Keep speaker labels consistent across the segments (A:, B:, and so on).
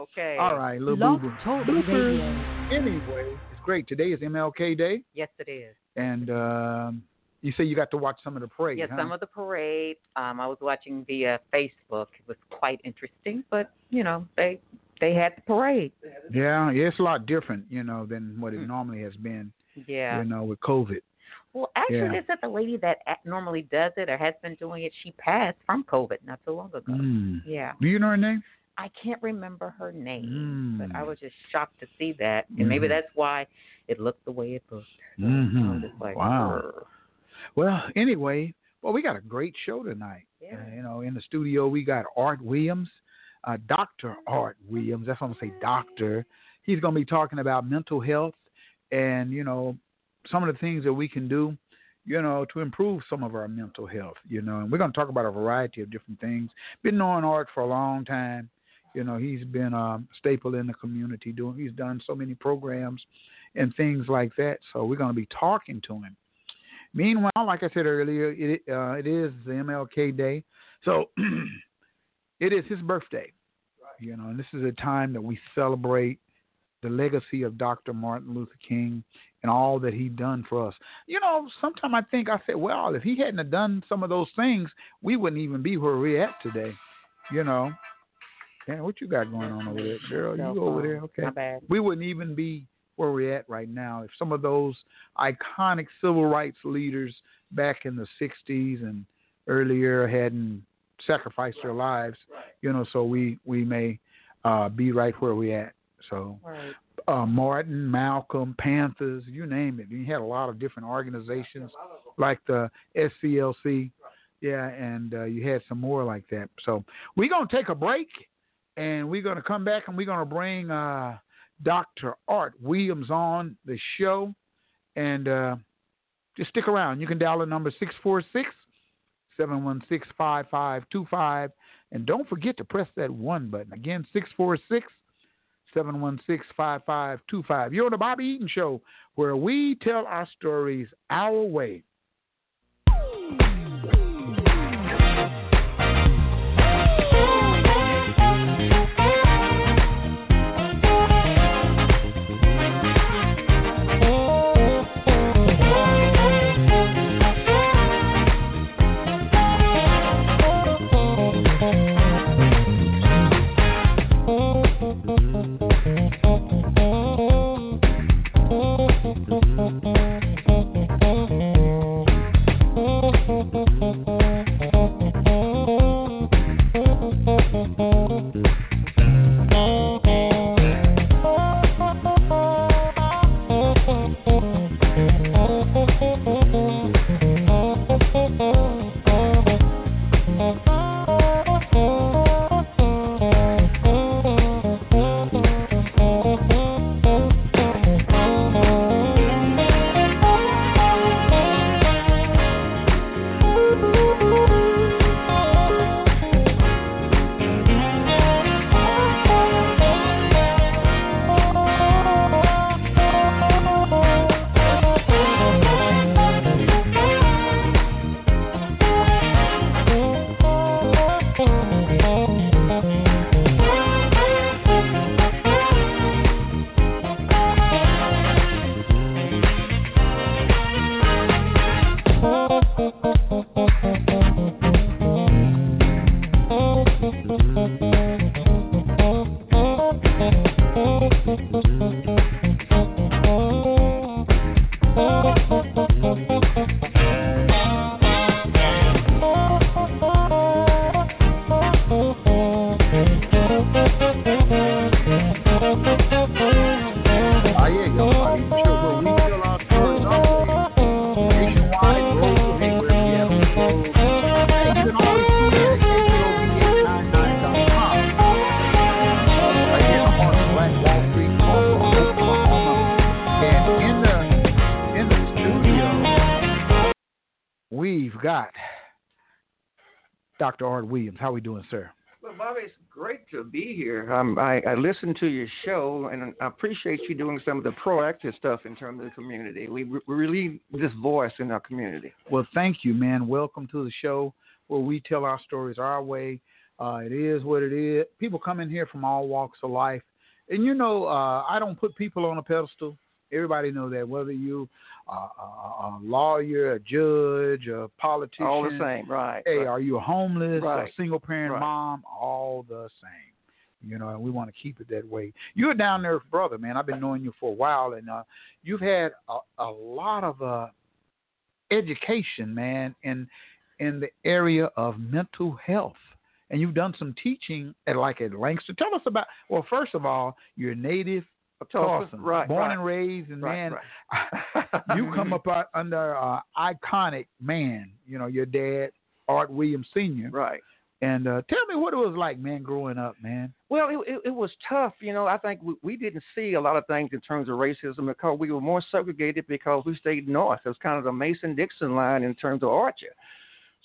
A: Okay.
B: All right, little
C: Love
B: boo
C: Talk Radio.
B: Anyway, it's great. Today is MLK Day,
A: Yes, it is.
B: and um, you say you got to watch some of the parade.
A: Yes,
B: huh?
A: some of the parade. Um, I was watching via Facebook. It was quite interesting, but you know they they had the parade.
B: Yeah, yeah, it's a lot different, you know, than what it normally has been,
A: Yeah.
B: you know, with COVID.
A: Well, actually,
B: Yeah.
A: is it the lady that a- normally does it or has been doing it? She passed from COVID not so long ago.
B: Mm.
A: Yeah.
B: Do you know her name?
A: I can't remember her name, but I
B: Mm.
A: was just shocked to see that, and maybe
B: Mhm.
A: that's why it looked the way it looked. So I was
B: Mhm.
A: just like,
B: Wow.
A: "Grr."
B: Well, anyway, well, we got a great show tonight.
A: Yeah.
B: Uh, you know, in the studio we got Art Williams, uh, Doctor Art Williams. That's what I'm gonna say, doctor. He's gonna be talking about mental health and you know some of the things that we can do, you know, to improve some of our mental health. You know, and we're gonna talk about a variety of different things. Been knowing Art for a long time. You know, he's been um, a staple in the community. Doing, he's done so many programs and things like that. So we're gonna be talking to him. Meanwhile, like I said earlier, it, uh, it is the MLK Day, so it is his birthday. You know, and this is a time that we celebrate the legacy of Dr. Martin Luther King and all that he done for us. You know, sometimes I think I said, well, if he hadn't have done some of those things, we wouldn't even be where we're at today. You know, damn, what you got going on over there, girl?
A: Cell
B: You over
A: phone.
B: there? Okay
A: My bad.
B: we wouldn't even be where we're at right now if some of those iconic civil rights leaders back in the 60s and earlier hadn't sacrificed their lives, you know, so we, we may uh, be right where we're at. So,
A: Right.
B: uh, Martin, Malcolm, Panthers, you name it. You had a lot of different organizations like the SCLC. Yeah, and uh, you had some more like that. So we're going to take a break and we're going to come back and we're going to bring uh, Dr. Art Williams on the show. And uh, just stick around. You can dial the number 646 716 5525. And don't forget to press that one button. Again, 646 716-5525. You're on the Bobby Eaton Show, where we tell our stories our way. Ah, we've got Dr. Art Williams. How we doing, sir?
D: Well, Bobby, it's great to be here. Um, I, I listen to your show, and I appreciate you doing some of the proactive stuff in terms of the community. We, we really need this voice in our community.
B: Well, thank you, man. Welcome to the show where we tell our stories our way. Uh, it is what it is. People come in here from all walks of life, and you know, uh, I don't put people on a pedestal. Everybody know that. Whether you uh, a a lawyer, a judge, a politician,
D: All the same, right?
B: Hey, uh,
D: right.
B: are you homeless? A
D: Right.
B: single parent
D: Right.
B: mom? All the same. You know, and we want to keep it that way. You're a down there, brother, man. I've been knowing you for a while, and uh, you've had a, a lot of uh, education, man, in in the area of mental health. And you've done some teaching at like at Lancaster. Tell us about. Well, first of all, you're a native of
D: Tulsa,
B: Tulsa,
D: right,
B: born
D: right,
B: and raised, and
D: right,
B: man,
D: right.
B: you come up out under uh, iconic man. You know your dad, Art Williams Senior.
D: right.
B: And uh, tell me what it was like, man, growing up, man.
D: Well, it, it, it was tough. You know, I think we, we didn't see a lot of things in terms of racism because we were more segregated because we stayed north. It was kind of the Mason Dixon line in terms of Archer.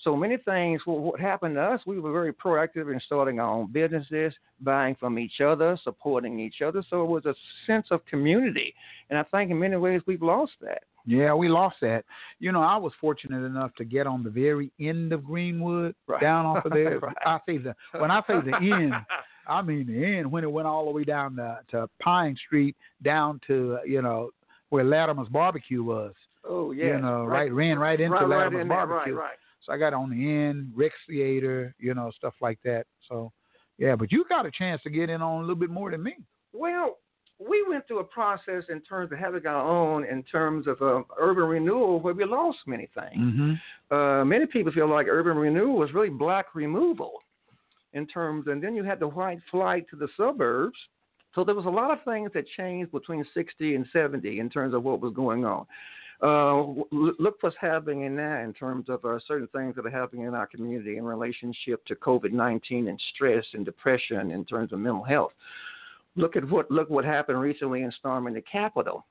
D: So many things, what, what happened to us, we were very proactive in starting our own businesses, buying from each other, supporting each other. So it was a sense of community. And I think in many ways we've lost that.
B: Yeah, we lost that. You know, I was fortunate enough to get on the very end of Greenwood,
D: Right.
B: down off of there.
D: Right.
B: I say the when I say the end, I mean the end when it went all the way down to, to Pine Street, down to you know where Latimer's Barbecue was.
D: Oh, yeah.
B: you know, right, ran right into
D: right, right
B: Latimer's
D: in there,
B: Barbecue.
D: Right, right.
B: So I got on the end, Rex Theater, you know, stuff like that. So, yeah, but you got a chance to get in on a little bit more than me.
D: Well, we went through a process in terms of having our own, in terms of uh, urban renewal, where we lost many things.
B: Mm-hmm.
D: Uh, many people feel like urban renewal was really black removal, in terms, and then you had the white flight to the suburbs. So there was a lot of things that changed between 60 and 70 in terms of what was going on. Uh, w- look what's happening now in terms of uh, certain things that are happening in our community in relationship to COVID-19 and stress and depression in terms of mental health look at what look what happened recently in storming the Capitol.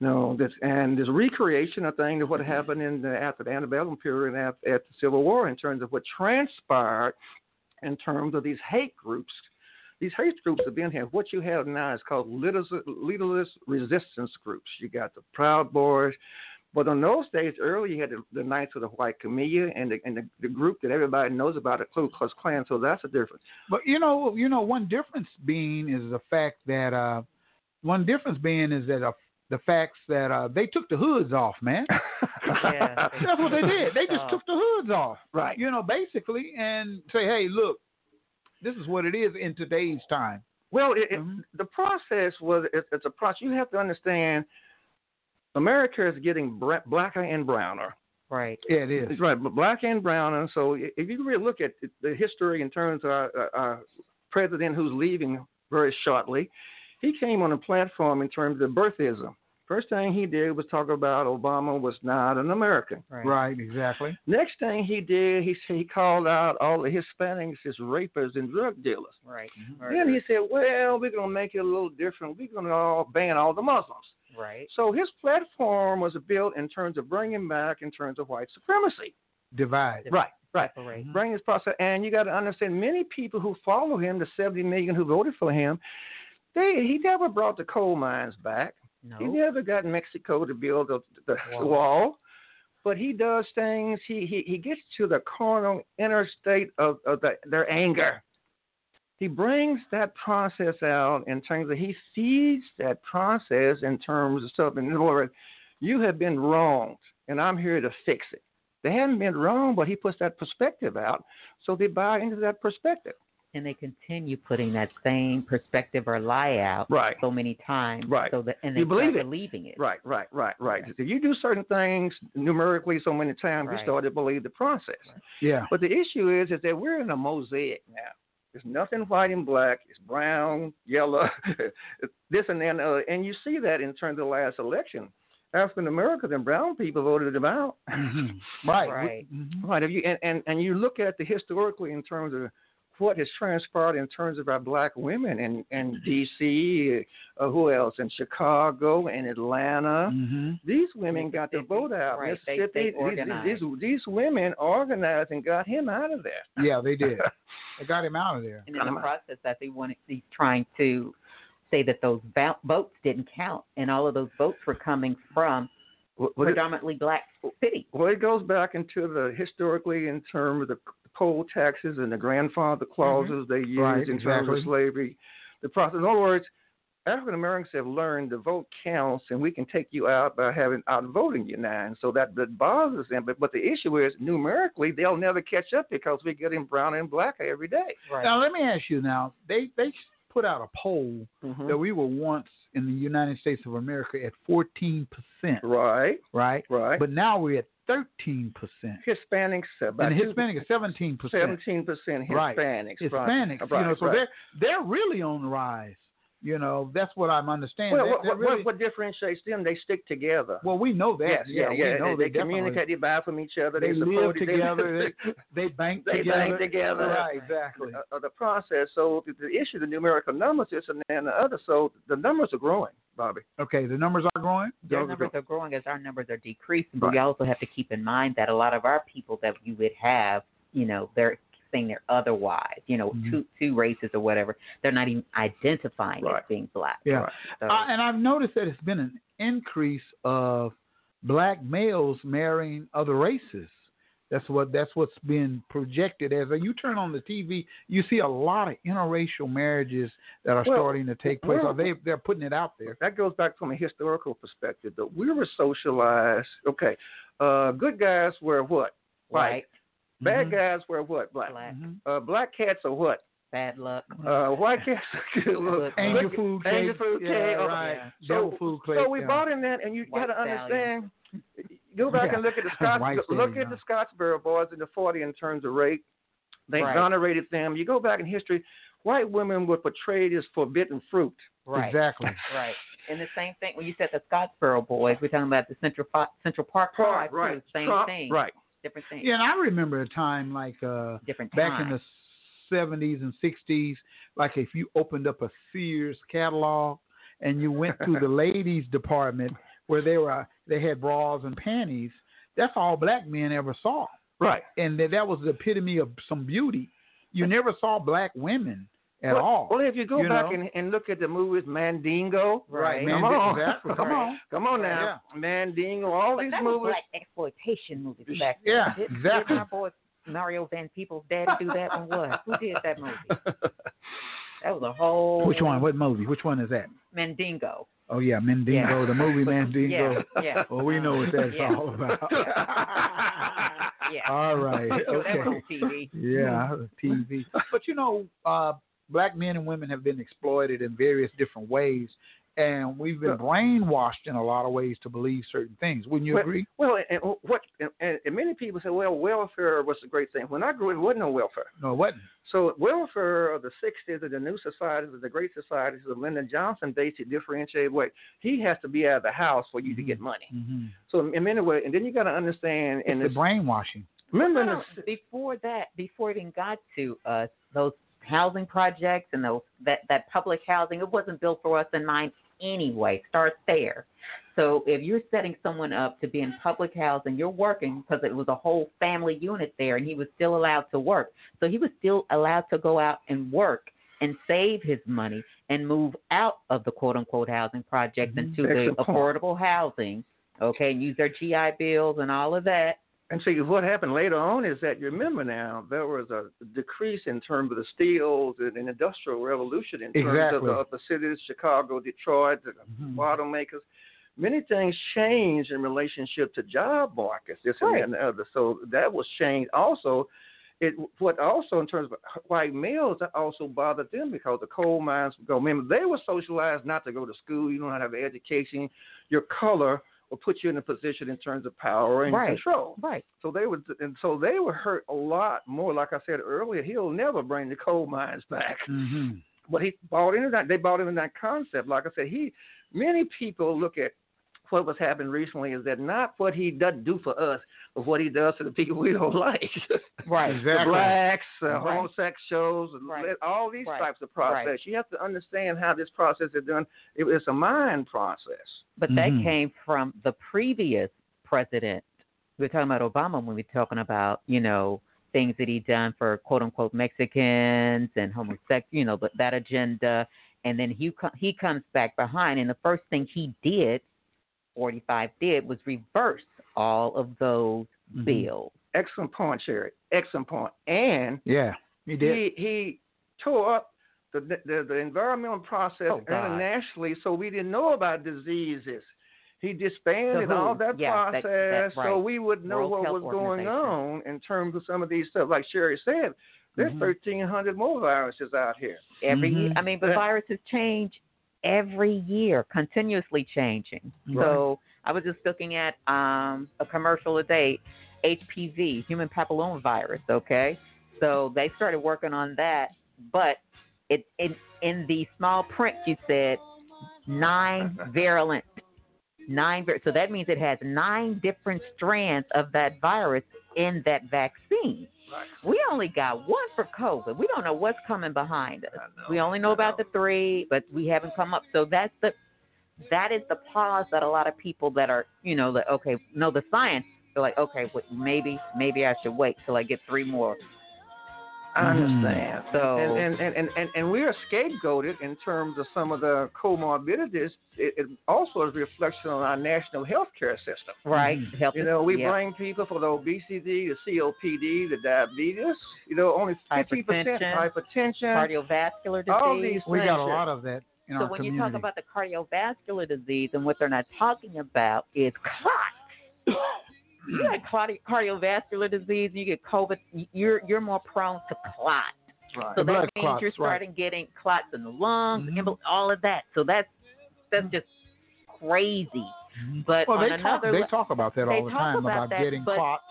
D: No, this and this recreation of things of what happened in the, after the antebellum period and after, after the Civil War in terms of what transpired in terms of these hate groups. These hate groups have been here. What you have now is called leaders, leaderless resistance groups. You got the Proud Boys, but in those days, early you had the, the Knights of the White Camellia and the, and the, the group that everybody knows about, the Ku Klux Klan. So that's the difference.
B: But you know, you know, one difference being is the fact that uh, one difference being is that uh, the facts that uh, they took the hoods off, man.
A: Yeah. Oh,
B: That's what they did. They
A: Uh-huh.
B: just took the hoods off,
D: Right.
B: You know, basically, and say, hey, look, this is what it is in today's time.
D: Well, it, it,
B: Mhm.
D: the process was it, it's a process. You have to understand, America is getting bra- blacker and browner.
A: Right.
B: Yeah, it is.
D: It's right, but black and browner. So i- if you really look at the history in terms of our, our- our president who's leaving very shortly, he came on a platform in terms of birthism. First thing he did was talk about Obama was not an American.
B: Right. exactly.
D: Next thing he did, he he called out all the Hispanics as rapists and drug dealers.
A: Right.
B: Mm-hmm.
D: Then he said, "Well, we're gonna make it a little different. We're gonna all ban all the Muslims."
A: Right.
D: So his platform was built in terms of bringing back, in terms of white supremacy.
B: Divide.
D: Right, right.
A: Right.
D: Bring this process, and you got to understand, many people who follow him, the 70 million who voted for him, they he never brought the coal mines back. He
A: No.
D: never got Mexico to build the, the
A: Wow.
D: wall, but he does things. He he, he gets to the carnal inner state of, of the, their anger. He brings that process out in terms of he sees that process in terms of stuff. In other words, you have been wronged, and I'm here to fix it. They haven't been wrong, but he puts that perspective out, so they buy into that perspective.
A: And they continue putting that same perspective or lie out
D: Right.
A: so many times.
D: Right.
A: So that and they
D: You believe
A: start
D: it.
A: believing it.
D: Right, right, right, right. If you do certain things numerically so many times,
A: Right.
D: you start to believe the process.
B: Yeah.
D: But the issue is, is that we're in a mosaic now. There's nothing white and black. It's brown, yellow, this and that. And, the other. and you see that in terms of the last election. African Americans and brown people voted them out.
B: Mhm. Right.
A: Right.
B: Mhm.
D: Mm-hmm. Right. If you and, and, and you look at the historically in terms of what has transpired in terms of our black women in, in D.C., uh, who else? In Chicago, in Atlanta.
B: Mm-hmm.
D: These women got their vote out.
A: Right, they- they
D: Mississippi, these- these,
A: organized.
D: these, these women organized and got him out of there.
B: Yeah, they did. they got him out of there.
A: And in the process, I think one he's trying to say that those vo- votes didn't count, and all of those votes were coming from
D: Well, well, it-
A: predominantly black cities.
D: well, it goes back into the historically in terms of the poll taxes and the grandfather clauses they used
B: Mm-hmm. Right,
D: in terms
B: exactly.
D: of slavery. The process. In other words, African Americans have learned the vote counts, and we can take you out by having outvoting you now, and so that, that bothers them. But but the issue is numerically they'll never catch up because we're getting browner and blacker every day.
B: Now let me ask you. Now they they put out a poll
D: Mhm.
B: that we were once in the United States of America at fourteen percent,
D: Right,
B: right?
D: right.
B: But now we're at thirteen percent,
D: Hispanics about
B: and Hispanic is seventeen percent.
D: seventeen percent
B: Right.
D: Hispanics.
B: Hispanics,
D: right,
B: you know, so
D: right.
B: they're they're really on the rise. You know, that's what I'm understanding.
D: Well,
B: They're-
D: what,
B: they're
D: what,
B: really-
D: what, what differentiates them? They stick together.
B: well, we know that.
D: yeah, yeah.
B: we know
D: they,
B: definitely-
D: communicate, they buy from each other.
B: They live
D: support each-
B: together. They they bank
D: They
B: together.
D: bank together.
B: Right, exactly.
D: uh, uh, the process. So the, the issue, the numerical numbers, is and then the other. So the numbers are growing, Bobby.
B: Okay, the numbers are growing.
A: Their
D: Those are
A: numbers are
D: growing.
A: growing as our numbers are decreasing. But
D: Right.
A: we also have to keep in mind that a lot of our people that you would have, you know, they're saying they're otherwise, you know,
D: Mm-hmm.
B: Mhm.
A: two two races or whatever. They're not even identifying as
D: Right.
A: being black.
B: Yeah.
A: So,
B: Uh, and I've noticed that it's been an increase of black males marrying other races. That's what that's what's been projected as. You turn on the TV, you see a lot of interracial marriages that are
D: Well,
B: starting to take place.
D: well-
B: or they they're putting it out there.
D: That goes back from a historical perspective. That we were socialized. Okay, uh, good guys were what
A: right.
D: Bad
B: Mhm.
D: guys were what black.
A: Black.
B: Mhm.
D: Uh, black cats are what
A: Bad luck.
D: uh, white cats. Look,
B: Angel
D: look-
B: food,
D: Angel
B: cake.
D: food,
B: yeah,
D: cake, uh,
B: right.
D: So-
B: Devil food, cake.
D: So we
B: yeah.
D: bought in that, and you got
A: White
D: to
A: stallion.
D: understand. Go back
B: Yeah.
D: and look at the Scotts.
B: White
D: look
B: stallion,
D: at the
B: yeah.
D: Scottsboro boys in the '40 in terms of rape. They
A: Right.
D: exonerated them. You go back in history, white women were portrayed as forbidden fruit.
A: Right.
B: Exactly.
A: Right. And the same thing when you said the Scottsboro boys, we're talking about the Central Fo- Central Park Five, too. Same
D: Trump,
A: thing.
D: Right.
A: Different thing.
B: Yeah, and I remember a time like uh
A: Different
B: back
A: time.
B: in the 70s and 60s, like if you opened up a Sears catalog and you went through the ladies department where they were uh, they had bras and panties, that's all black men ever saw,
D: Right.
B: and that, that was the epitome of some beauty. You never saw black women at
D: well,
B: all.
D: Well, if you go
B: you
D: back
B: know?
D: and, and look at the movies Mandingo.
A: Right.
D: Come
B: Mandi-
D: on.
B: exactly. Come on.
D: Come on now. Mandingo. All
A: But
D: these
A: that
D: movies.
A: was black exploitation movies back then.
B: Yeah,
A: Didn't-
B: exactly.
A: Didn't our boy Mario Van Peebles' daddy do that one? What? Who did that movie? That was a whole.
B: Which one? What movie? Which one is that?
A: Mandingo.
B: Oh yeah, Mandingo,
A: Yeah.
B: the movie Mandingo.
A: Yeah. Yeah.
B: Well, we know what that's
A: Yeah.
B: all about.
A: Yeah.
B: all right.
A: So that was
B: Okay.
A: on TV.
B: Yeah, TV. But you know, uh, black men and women have been exploited in various different ways, and we've been brainwashed in a lot of ways to believe certain things. Wouldn't you
D: Well-
B: agree?
D: Well, and, and what and, and many people say, well, welfare was the great thing. When I grew up, it wasn't no welfare.
B: No, it wasn't.
D: So welfare of the 60s of the new societies of the great societies of Lyndon Johnson basically differentiated way. He has to be out of the house for you to get money.
B: Mm-hmm.
D: So in many ways, and then you got to understand. And
B: It's the
D: this,
B: brainwashing.
D: remember, in
A: No,
D: the,
A: before that, before it even got to us, those housing projects and those that that public housing, it wasn't built for us in mind anyway. Start there. So if you're setting someone up to be in public housing, you're working because it was a whole family unit there, and he was still allowed to work. So he was still allowed to go out and work and save his money and move out of the quote unquote housing projects into the
D: Excellent Mm-hmm. point.
A: affordable housing. Okay, and use their GI bills and all of that.
D: and see what happened later on is that you remember now there was a decrease in terms of the steels and an industrial revolution in terms of,
B: Exactly.
D: the, of the cities, Chicago, Detroit, the
A: Mm-hmm.
D: automakers. Many things changed in relationship to job markets, this
A: Right.
D: and that and the other. So that was changed also. it what also in terms of white males that also bothered them because the coal mines go remember they were socialized not to go to school you don't have an education your color will put you in a position in terms of power and
A: Right.
D: control
A: Right.
D: so they would and so they were hurt a lot more like i said earlier he'll never bring the coal mines back
B: Mm-hmm.
D: but he bought into that they bought into that concept like i said he many people look at quote was happening recently is that not what he doesn't do for us, but what he does to the people we don't like.
A: Right.
D: The
B: Exactly.
D: blacks, uh,
A: Right.
D: homosexuals, and
A: Right.
D: all these
A: Right.
D: types of process.
A: Right.
D: You have to understand how this process is done. It- it's a mind process.
A: But
B: Mhm.
A: that came from the previous president. We're talking about Obama when we're talking about, you know, things that he done for quote unquote Mexicans and homosexuals, you know, but that agenda. And then he co- he comes back behind, and the first thing he did, 45 did, was reverse all of those bills.
D: Excellent point, Sherry. Excellent point. And
B: Yeah, he did.
D: he he tore up the the, the environmental process
A: Oh, God.
D: internationally, so we didn't know about diseases. He disbanded
A: The WHO,
D: all that
A: yeah, that-
D: process,
A: that- right.
D: so we wouldn't know
A: World
D: what
A: Health
D: was going on
A: Organization.
D: in terms of some of these stuff. Like Sherry said, there's
A: Mm-hmm.
D: 1,300 more viruses out here.
A: Every
B: Mhm.
A: I mean, but
D: Yeah.
A: viruses change every year, continuously changing. So I was just looking at um, a commercial today, HPV, human papillomavirus. Okay, so they started working on that, but it, it in the small print you said nine virulent, nine. Vir- so that means it has nine different strands of that virus in that vaccine. We only got one for COVID. We don't know what's coming behind us. we only know about the three, but we haven't come up. So that's the that is the pause that a lot of people that are you know that okay know the science. They're like okay, wait, maybe maybe I should wait till I get three more.
D: I understand.
A: So-
D: Mm. and, and, and, and, and, and we are scapegoated in terms of some of the comorbidities. It, it also is a reflection on our national health care system.
A: Right.
B: Mm-hmm.
A: Help
D: You
A: us-
D: know, we
A: yeah.
D: blame people for the obesity, the COPD, the diabetes. You know, only 50%
A: Hypertension.
D: hypertension.
A: cardiovascular disease.
D: All these
B: we got a
D: things.
B: lot of that
A: so
B: in our
A: when
B: community.
A: you talk about the cardiovascular disease and what they're not talking about is clot. you got cardi- cardiovascular disease, you get COVID, you're you're more prone to clot.
D: Right.
A: So that
B: Blood
A: means
B: clots,
A: you're
B: right. Mm-hmm.
A: starting getting clots in the lungs, embo- all of that. So that's that's just crazy. But
B: Mm-hmm. well,
A: on
B: they talk,
A: another
B: they
A: le-
B: talk about that
A: they
B: all the
A: talk
B: time
A: about
B: about,
A: that,
B: getting
A: but-
B: clots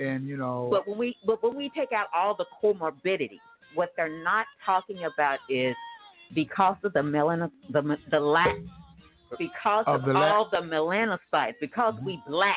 B: and you know
A: But when we but when we take out all the comorbidities, what they're not talking about is because of the melan the m- the lack because
B: Of
A: of,
B: the lack. Mm-hmm.
A: all the melanocytes because we black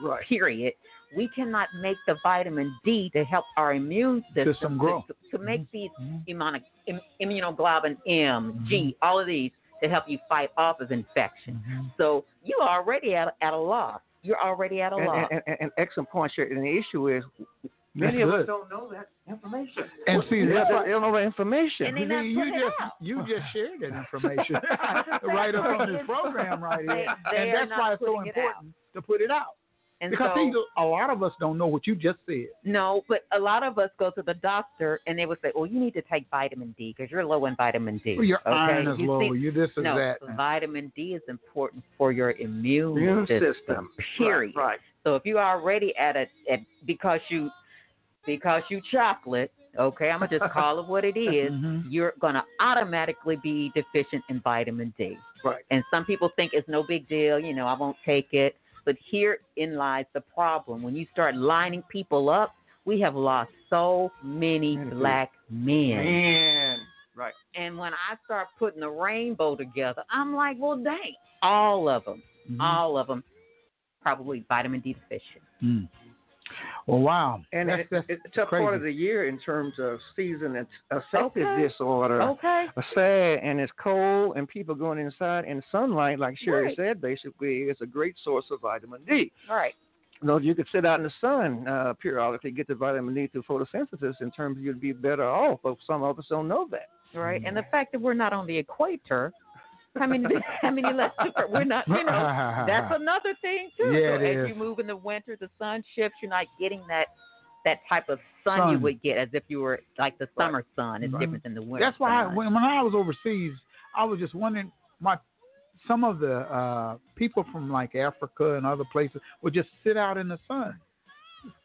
D: Right.
A: period. We cannot make the vitamin D to help our immune system,
B: System
A: to-
B: grow. Mm-hmm.
A: to, make these immonic, Im, immunoglobulin M, G,
B: Mm-hmm.
A: all of these to help you fight off of infection. So you are already at, at a loss. You're already at a
D: And,
A: loss.
D: and, and, and excellent point, Sherry. And the issue is
B: That's
D: many of us
B: good.
D: don't know that information.
B: And see,
D: They
B: that's
D: don't-
B: why-
D: they don't know the information.
A: And they
B: you,
A: not
B: see, you
A: putting it
B: just
A: out.
B: you just shared that information right up on this program right here,
A: They- they
B: and
A: are
B: that's why
A: not
B: it's so
A: putting it out.
B: important to put it out
A: And
B: because
A: so,
B: things, a lot of us don't know what you just said.
A: No, but a lot of us go to the doctor and they would say, "Well, you need to take vitamin D because you're low in vitamin D."
B: Well, Your
A: okay?
B: iron is
A: You
B: low.
A: see-
B: you this is
A: no,
B: that.
A: vitamin D is important for your immune,
D: Immune system.
A: Period.
D: Right. right.
A: So if you're already at a at, because you because you chocolate, okay, I'm gonna just call it what it is,
B: Mm-hmm.
A: You're gonna automatically be deficient in vitamin D.
D: Right.
A: And some people think it's no big deal, you know, I won't take it. But herein lies the problem. When you start lining people up, we have lost so many black men.
D: Mm-hmm. And right.
A: And when I start putting the rainbow together, I'm like, well, dang, all of them, all of them, probably vitamin D deficient.
B: Well, wow,
D: And
B: that's,
D: it,
B: that's
D: it's a tough
B: crazy.
D: part of the year in terms of season and affective
A: Okay.
D: disorder.
A: Okay.
D: It's sad and it's cold and people going inside and sunlight, like Sherry
A: Right.
D: said, basically is a great source of vitamin D.
A: All right.
D: You know, you could sit out in the sun uh, periodically get the vitamin D through photosynthesis. In terms, of you'd be better off, but some of us don't know that.
A: Right. And the fact that we're not on the equator, how many, how many less super, we're not, you know, that's another thing too.
B: Uh-huh. Yeah,
A: so
B: it
A: as
B: is.
A: you move in the winter, the sun shifts, you're not getting that that type of sun, you
B: Sun.
A: would get as if you were like the summer sun. It's
B: Right.
A: different than the winter.
B: That's why I,
A: sun.
B: when, when I was overseas, I was just wondering my some of the uh, people from like Africa and other places would just sit out in the sun.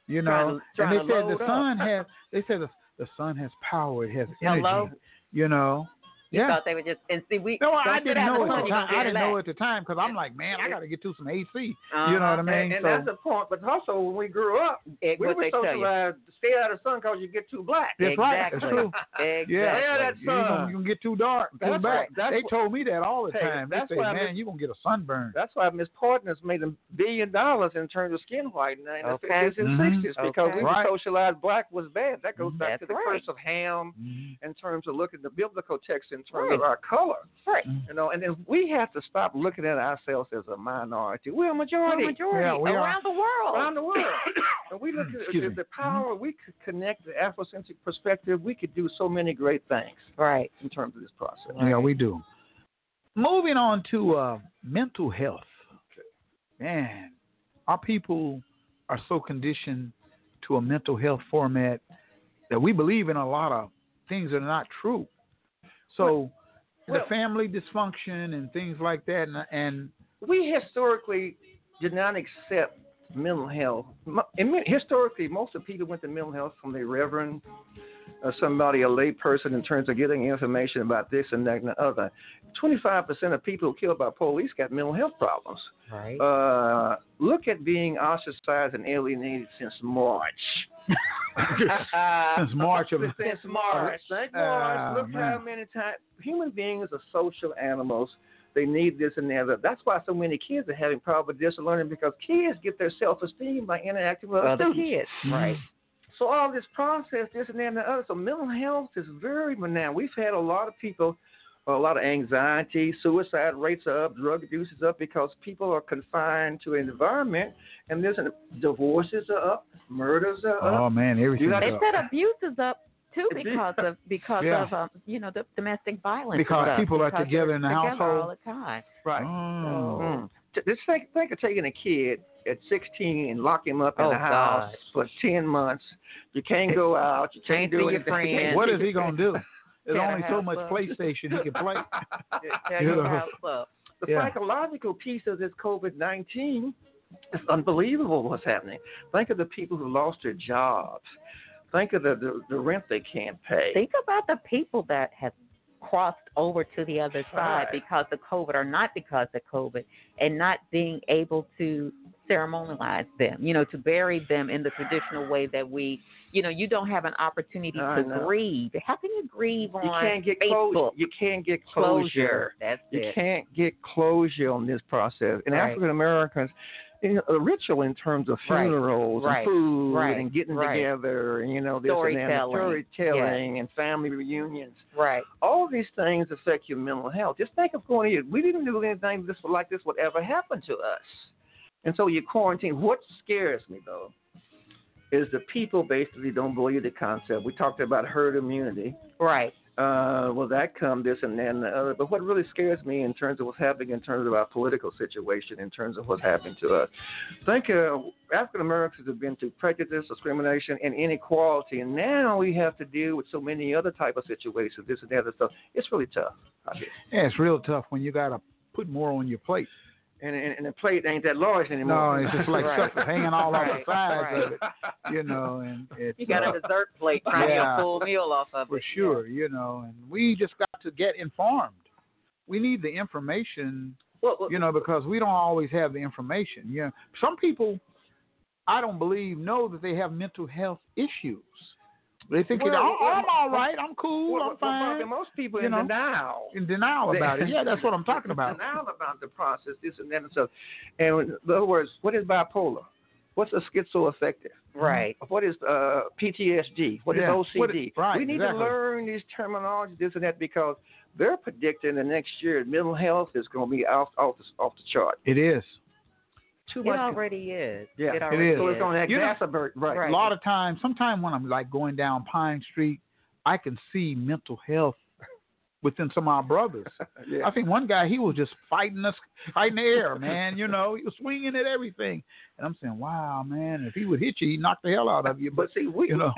B: You know,
A: Trying to- trying
B: and they said
A: to
B: the
A: load up.
B: sun has they said the, the sun has power, it has energy.
A: Hello?
B: You know,
A: You
B: Yeah.
A: thought they were just and see we.
B: No,
A: don't
B: I
A: sit
B: didn't
A: out in
B: know
A: the
B: at
A: sun,
B: the
A: you
B: time.
A: gonna get
B: I didn't know
A: relaxed.
B: at the time because I'm like, man, I got to get through some AC. You know
A: Uh-huh.
B: what I mean?
D: And, and
B: so,
D: that's the point. But also, when we grew up,
A: Um, It-
D: we
A: what
D: were
A: they tell you.
D: socialized to stay out of the sun because you get too black.
B: that's right. That's
A: Exactly.
B: true.
A: Exactly.
B: Yeah,
D: Yeah, that's,
B: you gonna,
D: uh,
B: you gonna get too dark, too
D: that's
B: black.
D: what- that's
B: they
D: what-
B: told me that all the
D: Hey,
B: time. They
D: that's
B: say,
D: why I'm-
B: man, you gonna get a sunburn.
D: That's why Miss Partners made a billion dollars in terms of skin whitening in
A: Okay.
D: the 50s and
B: Mhm.
D: 60s because
A: Okay.
D: we
B: Right.
D: socialized black was bad. That goes
A: Mhm.
D: back to
A: That's
D: the
A: right.
D: curse of Ham
B: Mhm.
D: in terms of looking at the biblical text in terms
A: Right.
D: of our color.
A: Right.
D: You know, and then we have to stop looking at ourselves as a minority. We're a majority.
A: We're a majority
B: Yeah, we are.
A: around the world.
D: around the world. and we look at
B: Excuse
D: the,
B: me.
D: the power we could connect the Afrocentric perspective. We could do so many great things
A: Right.
D: in terms of this process.
B: Yeah, we do. Moving on to uh, mental health. Man, our people are so conditioned to a mental health format that we believe in a lot of things that are not true. So,
D: well-
B: the family dysfunction and things like that, and, and
D: we historically did not accept mental health. Mo- and men- Historically, most of the people went to mental health from a reverend or somebody, a lay person, in terms of getting information about this and that and the other. 25% of people killed by police got mental health problems.
A: Right.
D: Uh, look at being ostracized and alienated since March.
B: since March of
D: Since March. Since March.
B: Ah,
D: Look
B: man.
D: how many times human beings are social animals. They need this and that. That's why so many kids are having problems with this and learning because kids get their self esteem by interacting with
A: Other
D: other
A: kids.
D: kids.
B: Mm-hmm.
A: Right.
D: So all this process, this and that and the other. So mental health is very benign. We've had a lot of people, a lot of anxiety, suicide rates are up, drug abuse is up because people are confined to an environment, and there's an, divorces are up, murders are up.
B: oh man, everything.
D: uh, got-
A: They
B: up.
A: said abuse is up too
D: Abuse-
A: because of because
B: Yeah.
A: of um, you know the domestic violence.
B: Because
A: is up,
B: people are
A: because
B: together
A: they're
B: in the
A: together
B: household.
A: all the time.
D: Right.
B: Oh.
D: Mm. T- Just think, think of taking a kid at 16 and lock him up in
A: Oh,
D: the house
A: God.
D: for 10 months. You can't go out. You
A: Can't
D: can't
A: see
D: do
A: your
D: anything. You can't-
A: friends.
B: What is he gonna do? There's
A: Gotta
B: only so
A: have
B: much
A: fun.
B: PlayStation he can play.
A: Yeah,
B: You
A: you
B: know.
A: house up.
D: The
B: Yeah.
D: psychological piece of this COVID 19 is unbelievable what's happening. Think of the people who lost their jobs. Think of the, the, the rent they can't pay.
A: Think about the people that have crossed over to the other side
D: Right.
A: because of COVID or not because of COVID and not being able to ceremonialize them, you know, to bury them in the traditional way that we, you know, you don't have an opportunity
D: I
A: to
D: know.
A: grieve. How can you grieve
D: you
A: on
D: can't get closure.
A: Facebook?
D: You can't get
A: Closure. That's
D: You
A: it.
D: can't get closure on this process. And
A: Right.
D: African Americans, you know, a ritual in terms of
A: Right.
D: funerals
A: Right.
D: and food
A: Right.
D: and getting
A: Right.
D: together, and, you know, this and that, and
A: Storytelling.
D: storytelling and family reunions.
A: Right.
D: All these things affect your mental health. Just think of going in. We didn't do anything this like this would ever happen to us. And so you quarantine. What scares me though is the people basically don't believe the concept. We talked about herd immunity
A: Right.
D: uh, will that come, this and that and the other. But what really scares me in terms of what's happening in terms of our political situation, in terms of what's happening to us, think uh, African Americans have been through prejudice, discrimination, and inequality, and now we have to deal with so many other type of situations, this and that other stuff. It's really tough. I think.
B: Yeah, it's real tough when you gotta put more on your plate.
D: And, and, and the plate ain't that large
B: No,
D: anymore.
B: it's just like
A: Right.
B: stuff is hanging all off the
A: Right,
B: sides
A: right.
B: of it, you know, and it's
A: You got
B: uh,
A: a dessert plate trying to get
B: Yeah.
A: a full meal off of
B: for
A: it.
B: sure, you know, and we just got to get informed. We need the information,
D: Well, well,
B: you know, because we don't always have the information. You know, some people I don't believe know that they have mental health issues. They think,
D: Well,
B: "Oh,
D: well,
B: I'm all right, I'm cool,
D: well,
B: I'm
D: well, Bobby,
B: fine,
D: most people
B: you
D: in
B: know.
D: denial.
B: in denial about it. Yeah, that's what I'm talking about.
D: Denial about the process, this and that and stuff. And in other words, what is bipolar? What's a schizoaffective?
A: Right.
D: What is uh, PTSD? What is
B: Yeah.
D: OCD?
B: What is- right,
D: we need
B: exactly.
D: to learn these terminologies, this and that, because they're predicting the next year mental health is going to be off off the, off the chart.
B: It is.
D: Too
A: It
D: much.
A: already is.
D: yeah,
A: It already
B: is.
D: So it's going to
B: You know-
D: exacerbate. right.
B: a lot of times, sometimes when I'm like going down Pine Street, I can see mental health within some of our brothers.
D: Yeah.
B: I think one guy he was just fighting us, fighting the air, man. You know, he was swinging at everything, and I'm saying, wow, man, if he would hit you, he'd knock the hell out of you.
D: But
B: But
D: see, we
B: you know,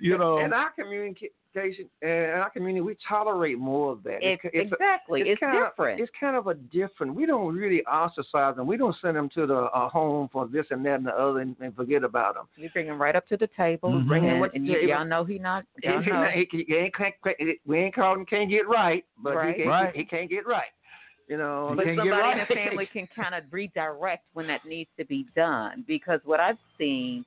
B: you know,
D: in our community education and our community, we tolerate more of that.
A: It's,
D: it's a-
A: exactly. It's,
D: kind
A: different.
D: Of, it's kind of a different. We don't really ostracize them. We don't send them to the uh, home for this and that and the other and, and forget about them.
A: you bring him right up to the table.
B: Mhm. Bring
D: him
A: and,
D: up to
A: and
D: the
A: you,
D: table.
A: y'all know he not.
D: He,
A: Y'all know.
D: he- he- he ain't can't- can't- we ain't calling him can't get right, but
A: Right.
D: He, can't,
B: Right.
D: he can't get right. You know,
B: He
A: but
B: can't get
A: somebody
B: right.
A: in the family can kind of redirect when that needs to be done because what I've seen,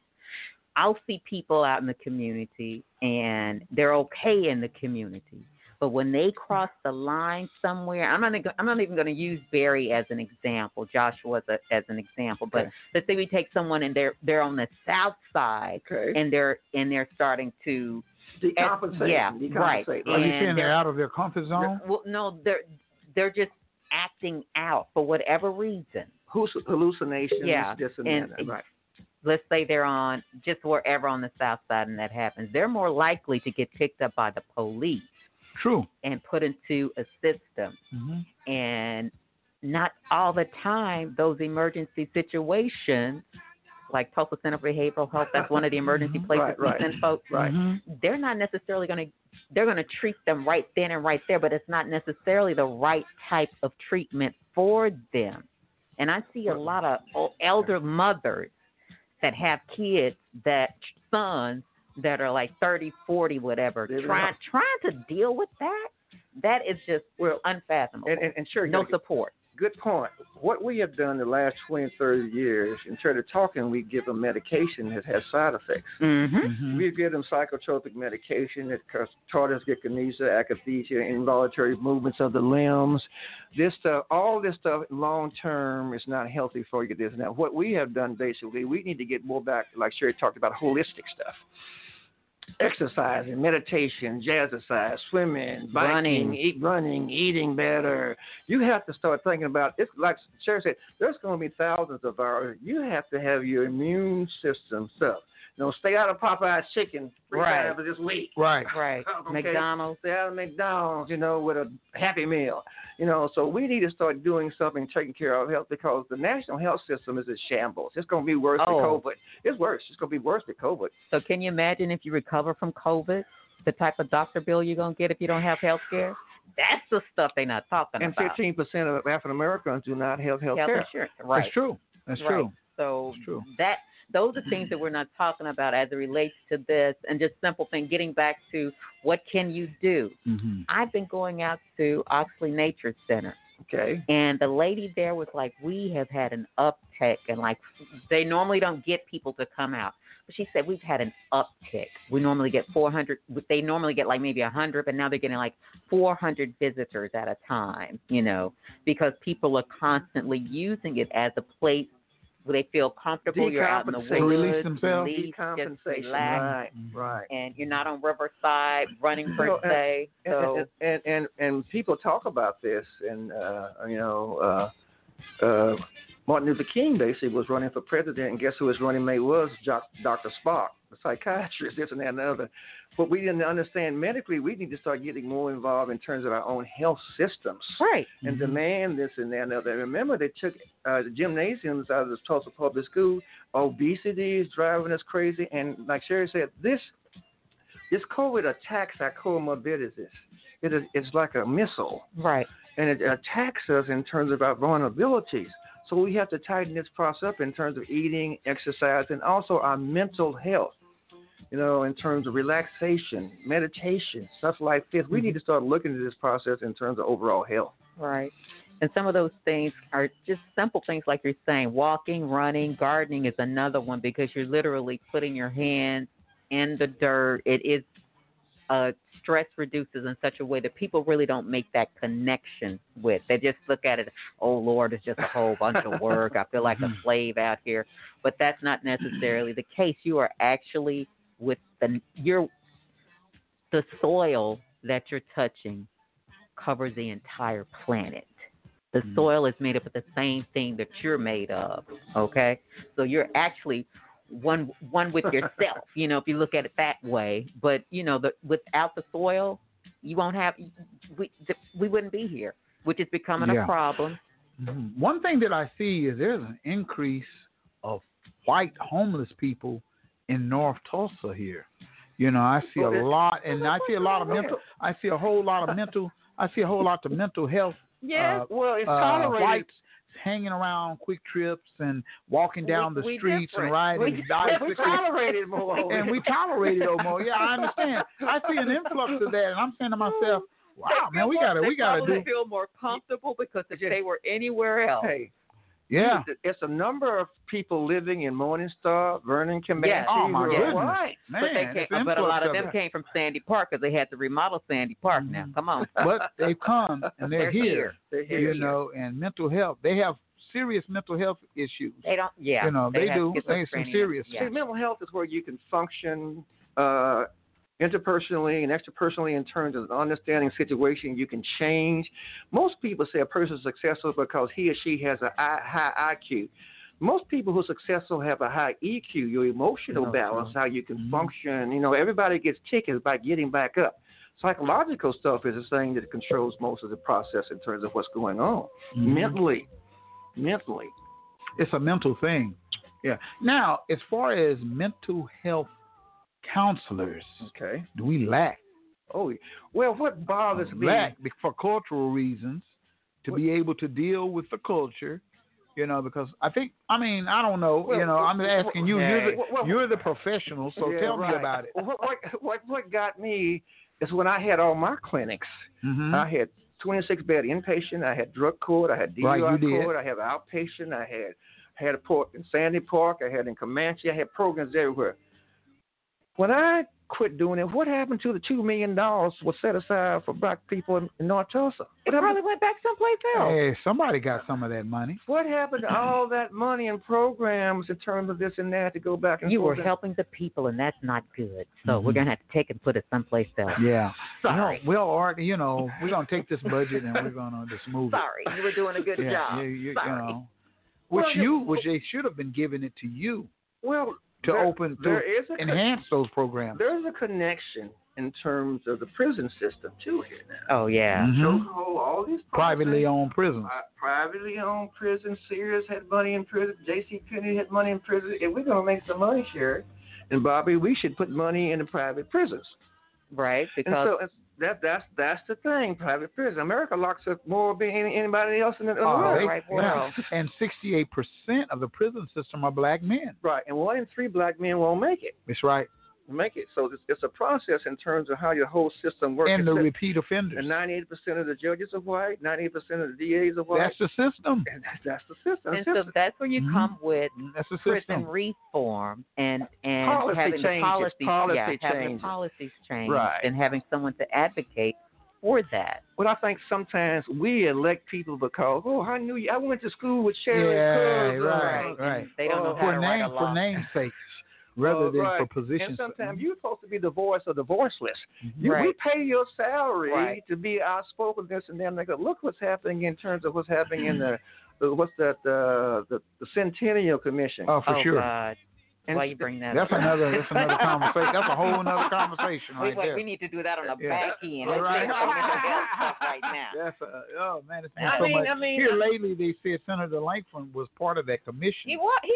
A: I'll see people out in the community and they're okay in the community, but when they cross the line somewhere, I'm not even- I'm not even going to use Barry as an example, Joshua as, a, as an example, but
D: Okay.
A: let's say we take someone and they're they're on the south side
D: okay.
A: and they're and they're starting to
D: decompensate.
A: yeah, right.
D: decompensate.
B: Are you
A: And
B: saying they're
A: they're-
B: out of their comfort zone?
A: well no they're they're just acting out for whatever reason.
D: Who's hallucinations?
A: Yeah,
D: This and,
A: and-
D: that. Right.
A: let's say they're on just wherever on the south side and that happens, they're more likely to get picked up by the police
B: True.
A: and put into a system.
B: Mm-hmm.
A: And not all the time, those emergency situations, like Tulsa Center for Behavioral Health, that's one of the emergency places
D: Right, Mm-hmm. right,
A: we send folks.
D: Right.
A: They're not necessarily going to. They're going to treat them right then and right there, but it's not necessarily the right type of treatment for them. And I see a lot of o- elder mothers that have kids that sons that are like 30, 40, whatever,
D: They're
A: trying trying to deal with that. That is just well unfathomable.
D: And, and, and sure,
A: no
D: you-
A: support.
D: good point. What we have done the last 20, 30 years, instead of talking, we give them medication that has side effects.
A: Mm-hmm.
D: We give them psychotropic medication that causes tardive dyskinesia, akathisia, involuntary movements of the limbs. This stuff, all this stuff, long term is not healthy for you. This now, what we have done basically, we need to get more back, like Sherry talked about, holistic stuff. Exercise and meditation, jazzercise, swimming, biking,
A: Running.
D: eat, running, eating better. You have to start thinking about it's like Sherry said. There's going to be thousands of hours. You have to have your immune system stuff. You know, stay out of Popeye's chicken three
A: Right.
D: times this week.
B: Right.
A: Right.
D: Okay.
A: McDonald's.
D: Stay out of McDonald's, you know, with a Happy Meal. You know, so we need to start doing something, taking care of health because the national health system is in shambles. It's going to be worse
A: Oh.
D: than COVID. It's worse. It's going to be worse than COVID.
A: So can you imagine if you recover from COVID, the type of doctor bill you're gonna get if you don't have health care? That's the stuff they're not talking
D: And
A: about.
D: 15% of African Americans do not have health
A: health
D: care.
A: insurance. Right.
B: That's true. That's
A: Right.
B: true.
A: So
B: It's true.
A: that those are things that we're not talking about as it relates to this, and just simple thing. Getting back to what can you do?
B: Mm-hmm.
A: I've been going out to Oxley Nature Center,
D: Okay.
A: and the lady there was like, "We have had an uptick," and like they normally don't get people to come out, but she said we've had an uptick. We normally get 400. They normally get like maybe 100, but now they're getting like 400 visitors at a time. You know, because people are constantly using it as a place where they feel comfortable. You're out in the woods,
D: Decompensate.
B: Release themselves.
A: release,
D: Decompensation.
A: just relax,
D: Right. uh, Right.
A: and you're not on Riverside running per
D: Well, and-
A: se.
D: And-
A: So
D: and, and and and people talk about this, and uh, you know, uh, uh, Martin Luther King basically was running for president, and guess who his running mate was? Jo- Dr. Spock, the psychiatrist, this and that and the other. But we didn't understand medically. We need to start getting more involved in terms of our own health systems
A: right.
D: and demand this and that and other. Remember, they took uh, the gymnasiums out of the Tulsa Public School. Obesity is driving us crazy, and like Sherry said, this this COVID attacks our comorbidities. It is it's like a missile,
A: Right.
D: and it attacks us in terms of our vulnerabilities. So we have to tighten this process up in terms of eating, exercise, and also our mental health. You know, in terms of relaxation, meditation, stuff like this. We need to start looking at this process in terms of overall health.
A: Right. And some of those things are just simple things like you're saying. Walking, running, gardening is another one because you're literally putting your hands in the dirt. It is uh, stress reduces in such a way that people really don't make that connection with. They just look at it, oh Lord, it's just a whole bunch of work. I feel like a slave out here. But that's not necessarily the case. You are actually with the you're the soil that you're touching covers the entire planet. The soil is made up of the same thing that you're made of. Okay, so you're actually one one with yourself. you know, if you look at it that way. But you know, the, without the soil, you won't have we th- we wouldn't be here, which is becoming
B: Yeah.
A: a problem.
B: Mhm. One thing that I see is there's an increase of white homeless people in North Tulsa here. You know, I see a
D: Well, it-
B: lot, and I see a lot of mental. I see a whole lot of mental. I see a whole lot of mental health.
D: Yeah,
B: uh,
D: well, it's
B: uh,
D: tolerated.
B: whites hanging around quick trips and walking down
D: We-
B: the
D: we
B: streets
D: different.
B: and riding
D: We, we
B: bicycles.
D: tolerated more.
B: and we tolerate it, Omo. Yeah, I understand. I see an influx of that, and I'm saying to myself, "Wow, man, we gotta, we gotta do."
A: feel more comfortable because if they were anywhere else,
D: Hey,
B: Yeah,
D: it's, it's a number of people living in Morningstar, Vernon, Comanche.
A: Yes.
B: Oh, my
D: who are
B: goodness.
D: white.
A: but they
B: man.
A: came,
B: it's an
A: but a
B: influx
A: lot of them
B: it. Mm-hmm.
A: came from Sandy Park because they had to remodel Sandy Park. Now, come on,
B: but they've come and they're,
A: They're here.
D: They're
B: you
D: here.
B: know, and mental health. They have serious mental health issues.
A: they don't. Yeah,
B: You know, they
A: have
B: do. They some
A: schizophrenia.
B: serious
A: Yeah.
D: See, mental health is where you can function uh, interpersonally and extrapersonally in terms of understanding situation. You can change. Most people say a person is successful because he or she has a I- high IQ. Most people who are successful have a high EQ, your emotional balance, how you can function. You know, everybody gets tickets by getting back up. Psychological stuff is the thing that controls most of the process in terms of what's going on mentally. Mentally.
B: It's a mental thing. Yeah. Now, as far as mental health counselors,
D: Okay.
B: do we lack
D: Oh, well, what bothers me?
B: lack be- for cultural reasons to be able to deal with the culture? You know, because I think I mean I don't know.
D: Well,
B: you know, I'm
D: well,
B: asking you.
D: well,
B: You're the,
D: well, well,
B: you're the professional, so
D: Yeah,
B: tell me
D: right.
B: about it.
D: What, what what what got me is when I had all my clinics.
B: Mhm.
D: I had 26 bed inpatient. I had drug court. I had
B: Right,
D: DUI
B: you did.
D: court. I had outpatient. I had had a port in Sandy Park. I had in Comanche. I had programs everywhere. When I quit doing it, what happened to the two million dollars was set aside for black people in, in North Tulsa?
A: It probably went back someplace else.
B: Hey, somebody got some of that money.
D: What happened to all that money and programs in terms of this and that to go back and
A: You were
D: forth? and-
A: helping the people, and that's not good. So we're
B: Mm-hmm.
A: gonna have to take and put it someplace else.
B: Yeah.
A: Sorry.
B: You know, well, Art, you know, we're gonna take this budget and we're gonna just move it.
A: Sorry, you were doing a good
B: yeah,
A: job.
B: You, you,
A: Sorry.
B: you know, which
D: Well,
B: you, which they should have been giving it to you
D: Well,
B: to
D: there-
B: open to
D: there is a
B: enhance those programs.
D: there's a connection in terms of the prison system too here now.
A: Oh yeah.
B: Mhm.
D: So oh, all these
B: Privately
D: prisons,
B: owned prisons.
D: pri- privately owned prisons. Sears had money in prison. J.C. Penney had money in prison. If we're gonna make some money, Sherry and Bobby, we should put money in the private prisons.
B: Mm-hmm.
A: Right,
D: And
A: because
B: Uh,
D: so it's, that that's that's the thing. Private prison. America locks up more than any- anybody else in the, in the
B: Oh,
D: world.
B: they-
A: right,
B: yeah.
A: well.
B: and 68 percent of the prison system are black men.
D: Right. And one in three black men won't make it.
B: That's right.
D: Make it. So it's, it's a process in terms of how your whole system works.
B: And the
D: Except-
B: repeat offenders.
D: and 98% of the judges are white. 98% of the DAs are white.
B: That's the system.
D: And that- that's the system.
A: and so
D: System.
A: that's where you
B: Mhm.
A: come with
B: That's the
A: prison
B: system.
A: reform and and
D: Policy
A: having
D: changes,
A: policies, yeah,
D: policy
A: having
D: changes.
A: policies changed,
D: Right.
A: and having someone to advocate for that.
D: But I think sometimes we elect people because, oh, I knew you. I went to school with Sherry
B: Yeah,
D: Cools.
B: right,
D: uh,
B: right.
A: They don't
D: Oh,
A: know how
B: For
A: to write
B: name,
A: a
B: for
A: law.
B: namesakes, rather
D: uh,
B: than for
D: right.
B: positions.
D: And sometimes you're supposed to be the voice of the voiceless. You, We
A: Right.
D: pay your salary
A: Right.
D: to be outspoken this and that. And they go, look what's happening in terms of what's happening in the, the what's that, uh, the, the Centennial Commission.
B: Oh, for
A: oh
B: sure.
A: God,
D: And
A: why you bring that?
B: That's
A: up?
B: another. That's another conversation. That's a whole another conversation
A: we,
B: right
A: wait,
B: there.
A: we need to do that on the
B: Yeah.
A: back end. Let's
B: Right.
A: do all that bad stuff right now.
B: That's a, oh man, it's been
D: I
B: so
D: mean,
B: much.
D: I mean,
B: Here
D: I-
B: lately, they said Senator Langford was part of that commission,
A: He what? He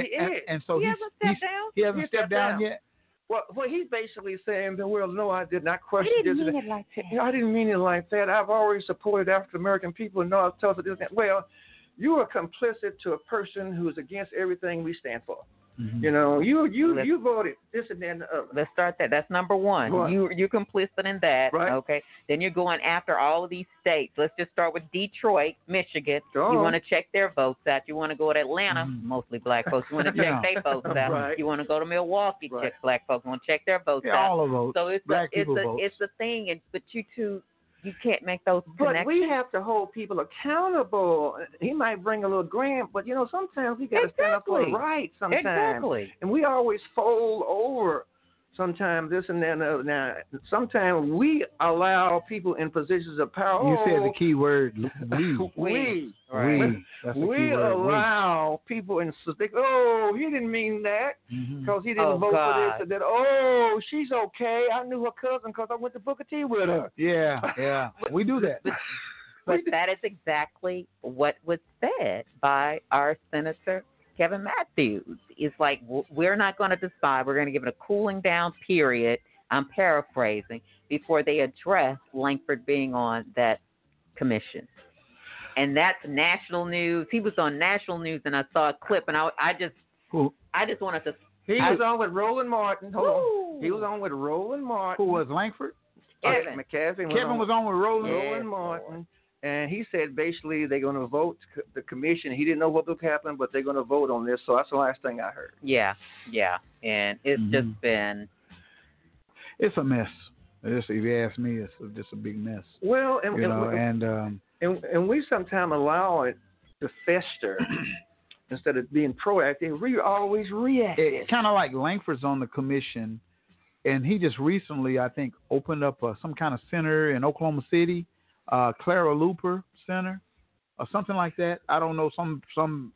A: is.
B: and,
A: he is.
B: and so
A: he
B: he's,
A: hasn't
B: he's
A: stepped down.
B: he hasn't
D: He
B: stepped
D: stepped
B: down
D: down.
B: yet.
D: Well, well, he's basically saying, that, well, no, I did not
A: I
D: question
A: didn't
D: this.
A: mean
D: and
A: it like that.
D: that. I didn't mean it like that. I've always supported African American people in North Tulsa. This and that. Well, you are complicit to a person who's against everything we stand for. You know, you you
A: Let's-
D: you voted this and that and the other.
A: Let's start that. That's number one.
D: Right.
A: You you're complicit in that.
D: Right.
A: Okay. Then you're going after all of these states. Let's just start with Detroit, Michigan.
D: Go
A: You
D: on.
A: want to check their votes out. You want to go to Atlanta, mostly black folks. You want to
B: Mm-hmm. Yeah.
A: check their votes out.
D: Right.
A: You want to go to Milwaukee,
D: Right.
A: check black folks. Want to check their votes
B: Yeah,
A: out.
B: all of those
A: so it's
B: black
A: a, it's
B: people
A: a
B: votes.
A: it's a thing, and but you two you can't make those
D: But
A: connections.
D: we have to hold people accountable. He might bring a little grant, but you know, sometimes we got to stand up for the
A: Exactly.
D: right. Sometimes,
A: exactly.
D: and we always fold over. Sometimes this and that. And the other. Now, sometimes we allow people in positions of power.
B: you said the
D: "Oh,
B: key word, l- we.
D: we,
A: Right.
B: We. That's the key
D: we
B: word, we.
D: allow people in so think, oh, he didn't mean that
B: Mm-hmm.
D: because he didn't
A: Oh,
D: vote for
A: God.
D: this or that. Oh, she's okay. I knew her cousin because I went to Booker T with her.
B: Yeah, yeah. we do that.
A: But that is exactly what was said by our Senator Kevin Matthews is like, w- we're not going to decide. We're going to give it a cooling down period. I'm paraphrasing before they address Langford being on that commission. And that's national news. He was on national news, and I saw a clip, and I, I just,
B: Who
A: I just wanted to.
D: He
A: I-
D: was on with Roland Martin. Hold on.
A: Woo.
D: He was on with Roland Martin.
B: who was Langford?
A: Kevin.
D: McCaffrey was
B: Kevin
D: on,
B: was on with Roland.
D: Roland Martin, and he said basically they're going to vote c- the commission. He didn't know what would happen, but they're going to vote on this. So that's the last thing I heard.
A: Yeah, yeah, and it's just been
B: It's a mess. It's, if you ask me, it's just a big mess.
D: Well, and
B: You know,
D: and,
B: and um,
D: and, and we sometimes allow it to fester instead of being proactive. We always react.
B: it kind of like Langford's on the commission, and he just recently, I think, opened up uh, some kind of center in Oklahoma City, uh, Clara Looper Center, or something like that. I don't know some some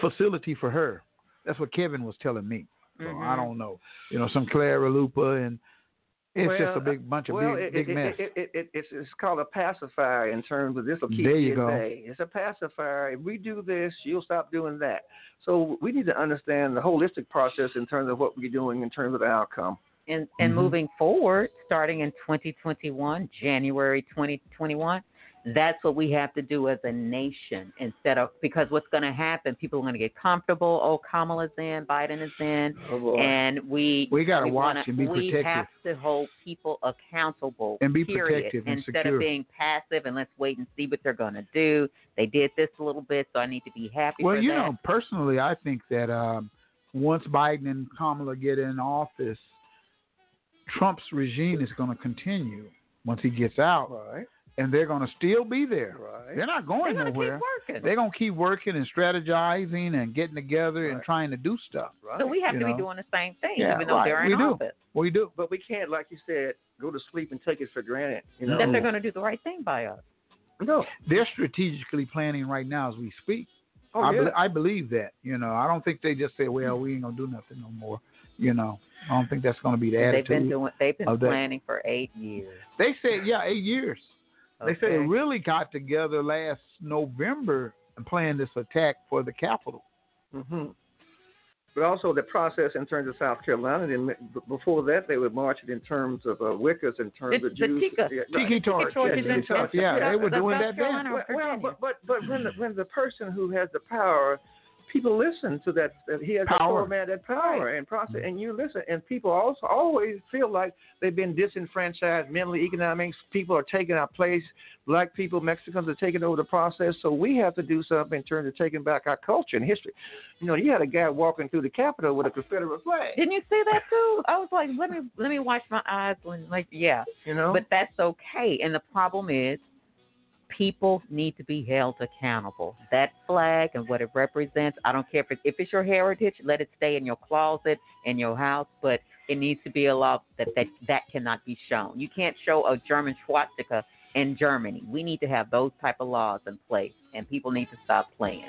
B: facility for her. That's what Kevin was telling me. So I
D: Mm-hmm.
B: don't know, you know, some Clara Looper, and it's just a big bunch of
D: well,
B: big,
D: it,
B: big
D: it,
B: mess.
D: It, it, it, it's, it's called a pacifier in terms of this will keep
B: There you
D: at
B: go.
D: bay. It's a pacifier. If we do this, you'll stop doing that. So we need to understand the holistic process in terms of what we're doing in terms of the outcome.
A: and and
B: Mm-hmm.
A: moving forward, starting in 2021, January 2021, that's what we have to do as a nation instead of because what's going to happen? People are going to get comfortable. Oh, Kamala's in, Biden is in,
D: Oh, boy.
A: and we
B: We gotta
A: we
B: watch
A: wanna-
B: and be
A: We
B: protective.
A: have to hold people accountable
B: And be
A: period,
B: protective and
A: instead
B: secure.
A: of being passive and let's wait and see what they're going to do. They did this a little bit, so I need to be happy.
B: Well,
A: for
B: you
A: that.
B: know, personally, I think that um, once Biden and Kamala get in office, Trump's regime is going to continue once he gets out,
D: Right.
B: and they're going to still be there.
D: Right.
B: They're not going
A: they're gonna
B: nowhere.
A: keep working.
B: They're going to keep working and strategizing and getting together and
D: Right.
B: trying to do stuff.
D: Right.
A: so we have
B: you
A: to be
B: know.
A: doing the same thing,
B: Yeah,
A: even though
B: right.
A: they're in
B: We do.
A: office.
B: We do.
D: but we can't, like you said, go to sleep and take it for granted. You know?
A: that they're going to do the right thing by us.
D: no.
B: They're strategically planning right now as we speak.
D: Oh,
B: I,
D: yeah.
B: bel- I believe that. You know, I don't think they just say, "Well, we ain't gonna do nothing no more." You know, I don't think that's going to be the
A: They've
B: attitude.
A: been doing. They've been
B: of that.
A: planning for eight years.
B: They said, yeah, eight years. They said they
A: Okay.
B: really got together last November and planned this attack for the Capitol.
D: hmm But also the process in terms of South Carolina. Then b- before that, they were marching in terms of uh, Wiccas, in terms
A: The- the
D: of Jews.
A: Tikka.
D: Yeah, right.
B: Tiki torch.
A: torch
B: yeah,
A: is in
B: Tiki torch. Yeah,
D: Yeah,
B: they were
D: the
B: doing
A: South
B: that then.
A: Carolina-
D: Well, well,
A: Virginia.
D: but but but when the, when the person who has the power, people listen to that. that he has
B: Power. Mm-hmm.
D: that man that power and process, and you listen. And people also always feel like they've been disenfranchised mentally, economics. People are taking our place. Black people, Mexicans are taking over the process. So we have to do something in terms of taking back our culture and history. You know, you had a guy walking through the Capitol with a Confederate flag.
A: Didn't you see that too? I was like, let me let me watch my eyes when like yeah.
D: You know,
A: But that's okay. And the problem is, people need to be held accountable. That flag and what it represents. I don't care if it's, if it's your heritage. Let it stay in your closet in your house, but it needs to be a law that that that cannot be shown. You can't show a German swastika in Germany. We need to have those type of laws in place, and people need to stop playing.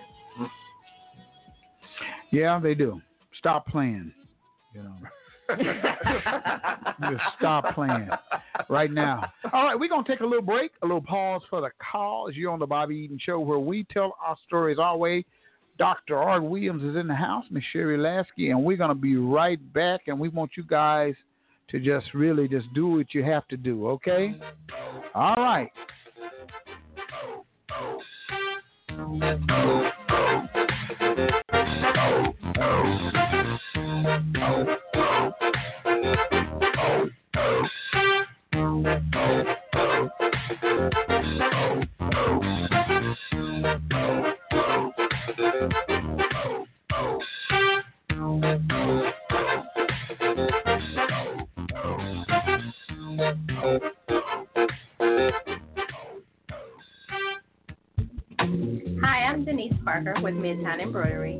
B: Yeah, they do. Stop playing. You know, just stop playing right now. All right, we're going to take a little break, a little pause for the cause. You're on the Bobby Eaton Show where we tell our stories our way. Dr. Art Williams is in the house, Miss Sherry Lasky, and we're going to be right back. And we want you guys to just really just do what you have to do, okay? All right.
C: Hi, I'm Denise Parker with Midtown Embroidery.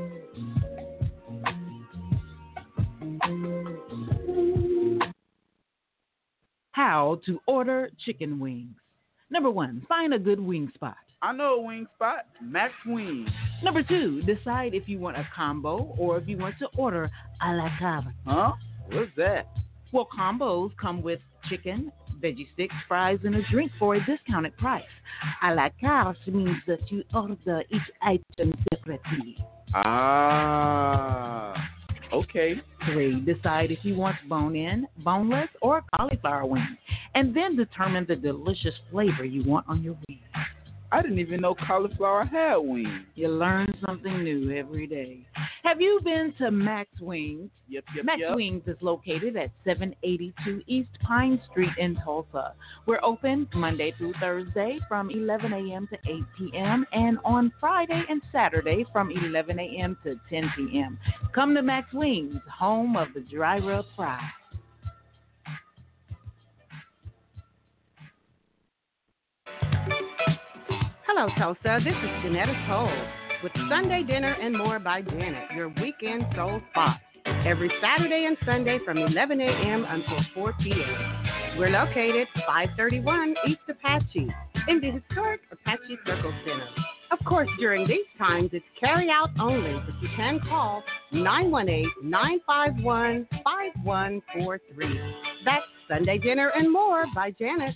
E: how to order chicken wings. Number one, find a good wing spot.
F: I know a wing spot, Max Wings.
E: Number two, decide if you want a combo or if you want to order a la carte.
F: Huh? What's that?
E: Well, combos come with chicken, veggie sticks, fries, and a drink for a discounted price. A la carte means that you order each item separately.
F: Ah. Okay.
E: Three, decide if you want bone in, boneless, or cauliflower wings, and then determine the delicious flavor you want on your wings.
F: I didn't even know cauliflower had wings.
E: You learn something new every day. Have you been to Max Wings?
F: Yep, yep,
E: Max
F: yep.
E: Wings is located at 782 East Pine Street in Tulsa. We're open Monday through Thursday from 11 a.m. to 8 p.m. and on Friday and Saturday from 11 a.m. to 10 p.m. Come to Max Wings, home of the dry rub fry.
G: Hello, Tulsa. This is Janetta Cole with Sunday Dinner and More by Janet, your weekend soul spot. Every Saturday and Sunday from 11 a.m. until 4 p.m. We're located 531 East Apache in the historic Apache Circle Center. Of course, during these times, it's carry out only, but you can call 918-951-5143. That's Sunday Dinner and More by Janet.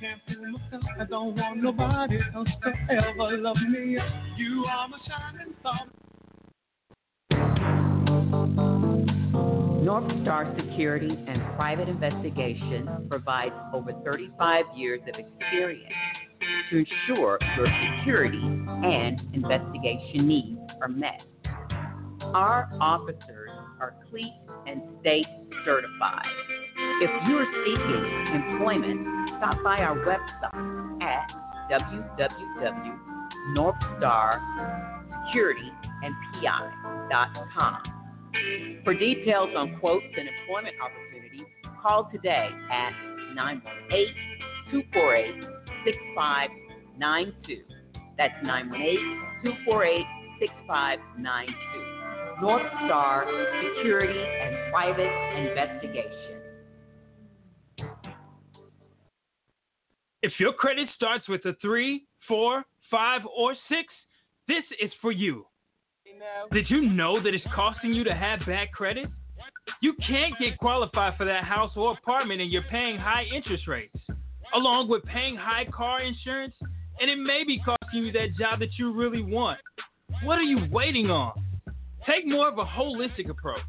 H: can't fool myself. I don't want nobody else to ever love me. You are my shining star.
A: North Star Security and Private Investigation provides over 35 years of experience to ensure your security and investigation needs are met. Our officers are CLEAT and state certified. If you are seeking employment, stop by our website at www.northstarsecurityandpi.com. For details on quotes and employment opportunities, call today at 918 248 6592. That's 918 248 6592. North Star Security and Private Investigation.
I: If your credit starts with a three, four, five, or six, this is for you. Did you know that it's costing you to have bad credit? You can't get qualified for that house or apartment and you're paying high interest rates, along with paying high car insurance, and it may be costing you that job that you really want. What are you waiting on? Take more of a holistic approach.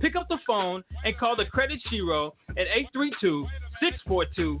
I: Pick up the phone and call the Credit Shiro at 832 642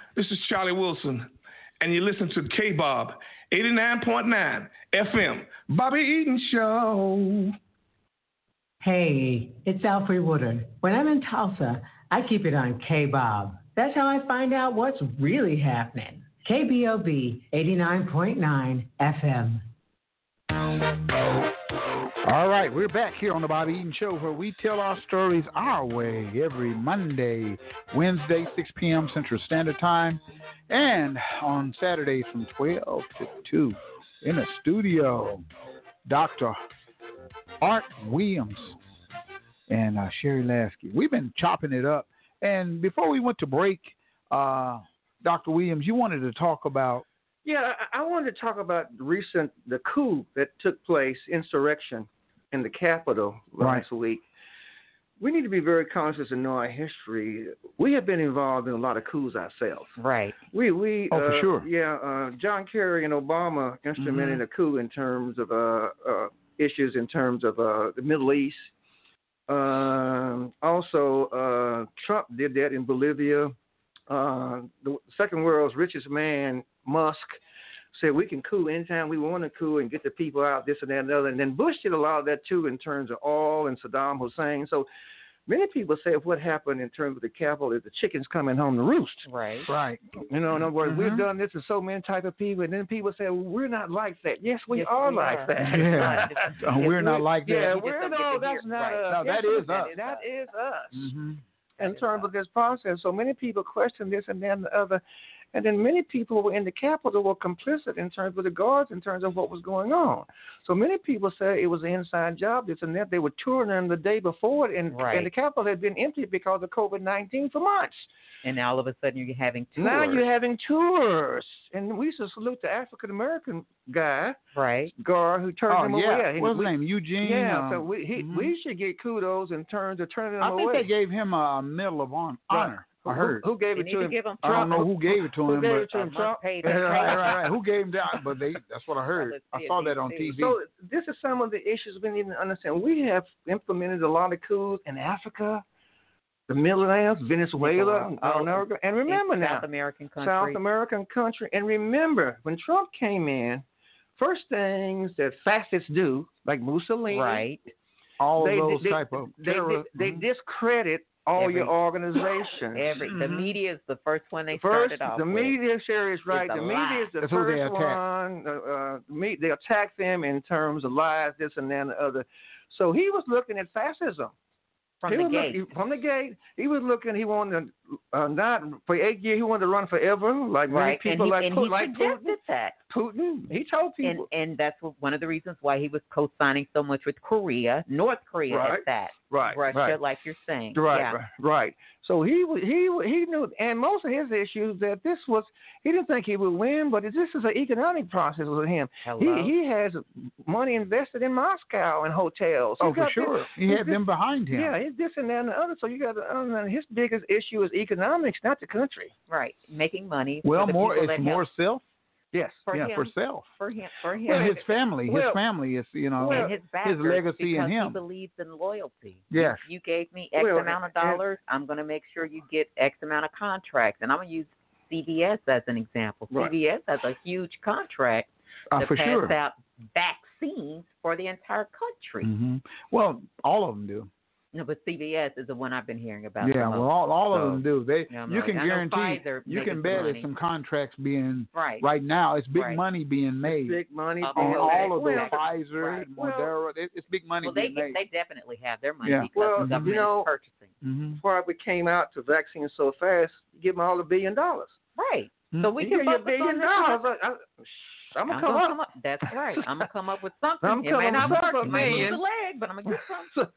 J: This is Charlie Wilson, and you listen to K Bob 89.9 FM, Bobby Eaton Show.
K: Hey, it's Alfred Woodard. When I'm in Tulsa, I keep it on KBOB. That's how I find out what's really happening. KBOB 89.9 FM.
B: All right, we're back here on the Bobby Eaton Show where we tell our stories our way every Monday, Wednesday, 6 p.m. Central Standard Time, and on Saturdays from 12 to 2 in the studio. Dr. Art Williams and uh, Sherry Lasky. We've been chopping it up. And before we went to break, uh, Dr. Williams, you wanted to talk about
D: Yeah, I, I wanted to talk about recent the coup that took place, insurrection in the Capitol last week. We need to be very conscious and know our history. We have been involved in a lot of coups ourselves.
A: Right.
D: We we
B: Oh, for
D: uh,
B: sure. Mm-hmm.
D: yeah uh, John Kerry and Obama instrumented a coup in terms of uh, uh, issues in terms of uh, the Middle East. Um, also, uh, Trump did that in Bolivia. Uh, the second world's richest man, Musk, said we can coup anytime we want to coup and get the people out, this and that and the other. And then Bush did a lot of that too in terms of oil and Saddam Hussein. So Many people say what happened in terms of the Capitol is the chickens coming home to roost.
A: Right.
B: Right.
D: You know, in other words,
B: Mhm.
D: we've done this to so many type of people, and then people say well, we're not like that. Yes, we
B: Yes,
D: are
B: we
D: like
B: are.
D: that.
B: Yeah. Uh, we're
D: If
B: not
D: we-
B: like that.
D: Yeah,
B: You just
D: we're
B: don't get
D: no,
B: to
D: that's
B: hear-
D: not
B: right.
D: us.
B: No, that
D: Yes,
B: is us.
D: That is us
B: Mm-hmm.
D: in terms of this process. So many people question this and then the other. And then many people who were in the Capitol were complicit in terms of the guards, in terms of what was going on. So many people say it was an inside job, this and that. They were touring them the day before, and,
A: Right.
D: and the Capitol had been empty because of COVID 19 for months.
A: And now all of a sudden you're having tours.
D: Now you're having tours. And we should salute the African American guy,
A: right?
D: guard, who turned
B: Oh,
D: them
B: yeah.
D: away. And
B: What's his
D: we-
B: name? Eugene,
D: Yeah,
B: um,
D: so we, he, we should get kudos in terms of turning them
B: I think
D: away.
B: they gave him a Medal of Hon-
D: Right.
B: Honor. I
D: Who-
B: heard.
D: Who gave it to him?
B: I don't know who gave it to
D: Who
B: him.
D: gave
B: but,
D: it to him?
B: Uh,
D: Trump?
B: Yeah, right, right, right. Who gave him that? But they, that's what I heard. I saw that on TV.
D: So this is some of the issues we need to understand. We have implemented a lot of coups in Africa, the Midlands, Venezuela, North America, and remember
A: in
D: now,
A: South American country.
D: South American country. And remember, when Trump came in, first things that fascists do, like Mussolini,
A: Right.
B: all
D: they,
B: those
D: they,
B: type of
D: they,
B: terror- Mm-hmm.
D: they, they discredit all
A: Every-
D: your organizations.
A: Every the
D: Mhm.
A: media is the first one they
D: First,
A: started off
D: the
A: with.
D: media share is right.
A: It's a
D: The media is the
A: lie. That's who they
D: first
A: attack.
D: one. Uh, uh, me, they attack them in terms of lies, this and that and the other. So he was looking at fascism.
A: From
D: He
A: the
D: was look-
A: gate.
D: from the gate, he was looking. He wanted to, uh, not for eight years. He wanted to run forever, like many
A: Right, and
D: people
A: he,
D: like
A: and
D: Pu-
A: he
D: like
A: suggested
D: Putin.
A: that.
D: Putin, he told people.
A: And, and that's what- one of the reasons why he was co-signing so much with Korea, North Korea at
D: Right,
A: that.
D: right,
A: Russia,
D: right.
A: like you're saying.
D: Right,
A: yeah.
D: right, right. So he wa- he wa- he knew, and most of his issues that this was he didn't think he would win, but this is an economic process with him.
A: Hello?
D: He he has money invested in Moscow and hotels.
B: Oh,
D: He's
B: for
D: got this-
B: sure. He
D: he's
B: had
D: this-
B: them behind him.
D: Yeah, he's this and that and the other. So you got to understand his biggest issue is economics, not the country.
A: Right. Making money.
B: Well,
A: for the
B: more
A: people
B: it's
A: that
B: more
A: help.
B: self.
D: Yes.
A: for
B: yeah,
A: him,
B: for self.
A: For him. For him.
B: And his family. His
A: Well-
B: family is you know
A: and his backers
B: legacy
A: because
B: in
A: He
B: him.
A: believes in loyalty.
B: Yes.
A: You gave me X
B: Well,
A: amount of
B: and-
A: dollars. I'm going to make sure you get X amount of contracts. And I'm going to use CVS as an example.
B: Right.
A: CVS has a huge contract
B: Uh,
A: to
B: for
A: pass
B: sure.
A: out vaccines for the entire country.
B: hmm Well, all of them do.
A: No, but CVS is the one I've been hearing about. the
B: yeah,
A: most.
B: well, all, all
A: So,
B: of them do. They
A: yeah, I'm
B: you
A: like,
B: can
A: I know
B: guarantee
A: Pfizer
B: you
A: made
B: can
A: some
B: bet
A: money.
B: there's some contracts being
A: Right.
B: now. It's big
A: Right.
B: money being made
D: Big money.
B: on
D: being
B: all of
D: made.
B: them. Pfizer,
A: Right.
D: Well-
B: Moderna. it- it's big money
A: Well, they
B: being made.
A: they definitely have their money
B: Yeah.
A: because
D: Well,
A: the government
D: you know,
A: is purchasing.
B: Mhm.
D: why we came out to vaccines so fast, give them all a billion dollars.
A: Right.
B: Mm,
A: So we
D: You
A: can
D: give you a
A: focus
D: billion
A: on this
D: dollars.
A: one.
D: I, I, I'm gonna
A: I'm
D: come
A: gonna
D: up.
A: come up- That's right. I'm gonna come up with something.
D: I'm
A: it might
D: coming
A: not
D: up
A: work.
D: with
A: It might lose
D: millions.
A: a leg, but I'm gonna get something.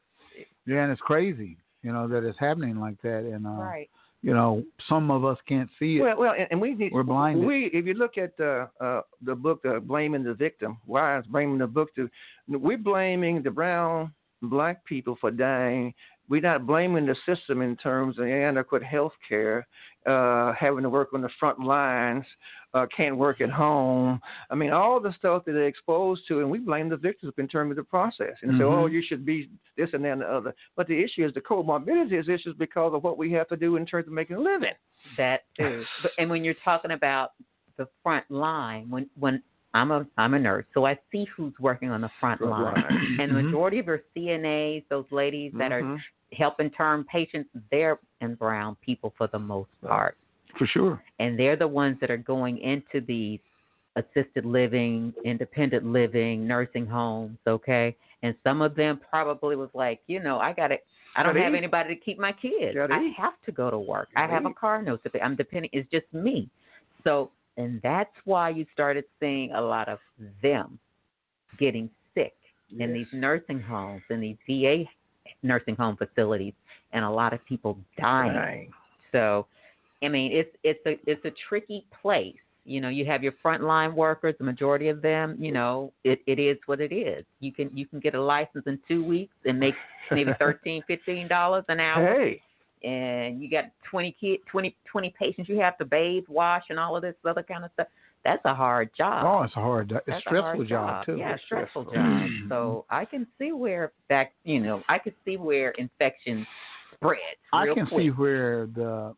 B: Yeah, and it's crazy, you know, that it's happening like that, and uh,
A: Right.
B: you know, some of us can't see it.
D: Well, well, and, and we need.
B: We're blinded.
D: We, if you look at the uh, the book, uh, blaming the victim. Why is blaming the book? To, we're blaming the brown and black people for dying. We're not blaming the system in terms of inadequate health care, uh, having to work on the front lines, uh, can't work at home. I mean, all the stuff that they're exposed to, and we blame the victims in terms of the process. And so,
B: Mhm.
D: oh, you should be this and that and the other. But the issue is the comorbidity is issues because of what we have to do in terms of making a living.
A: That too. But, and when you're talking about the front line, when when I'm a I'm a nurse, so I see who's working on the front
D: Front
A: line.
D: line.
A: And the majority of your CNAs, those ladies that
D: Mhm.
A: are helping turn patients, they're in brown people for the most part.
B: For sure.
A: and they're the ones that are going into these assisted living, independent living, nursing homes, okay? And some of them probably was like, you know, I got to I don't
D: Gotta
A: have
D: eat.
A: anybody to keep my kids.
D: Gotta
A: I
D: eat.
A: have to go to work. I have a
D: eat.
A: car note to pay. I'm depending. It's just me. So, and that's why you started seeing a lot of them getting sick in these nursing homes, in these VA nursing home facilities, and a lot of people dying.
D: Dying.
A: So, I mean, it's it's a it's a tricky place. You know, you have your frontline workers. The majority of them, you know, it, it is what it is. You can you can get a license in two weeks and make maybe thirteen, fifteen dollars an hour.
D: Hey.
A: And you got twenty kid, twenty twenty patients. You have to bathe, wash, and all of this other kind of stuff. That's a hard job.
B: Oh, it's a hard, it's
A: That's a
B: stressful
A: hard
B: job, too.
A: Yeah, stressful job. So I can see where back, you know, I can see where infection spreads.
B: I
A: real
B: can
A: quick.
B: see where the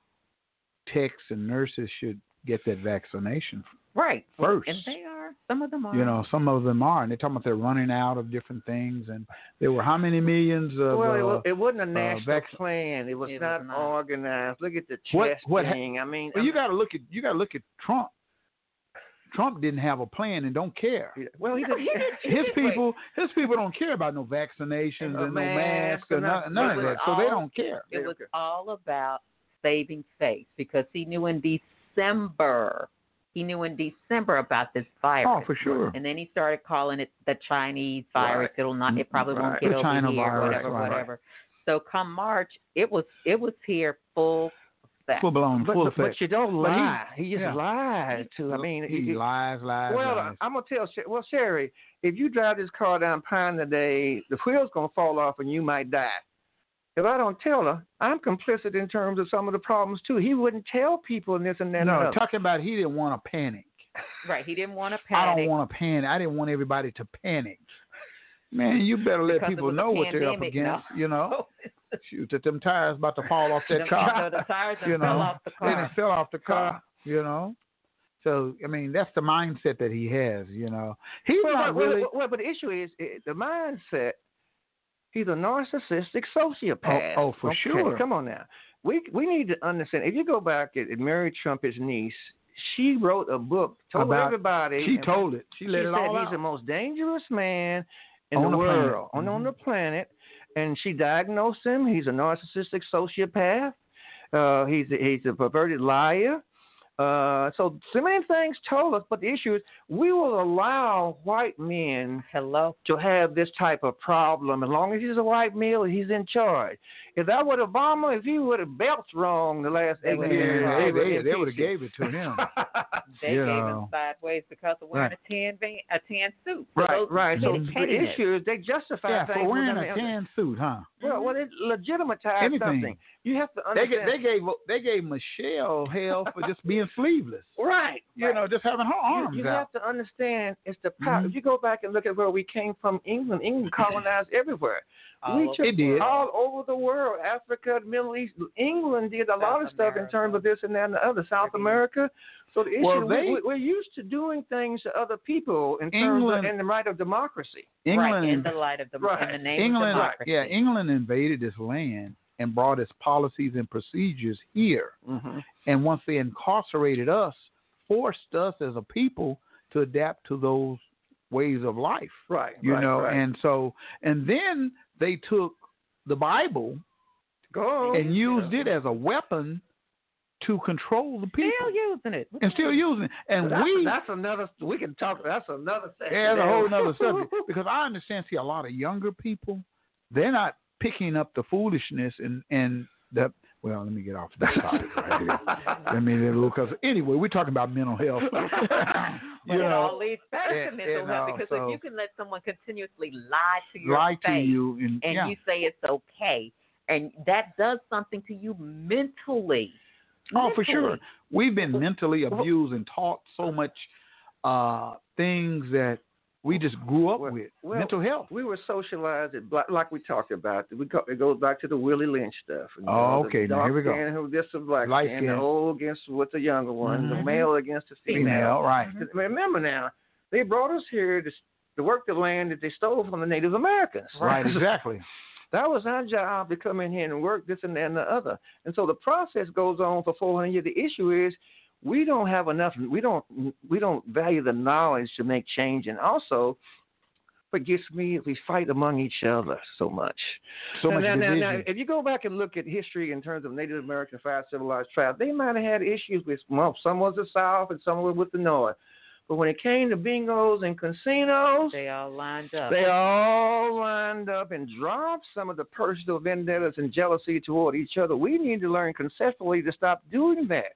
B: techs and nurses should get that vaccination.
A: Right.
B: first.
A: And they are are. Some of them are.
B: You know, some of them are, and they're talking about they're running out of different things. And there were how many millions of
D: well, it,
B: uh,
D: wa- it wasn't a national
B: vac-
D: plan. It was not organized. Look at the chest
B: What- what ha-
D: thing. I mean,
B: Well, you got to look at you got to look at Trump. Trump didn't have a plan and don't care.
D: Well, he didn't- he didn't- he
B: his
D: didn't-
B: people, his people don't care about no vaccinations
A: A
B: and no
A: mask
B: masks or
A: and
B: none,
A: a-
B: none
A: it
B: of
A: was
B: that. So they
A: all-
B: don't care.
A: It was all about saving face because he knew in December. He knew in December about this virus.
B: Oh, for sure.
A: And then he started calling it the Chinese virus. It'll not. It probably
B: Right.
A: won't get
B: The
A: over
B: China
A: here.
B: virus,
A: whatever.
B: right.
A: Whatever. So come March, it was it was here full effect.
B: Full blown,
D: but,
B: full
D: but,
B: effect.
D: but you don't
B: But he-
D: lie. He, just
B: yeah.
D: lied to. I mean,
B: he,
D: it-
B: lies, lies,
D: well,
B: lies.
D: I'm gonna tell. Sher- Well, Sherry, if you drive this car down Pine today, the wheel's gonna fall off and you might die. If I don't tell her, I'm complicit in terms of some of the problems too. He wouldn't tell people and this and that.
B: no,
D: and other.
B: talking about he didn't want to panic.
A: Right. He didn't want to
B: I
A: panic.
B: don't want to panic. I didn't want everybody to panic. Man, you better let
A: Because it
B: people
A: was a
B: know what they're up
A: pandemic,
B: against.
A: no.
B: You know, shoot, that them tires about to fall off that
A: Them-
B: car.
A: no, the tires done
B: you know,
A: fell off the
B: They
A: car.
B: done fell off the car. You know, so I mean, that's the mindset that he has. You know, he's
D: well,
B: not
D: but, well,
B: really.
D: Well, well, but the issue is eh, the mindset. He's a narcissistic sociopath.
B: Oh- oh, for
D: Okay,
B: sure.
D: Come on now. We we need to understand. If you go back at, at Mary Trump, his niece, she wrote a book, told
B: About-
D: everybody.
B: she
D: and-
B: told it. She let
D: said
B: it all
D: he's
B: out.
D: the most dangerous man in
B: On the
D: the,
B: planet. Mm-hmm.
D: world on on the planet, and she diagnosed him. He's a narcissistic sociopath. Uh, he's a, he's a perverted liar. Uh, so so many things told us, but the issue is we will allow white men
A: hello
D: to have this type of problem as long as he's a white male and he's in charge. If that would Obama, if he would have belts wrong the last eight
B: Yeah,
D: years,
B: they, they,
D: would've
B: they would have
D: impeached him.
B: gave it to him.
A: They
B: you
A: gave him
B: know.
A: sideways because of wearing
B: Right.
A: a tan van, a tan suit. So
D: Right,
A: those
D: right. So
A: kids
D: the
A: hated it.
D: issue is they justify
B: Yeah,
D: things.
B: for wearing
D: with
B: a
D: them-
B: tan suit, huh?
D: Well, well, it legitimized
B: Mm-hmm. Anything.
D: something. You have to
B: They, ga-
D: understand.
B: they gave they gave Michelle hell for just being sleeveless.
D: right.
B: You know, just having her arms
D: You, you
B: out. Mm-hmm.
D: have to understand it's the power. If you go back and look at where we came from, England, England colonized everywhere.
B: All
D: we
B: over
D: took
B: the world.
D: all over the world, Africa, the Middle East. England did a lot of stuff in terms of this and that and the other. South America. So the issue
B: Well, they-
D: we, we're used to doing things to other people in terms
B: England-
D: of in the right of democracy.
B: England
A: right in the light of the
D: Right.
A: in the name of
B: Mm-hmm. England,
A: democracy.
B: yeah, England invaded this land and brought its policies and procedures here.
D: Mm-hmm.
B: And once they incarcerated us, forced us as a people to adapt to those ways of life.
D: Right.
B: You
D: right,
B: know,
D: right.
B: and so and then they took the Bible
D: go
B: and used it as a weapon to control the people
A: Still using it.
B: and still using it. And
D: that's,
B: we
D: that's another. We can talk. That's another thing.
B: Yeah, that's a whole nother subject. Because I understand, see, a lot of younger people, they're not picking up the foolishness and and the. Well, let me get off that topic right here. I mean, because anyway, we're talking about mental health. you
A: But it
B: know,
A: all leads back to
B: and-
A: mental
B: and,
A: health
B: uh,
A: because
B: so-
A: if you can let someone continuously lie to your
B: lie to
A: face
B: you and,
A: and
B: yeah.
A: you say it's okay, and that does something to you mentally.
B: Oh, for sure.
A: mentally.
B: We've been mentally abused and taught so much uh things that we just grew up with.
D: Well,
B: mental health.
D: We were socialized at black, like we talked about. We go, it goes back to the Willie Lynch stuff. you
B: Oh,
D: the
B: okay, now
D: dark
B: here we go.
D: skin who this the black
B: Light
D: skin, the
B: skin.
D: old against with the younger one, the
B: Mhm.
D: male against the female. Mm-hmm.
B: Female, right.
D: Remember now, they brought us here to, s- to work the land that they stole from the Native Americans.
B: Right, exactly.
D: That was our job to come in here and work this and that and the other. And so the process goes on for 400 years. The issue is we don't have enough. We don't we don't value the knowledge to make change. And also, what gets me is we fight among each other so much.
B: So much
D: now, now, now,
B: division.
D: if you go back and look at history in terms of Native American five civilized tribes, they might have had issues with well, some was the South and some were with the North. But when it came to bingos and casinos,
A: They all lined up.
D: they all lined up and dropped some of the personal vendettas and jealousy toward each other. We need to learn conceptually to stop doing that.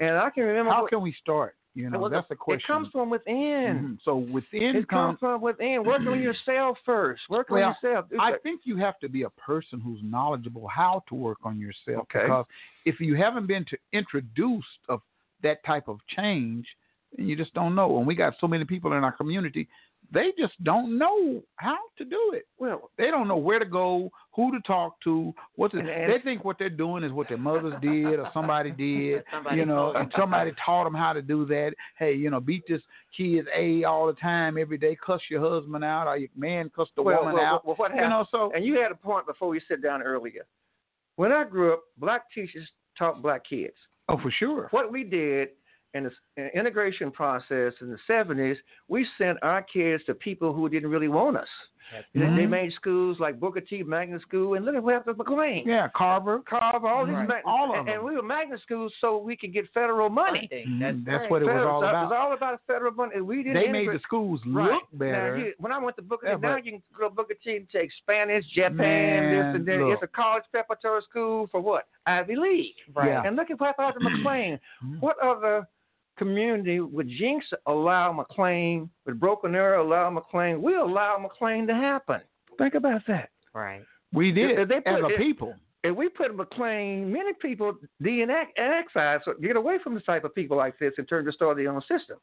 D: And I can remember
B: How
D: what-
B: can we start? You know,
D: Well,
B: that's the question.
D: It comes from within.
B: Mhm. So within
D: It
B: comes
D: comes from within. Work on yourself first. Work on
B: Mm-hmm. Well,
D: yourself.
B: I think you have to be a person who's knowledgeable how to work on yourself
D: Okay.
B: because if you haven't been to introduced of that type of change, then you just don't know. And we got so many people in our community they just don't know how to do it. Well, they don't know where to go, who to talk to, what to,
D: And- and-
B: they think what they're doing is what their mothers did or somebody did,
D: Somebody
B: you know,
D: told 'em.
B: and somebody taught them how to do that. Hey, you know, beat this kid's a all the time, every day, cuss your husband out, or your man cuss the
D: well,
B: woman
D: well,
B: out.
D: well, what
B: you
D: happened?
B: know, so
D: and you had a point before we sit down earlier. When I grew up, black teachers taught black kids.
B: Oh, for sure.
D: What we did in the s- in the integration process in the 70s, we sent our kids to people who didn't really want us. They- They,
B: Mhm.
D: made schools like Booker T. Magnet School, and look at what happened to McLean.
B: Yeah, Carver.
D: Carver, all these
B: Right.
D: magnet,
B: All of
D: and,
B: them.
D: and we were magnet schools so we could get federal money.
B: Funding, that's Mhm, that's right. what it was
D: Federal-
B: all
D: so It
B: about.
D: was all about federal money. and We didn't
B: They made
D: integrate-
B: the schools
D: Right.
B: look better.
D: Now, you, when I went to Booker,
B: Yeah,
D: T now
B: but-
D: you can go to Booker T and take Spanish, Japan,
B: Man,
D: this and that.
B: look.
D: It's a college preparatory school for what? Ivy League.
B: Right. Yeah. Mm-hmm.
D: And look at what happened to McLean. what other community would Jinx allow McLean? Would Broken Arrow allow McLean? We allow McLean to happen. Think about that.
A: Right.
B: We did
D: If they put-
B: as a
D: if-
B: people.
D: If we put McLean, many people DNA and exile, so get away from the type of people like this and turn to start their own system.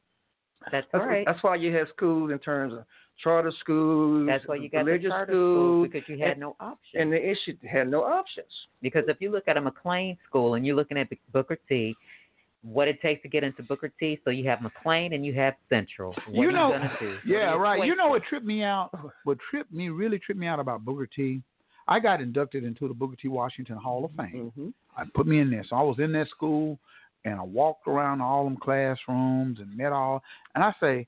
A: That's,
D: That's,
A: right.
D: that's why you have schools in terms of charter schools.
A: That's why you got the
D: religious
A: charter schools, because you had no option.
D: And the issue had no options.
A: Because if you look at a McLean school and you're looking at Booker T, what it takes to get into Booker T, so you have McLean and you have Central. What
B: you
A: are
B: know,
A: gonna do?
B: yeah,
A: What are
B: right. You
A: choices?
B: know what tripped me out? What tripped me really tripped me out about Booker T. I got inducted into the Booker T. Washington Hall of Fame. I put me in there, so I was in that school, and I walked around all them classrooms and met all. And I say,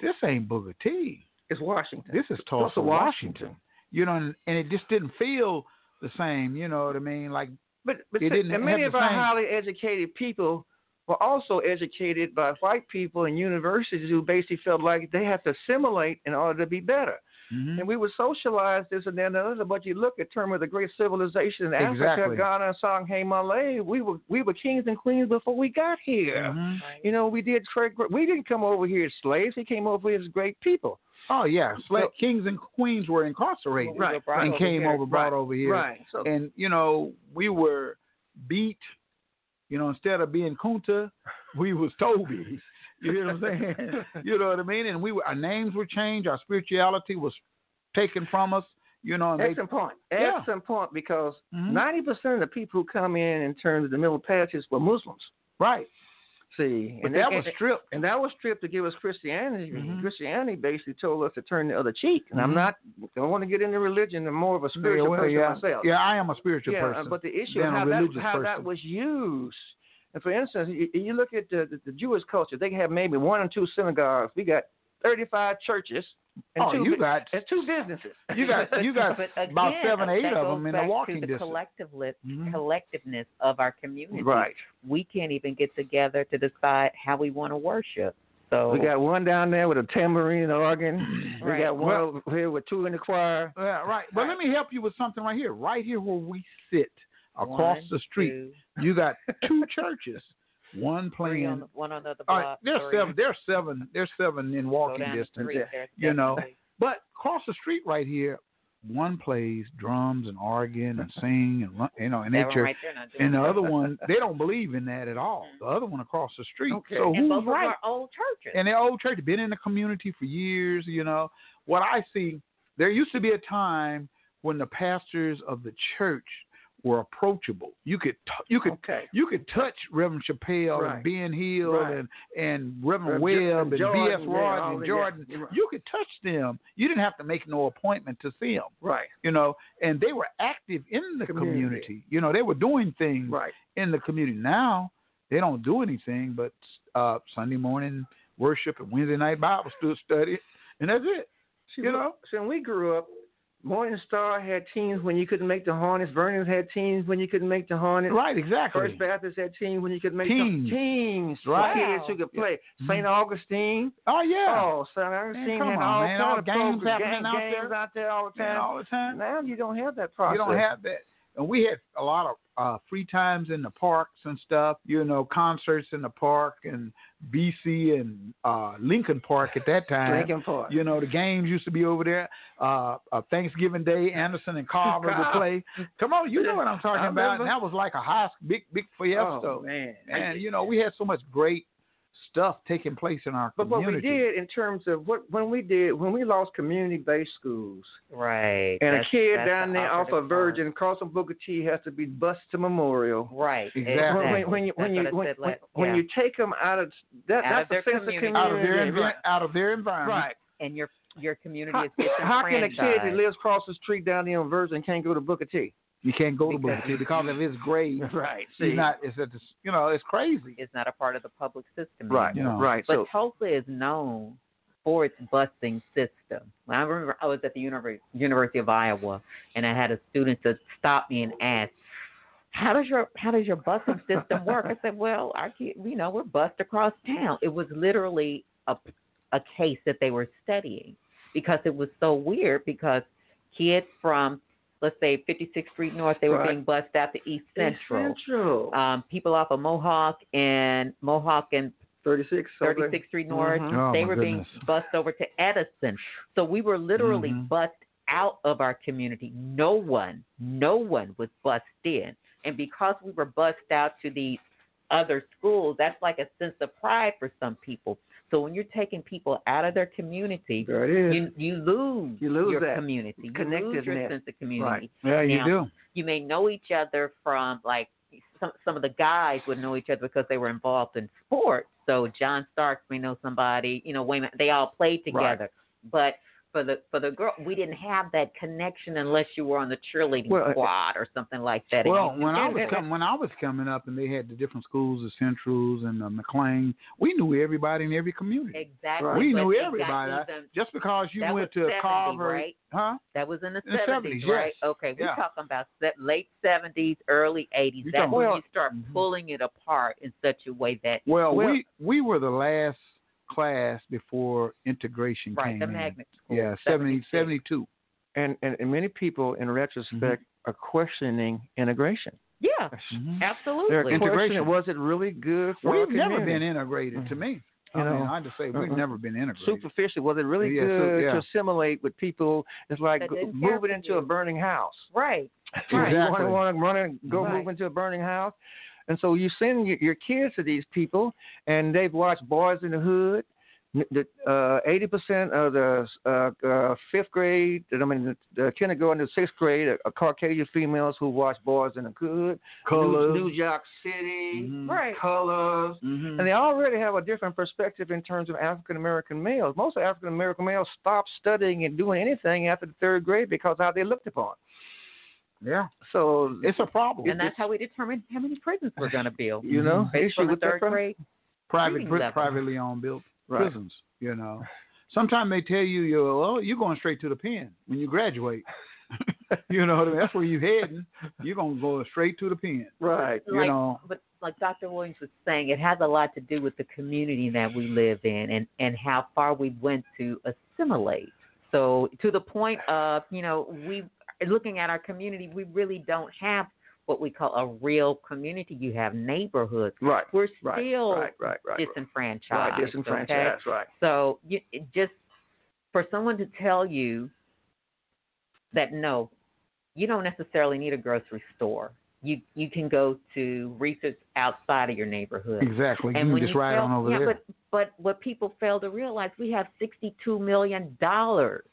B: this ain't Booker T.
D: It's Washington.
B: This is Tulsa, Washington. You know, and, and it just didn't feel the same. You know what I mean? Like,
D: But, but
B: it
D: see,
B: didn't
D: and many
B: have
D: of
B: the
D: our
B: same-
D: highly educated people were also educated by white people in universities who basically felt like they have to assimilate in order to be better.
B: Mm-hmm.
D: And we would socialize this and that and another, but you look at terms of the great civilization in Africa,
B: Exactly.
D: Ghana, Songhay, Malay, we were we were kings and queens before we got here.
B: Mm-hmm.
D: You know, we did trade we didn't come over here as slaves, we came over here as great people.
B: Oh yeah, slave
D: So-
B: kings and queens were incarcerated
D: Right, right.
B: and came
D: Over
B: over,
D: here.
B: brought
D: Right,
B: over here,
D: right. So-
B: and you know we were beat. You know, instead of being Kunta, we was Toby. You hear what I'm saying? you know what I mean? And we were, our names were changed. Our spirituality was taken from us. You know, and they,
D: Excellent point.
B: Yeah. Mm-hmm.
D: Excellent point because 90 percent of the people who come in in terms of the Middle Passage were Muslims.
B: Right.
D: See,
B: But
D: they-
B: that was stripped. Mm-hmm.
D: and that was stripped to give us Christianity. Christianity basically told us to turn the other cheek. And I'm
B: Mhm.
D: not, don't want to get into religion. I'm more of a spiritual
B: Yeah, well,
D: person
B: yeah.
D: myself.
B: Yeah, I am a spiritual
D: yeah,
B: person
D: But the issue
B: than
D: of
B: a
D: how, that,
B: religious
D: how that
B: person.
D: was used. And for instance, you, you look at the, the, the Jewish culture, they have maybe one or two synagogues. We got 35 churches and
B: Oh,
D: two
B: you
D: bu-
B: got-
D: and two businesses.
B: You got- you got
A: But again,
B: about seven or eight
A: that
B: of
A: goes
B: them in the
A: back to
B: walking
A: the
B: distance.
A: collectiveness,
B: Mm-hmm.
A: collectiveness of our community.
D: Right.
A: We can't even get together to decide how we want to worship. So
D: We got one down there with a tambourine organ.
A: Right.
D: We got one
A: Well-
D: over here with two in the choir.
B: Yeah, right. But let me help you with something right here. Right here where we sit, across
A: One,
B: the street, you got two churches. One
A: three
B: playing
A: on the, one on the other
B: All
A: block.
B: right, there's
A: three.
B: seven. There's seven. There's seven in walking
A: down the
B: distance.
A: street, there's
B: you know,
A: definitely-
B: but across the street right here, one plays drums and organ and sing and run, you know, and
A: That
B: they
A: one
B: church.
A: right there not doing
B: and the
A: that.
B: other one, they don't believe in that at all. The other one across the street.
A: Okay.
B: So
A: and
B: who's
A: both of them
B: right?
A: are old churches.
B: And the old church been in the community for years. You know what I see? There used to be a time when the pastors of the church were approachable. You could t- you could
D: Okay.
B: you could touch Reverend Chappelle
D: Right.
B: and Ben Hill
D: Right.
B: and and Reverend
D: Rev- Ju-
B: Webb and
D: Jordan,
B: B.S.
D: yeah, all
B: Roden
D: the-
B: and Jordan.
D: yeah, you're right.
B: You could touch them. You didn't have to make no appointment to see them.
D: Right.
B: You know, and they were active in the
D: Community.
B: community. You know, they were doing things
D: Right.
B: in the community. Now they don't do anything but uh, Sunday morning worship and Wednesday night Bible stu- study, and that's it.
D: See,
B: you
D: we-
B: know,
D: see, when we grew up, Morningstar had teams when you couldn't make the harness. Vernon's had teams when you couldn't make the harness.
B: Right, exactly.
D: First Baptist had teams when you could make
B: Teams.
D: the teams. for
B: Right.
D: Kids who could play. St. Augustine.
B: Oh yeah.
D: Oh, St. Augustine
B: come
D: had
B: on,
D: all
B: man.
D: kind
B: All
D: of
B: games
D: programs,
B: happening
D: game-
B: out
D: games
B: there.
D: out there all the
B: Man,
D: time.
B: all the time.
D: Now you don't have that process.
B: You don't have that. And we had a lot of uh, free times in the parks and stuff, you know, concerts in the park and BC and uh, Lincoln Park at that time.
D: Lincoln Park.
B: You know, the games used to be over there. Uh, uh, Thanksgiving Day, Anderson and Carver would
D: Carver.
B: play. Come on, you know what I'm talking
D: I
B: about.
D: remember.
B: And that was like a high, big, big fiesta.
D: Oh, man.
B: And, you know, we had so much great stuff taking place in our
D: But what we
B: community.
D: did in terms of what when we did when we lost community-based schools,
A: Right.
D: and
A: That's-
D: a kid
A: that's
D: down
A: the
D: there off
A: operative
D: of Virgin crossing Booker T has to be bused to Memorial.
A: Right.
D: When, when, when
A: exactly.
D: you when you
A: That's what
D: when,
A: I said
D: when,
A: last-
D: when
A: yeah.
D: you take them out of that
A: Out of
D: that's
A: their
D: the sense
A: community.
D: of
A: Out
D: community
A: of their envi-
D: right.
B: out of their environment.
D: Right.
A: And your your community
D: How,
A: is getting
D: how can a kid that lives across the street down there on Virgin can't go to Booker T?
B: You can't go to Booker T because of his grade.
D: Right.
B: He's
D: See.
B: not. It's at the, you know. It's crazy.
A: It's not a part of the public system.
D: Mm-hmm. Right,
A: anymore.
D: right.
A: But
D: So-
A: Tulsa is known for its busing system. When I remember I was at the Univers- University of Iowa, and I had a student that stopped me and asked, "How does your how does your busing system work?" I said, "Well, our kid, you know, we're bused across town." It was literally a a case that they were studying because it was so weird because kids from let's say 56th Street North they were
D: Right.
A: being bused out to East Central.
D: Central.
A: Um, people off of Mohawk and Mohawk and
D: 36 over there.
A: 36th Street North.
D: Mhm. Oh,
A: they
D: my
A: were being
D: goodness. Mm-hmm.
A: bused over to Edison. So we were literally bussed out of our community. No one, no one was bussed in. And because we were bussed out to these other schools, that's like a sense of pride for some people. So when you're taking people out of their community,
D: There it is.
A: you you lose,
D: You lose
A: your
D: that
A: community, you lose your
D: connectedness.
A: sense of community.
B: Yeah, you
A: Now,
B: do.
A: You may know each other from like some some of the guys would know each other because they were involved in sports. So John Starks may know somebody. You know, Wayman. They all played together. But for the for the girl, we didn't have that connection unless you were on the cheerleading
B: Well,
A: squad or something like that. And
B: Well,
A: you-
B: when I
A: and-
B: was
A: and-
B: coming, when I was coming up, and they had the different schools, the Centrals and the McLean, we knew everybody in every community.
A: Exactly.
B: We
A: but
B: knew
A: it got
B: everybody.
A: you
B: I-
A: the-
B: just because you
A: that
B: went
A: was
B: to
A: 70,
B: Carver,
A: right?
B: huh?
A: That was in the
B: In the 70s, yes.
A: right? Okay, we're
B: Yeah.
A: talking about se- late 70s, early 80s.
B: You're
A: That's
B: talking- Mm-hmm.
A: when
B: Well-
A: you start pulling it apart in such a way that
B: Well, we we were the last class before integration
A: Right,
B: came
A: the
B: in.
A: magnet school,
B: Yeah, 70, 72.
D: And, and and many people in retrospect are questioning integration.
A: yeah,
D: They're
A: absolutely
D: questioning, was it really good for our
B: We've never
D: community?
B: been integrated. To me, I
D: Mm-hmm. You
B: mean,
D: know,
B: I just say we've
D: uh-uh.
B: never been integrated.
D: Superficially, was it really
B: Yeah, so-
D: good
B: yeah.
D: to assimilate with people? It's like
B: That
D: g-
B: didn't care
D: moving into a burning house.
A: Right.
B: Right.
D: You
B: Exactly.
D: want to run and go
B: Right.
D: move into a burning house, and so you send your, your kids to these people, and they've watched Boys in the Hood. N- The uh, eighty percent of the uh, uh, fifth grade, I mean, the, the kindergarten to sixth grade, are, are Caucasian females who watch Boys in the Hood,
B: Colors. Mm-hmm.
D: New, New York City,
A: Right.
D: colors, and they already have a different perspective in terms of African American males. Most African American males stop studying and doing anything after the third grade because how they looked upon.
B: Yeah.
D: So
B: it's a problem.
A: And that's how we determined how many prisons we're going to build.
B: You know,
A: based
B: issue
A: on the
B: with that
A: third
B: pri-
A: grade.
B: private
A: reading
B: pri-
A: level.
B: privately owned built
D: Right.
B: prisons. You know, sometimes they tell you, you well, you're going straight to the pen when you graduate. you know, what I mean? that's where you're heading. You're gonna go straight to the pen.
D: Right.
B: You
A: like,
B: know.
A: but like Dr. Williams was saying, it has a lot to do with the community that we live in and and how far we went to assimilate. So to the point of you know we looking at our community, we really don't have what we call a real community. You have neighborhoods.
D: Right.
A: We're
D: right,
A: still
D: right, right, right, right.
A: disenfranchised.
D: Right,
A: okay?
D: disenfranchised, right.
A: So you, it just for someone to tell you that no, you don't necessarily need a grocery store. You you can go to research outside of your neighborhood.
B: Exactly. You
A: And
B: can
A: when
B: just
A: you
B: ride
A: fail-
B: on over
A: yeah,
B: there.
A: But, but what people fail to realize, we have sixty-two million dollars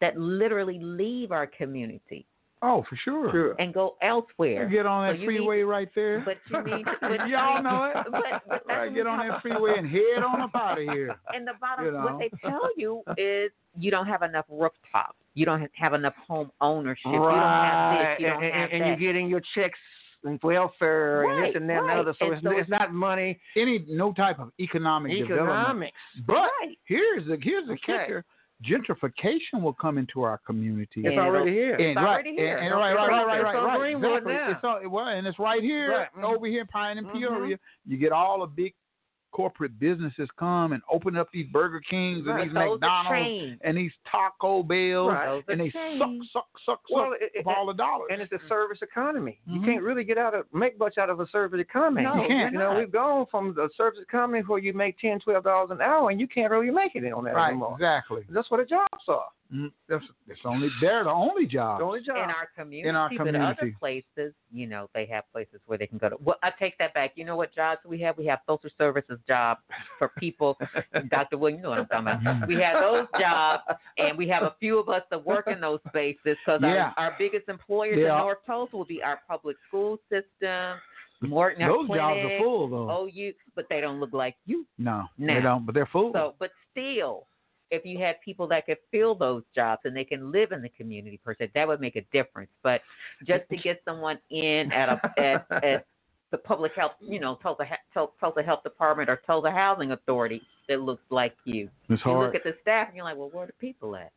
A: that literally leave our community
B: Oh, for sure.
A: and go elsewhere.
B: You get on
A: So
B: that
A: you need-
B: freeway right there.
A: But you need. to- but-
B: Y'all know it.
A: But, but that's
B: right.
A: what
B: Get
A: we
B: on
A: talk-
B: that freeway and head on up out of here.
A: And the bottom,
B: You
A: what
B: know?
A: they tell you is you don't have enough rooftops. You don't ha- have enough home ownership.
D: Right.
A: You don't have this. You
D: and,
A: don't have
D: and, and
A: that.
D: you're getting your checks and welfare and this
B: Right,
D: and that
B: right.
D: and other. So,
B: And
D: it's,
B: so
D: it's
B: it's-
D: not money.
B: Any no type of economic development.
D: Economics.
B: But here's the here's the
D: Okay.
B: kicker. Gentrification will come into our community.
D: It's already here.
B: And
D: It's
B: right,
D: already here.
B: And, and right, right, right, right,
D: It's
B: right,
D: on
B: right.
D: Greenwood
B: exactly.
D: now.
B: It's all, well, and it's right here,
D: Right. Mhm.
B: over here, in Pine and Peoria. You get all the big corporate businesses come and open up these Burger Kings
D: Right.
B: and these
D: Those are
B: McDonald's
D: chains.
B: and these Taco Bells,
D: Right. Those are
B: and they
D: chains.
B: suck, suck, suck, suck
D: Well, it- it-
B: up all the dollars.
D: And it's a service economy. You can't really get out of make much out of a service economy.
B: Mm-hmm. No, You can't.
D: You know,
B: you're not.
D: we've gone from the service economy where you make ten, twelve dollars an hour, and you can't really make it on that
B: right,
D: anymore.
B: exactly.
D: That's what the jobs are.
B: Mm, That's it's only they're the only job.
A: in our community,
B: In our
A: but other
B: community.
A: places, you know, they have places where they can go to. Well, I take that back. You know what jobs we have? We have social services jobs for people. Dr. William, you know what I'm talking
B: Mm-hmm.
A: about. We have those jobs, and we have a few of us that work in those spaces because
G: Yeah.
A: our, our biggest employers
G: Yeah.
A: in North Tulsa will be our public school system. Morton our
B: Those jobs are
A: clinic,
B: full,
D: Oh,
B: though.
A: OU, but they don't look like you.
B: No,
A: Now.
B: they don't. But they're full.
A: So, but still, if you had people that could fill those jobs and they can live in the community per se, that would make a difference. But just to get someone in at a at, at the public health, you know, Tulsa, Ha- Tul- Tulsa Health Department or Tulsa Housing Authority that looks like you.
B: It's
A: you
D: hard.
A: look at the staff and you're like, well, where are the people at?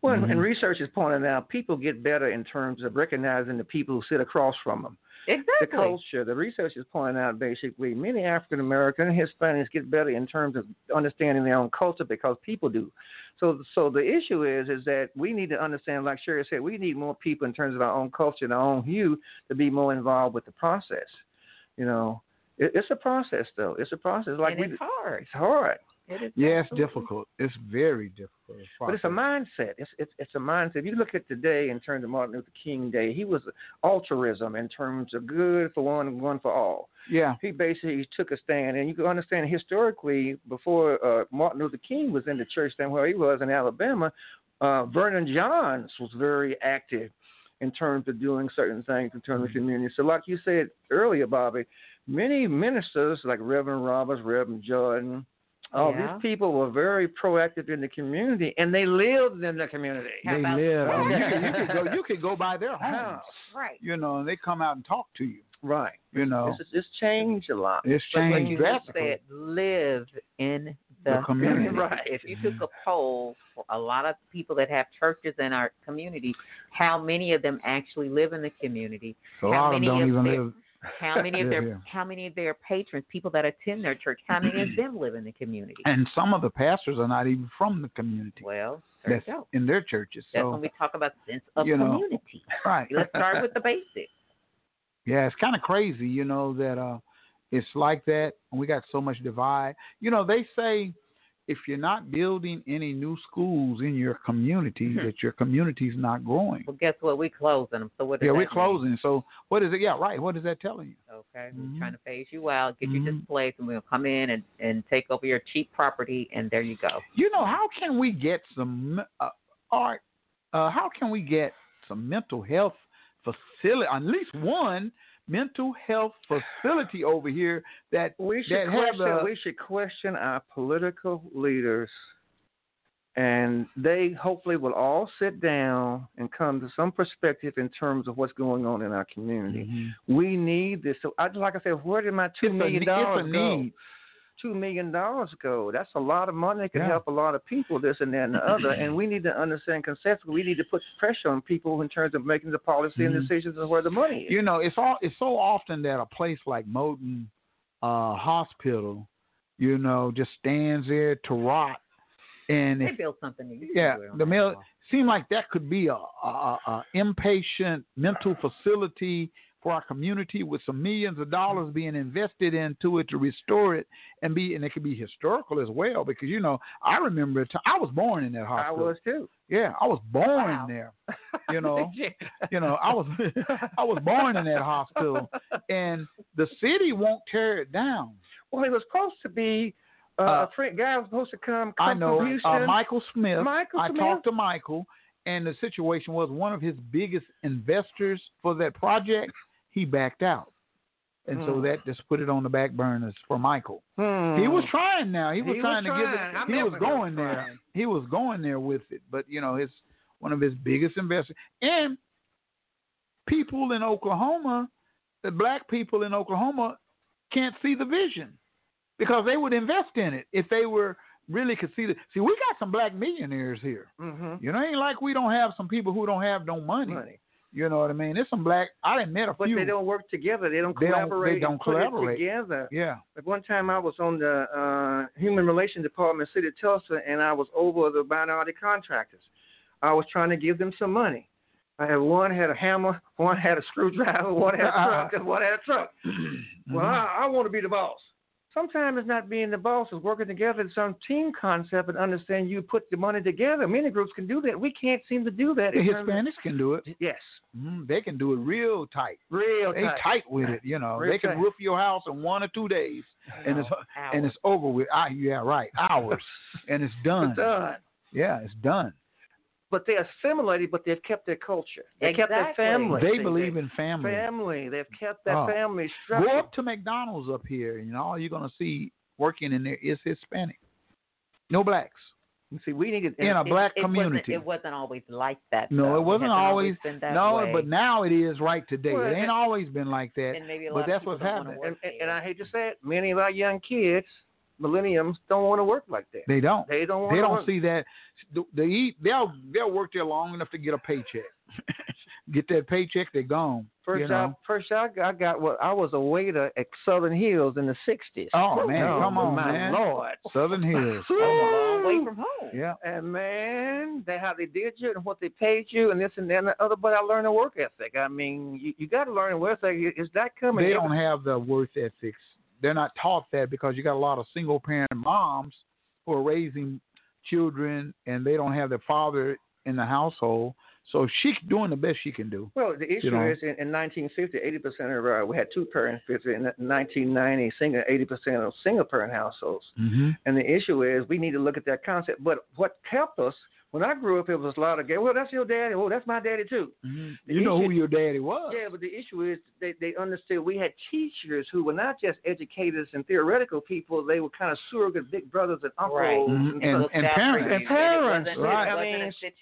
D: Well,
B: Mm-hmm.
D: and- and research is pointing out people get better in terms of recognizing the people who sit across from them.
A: Exactly.
D: The culture, the research is pointing out basically many African American and Hispanics get better in terms of understanding their own culture because people do. So, so the issue is is that we need to understand, like Sherry said, we need more people in terms of our own culture and our own hue to be more involved with the process. You know, it, it's a process though. It's a process. Like
A: And
D: we,
A: it's hard.
D: It's hard.
A: It is
B: yeah, it's
A: absolutely-
B: difficult. It's very difficult.
D: But it's a mindset. It's, it's it's a mindset. If you look at today in terms of Martin Luther King Day, he was altruism in terms of good for one and one for all.
B: Yeah.
D: He basically took a stand, and you can understand historically before uh, Martin Luther King was in the church than where he was in Alabama, uh, Vernon Johns was very active in terms of doing certain things in terms of community. So, like you said earlier, Bobby, many ministers like Reverend Roberts, Reverend Jordan, all
A: Yeah.
D: these people were very proactive in the community, and they lived in the community.
B: They live.
A: Oh,
B: and you, can- you could go. You could go by their homes.
A: Right.
B: You know, and they come out and talk to you.
D: Right.
B: You know.
D: It's, it's changed a lot.
B: It's
A: But like
B: changed
A: you just
B: drastically.
A: said, live in the,
B: The community.
A: Right. If you took a poll, for a lot of people that have churches in our community, how many of them actually live in the community?
B: A
A: how
B: lot of them
A: many
B: don't even
A: their,
B: live.
A: How many of
B: live
A: their
B: here.
A: how many of their patrons, people that attend their church, how many of them live in the community?
B: And some of the pastors are not even from the community.
A: Well, there you
B: that's
A: go.
B: in their churches.
A: That's
B: so
A: when we talk about sense of
B: you know,
A: community.
B: right.
A: Let's start with the basics.
B: Yeah, it's kind of crazy, you know, that uh, it's like that, and we got so much divide. You know, they say if you're not building any new schools in your community, that your community's not growing.
A: Hmm. Well, guess what? We're closing them. So what? does
B: yeah,
A: that
B: we're
A: mean?
B: closing. Mm-hmm. So what is it? Yeah, right. What is that telling you?
A: Okay, we're trying to phase you out, get
B: Mm-hmm.
A: you displaced, and we'll come in and, and take over your cheap property, and there you go.
B: You know, how can we get some uh, art? Uh, how can we get some mental health facility? At least one mental health facility over here that
D: we should
B: that have
D: question,
B: a,
D: we should question our political leaders, and they hopefully will all sit down and come to some perspective in terms of what's going on in our community. We need this. So, I, like I said, where did my two
B: Mm-hmm. It's a ne- it's
D: million
B: a
D: dollars go?
B: need.
D: Two million dollars go. That's a lot of money. That can
B: Yeah.
D: help a lot of people. This and that and the other. and we need to understand conceptually. We need to put pressure on people in terms of making the policy
B: Mhm.
D: and decisions of where the money is.
B: you know, it's all it's so often that a place like Moton uh, Hospital, you know, just stands there to rot. And
A: They
B: if,
A: build something new. You
B: yeah,
A: can do it on
B: the
A: that
B: mill
A: wall.
B: seemed like that could be a, a, a inpatient mental facility for our community with some millions of dollars being invested into it to restore it and be and it could be historical as well because you know I remember a ti- I was born in that
D: I
B: hospital.
D: was too.
B: Yeah, I was born there. You know, you know, I was I was born in that hospital, and the city won't tear it down.
D: Well, it was supposed to be uh, a friend guy was supposed to come. come
B: I know
D: from
B: uh,
D: Houston.
B: Michael Smith.
D: um, Michael
B: I
D: Smith.
B: talked to Michael, and the situation was one of his biggest investors for that project. He backed out, and so
D: Hmm.
B: that just put it on the back burners for Michael.
D: Hmm.
B: He was trying now. He was
D: He was
B: trying to
D: trying. I
B: give it. He
D: remember
B: was
D: he was
B: going there.
D: trying.
B: He was going there with it, but you know his one of his biggest investors and people in Oklahoma, the black people in Oklahoma, can't see the vision because they would invest in it if they were really could see the. See, we got some black millionaires here.
D: Mhm.
B: You know, ain't like we don't have some people who don't have no money.
D: Money.
B: You know what I mean? There's some black. I didn't met a
D: But
B: few.
D: they don't work together. They don't
B: They don't- they
D: collaborate. and
B: don't
D: put it
B: collaborate.
D: together.
B: Yeah.
D: At one time, I was on the uh, Human Relations Department, City of Tulsa, and I was over the minority contractors. I was trying to give them some money. I had one had a hammer, one
B: Uh-huh. Mm-hmm.
D: had a screwdriver, one had a truck, and one had a truck. Well, I, I want to be the boss. Sometimes it's not being the boss, it's working together in some team concept and understand you put the money together. Many groups can do that. We can't seem to do that.
B: The
D: in terms of-
B: Hispanics can do it.
D: Yes.
B: Mm, they can do it real tight.
D: Real
B: they
D: tight.
B: with it, you know.
D: Real
B: they can
D: tight.
B: roof your house in one or two days and it's
D: hours.
B: and it's over with. Ah, yeah, right. Hours. and it's done.
D: It's done.
B: Yeah, it's done.
D: But they assimilated, but they've kept their culture. They kept
B: Exactly.
D: their family.
B: They believe in family.
D: Family. They've kept that
B: Oh.
D: family structure.
B: Go up to McDonald's up here and all you're gonna see working in there is Hispanic. No blacks.
D: See, we needed
B: in a
A: It-
B: black
A: it wasn't-
B: community.
A: it wasn't always like that.
B: No,
A: though.
B: it wasn't
A: hasn't
B: always.
A: been that
B: no,
A: way.
B: but now it is right today.
D: Well,
B: it ain't
D: and-
B: always been like that. but that's what's happening.
D: And, and- and I hate to say it, many of our young kids, millenniums, don't want to work like that.
B: They don't.
D: They don't. Want
B: They
D: to
B: don't
D: work.
B: see that. They eat. They'll they'll work there long enough to get a paycheck. get that paycheck, they're gone.
D: First
B: you
D: job,
B: know?
D: first job I got. Well, I was a waiter at Southern Hills in the '60s.
B: Oh man, come on,
D: my
B: man.
D: lord.
B: Southern Hills.
D: Long way from
A: home.
B: Yeah.
D: And man, they how they did you and what they paid you and this and that and the other. But I learned a work ethic. I mean, you, you got to learn a work ethic. Is that coming?
B: they don't have the worth ethics. They're not taught that because you got a lot of single parent moms who are raising children and they don't have their father in the household. So she's doing the best she can do.
D: Well, the issue
B: know.
D: is in, in 1950, 80% of our, we had two parent fifty. In 1990, single, 80% of single parent households.
B: Mm-hmm.
D: And the issue is we need to look at that concept. But what helped us, when I grew up, it was a lot of, gay, well, that's your daddy. Well, that's my daddy, too.
B: Mm-hmm.
D: The
B: You know
D: issue-
B: who your daddy was.
D: Yeah, but the issue is they, they understood we had teachers who were not just educators and theoretical people. They were kind of surrogate big brothers and uncles.
A: Right.
B: Mhm.
D: And,
B: And-
D: stuff.
B: and parents. Mm-hmm.
D: And parents,
A: It wasn't,
D: right.
A: it
D: I
A: wasn't
D: mean,
A: a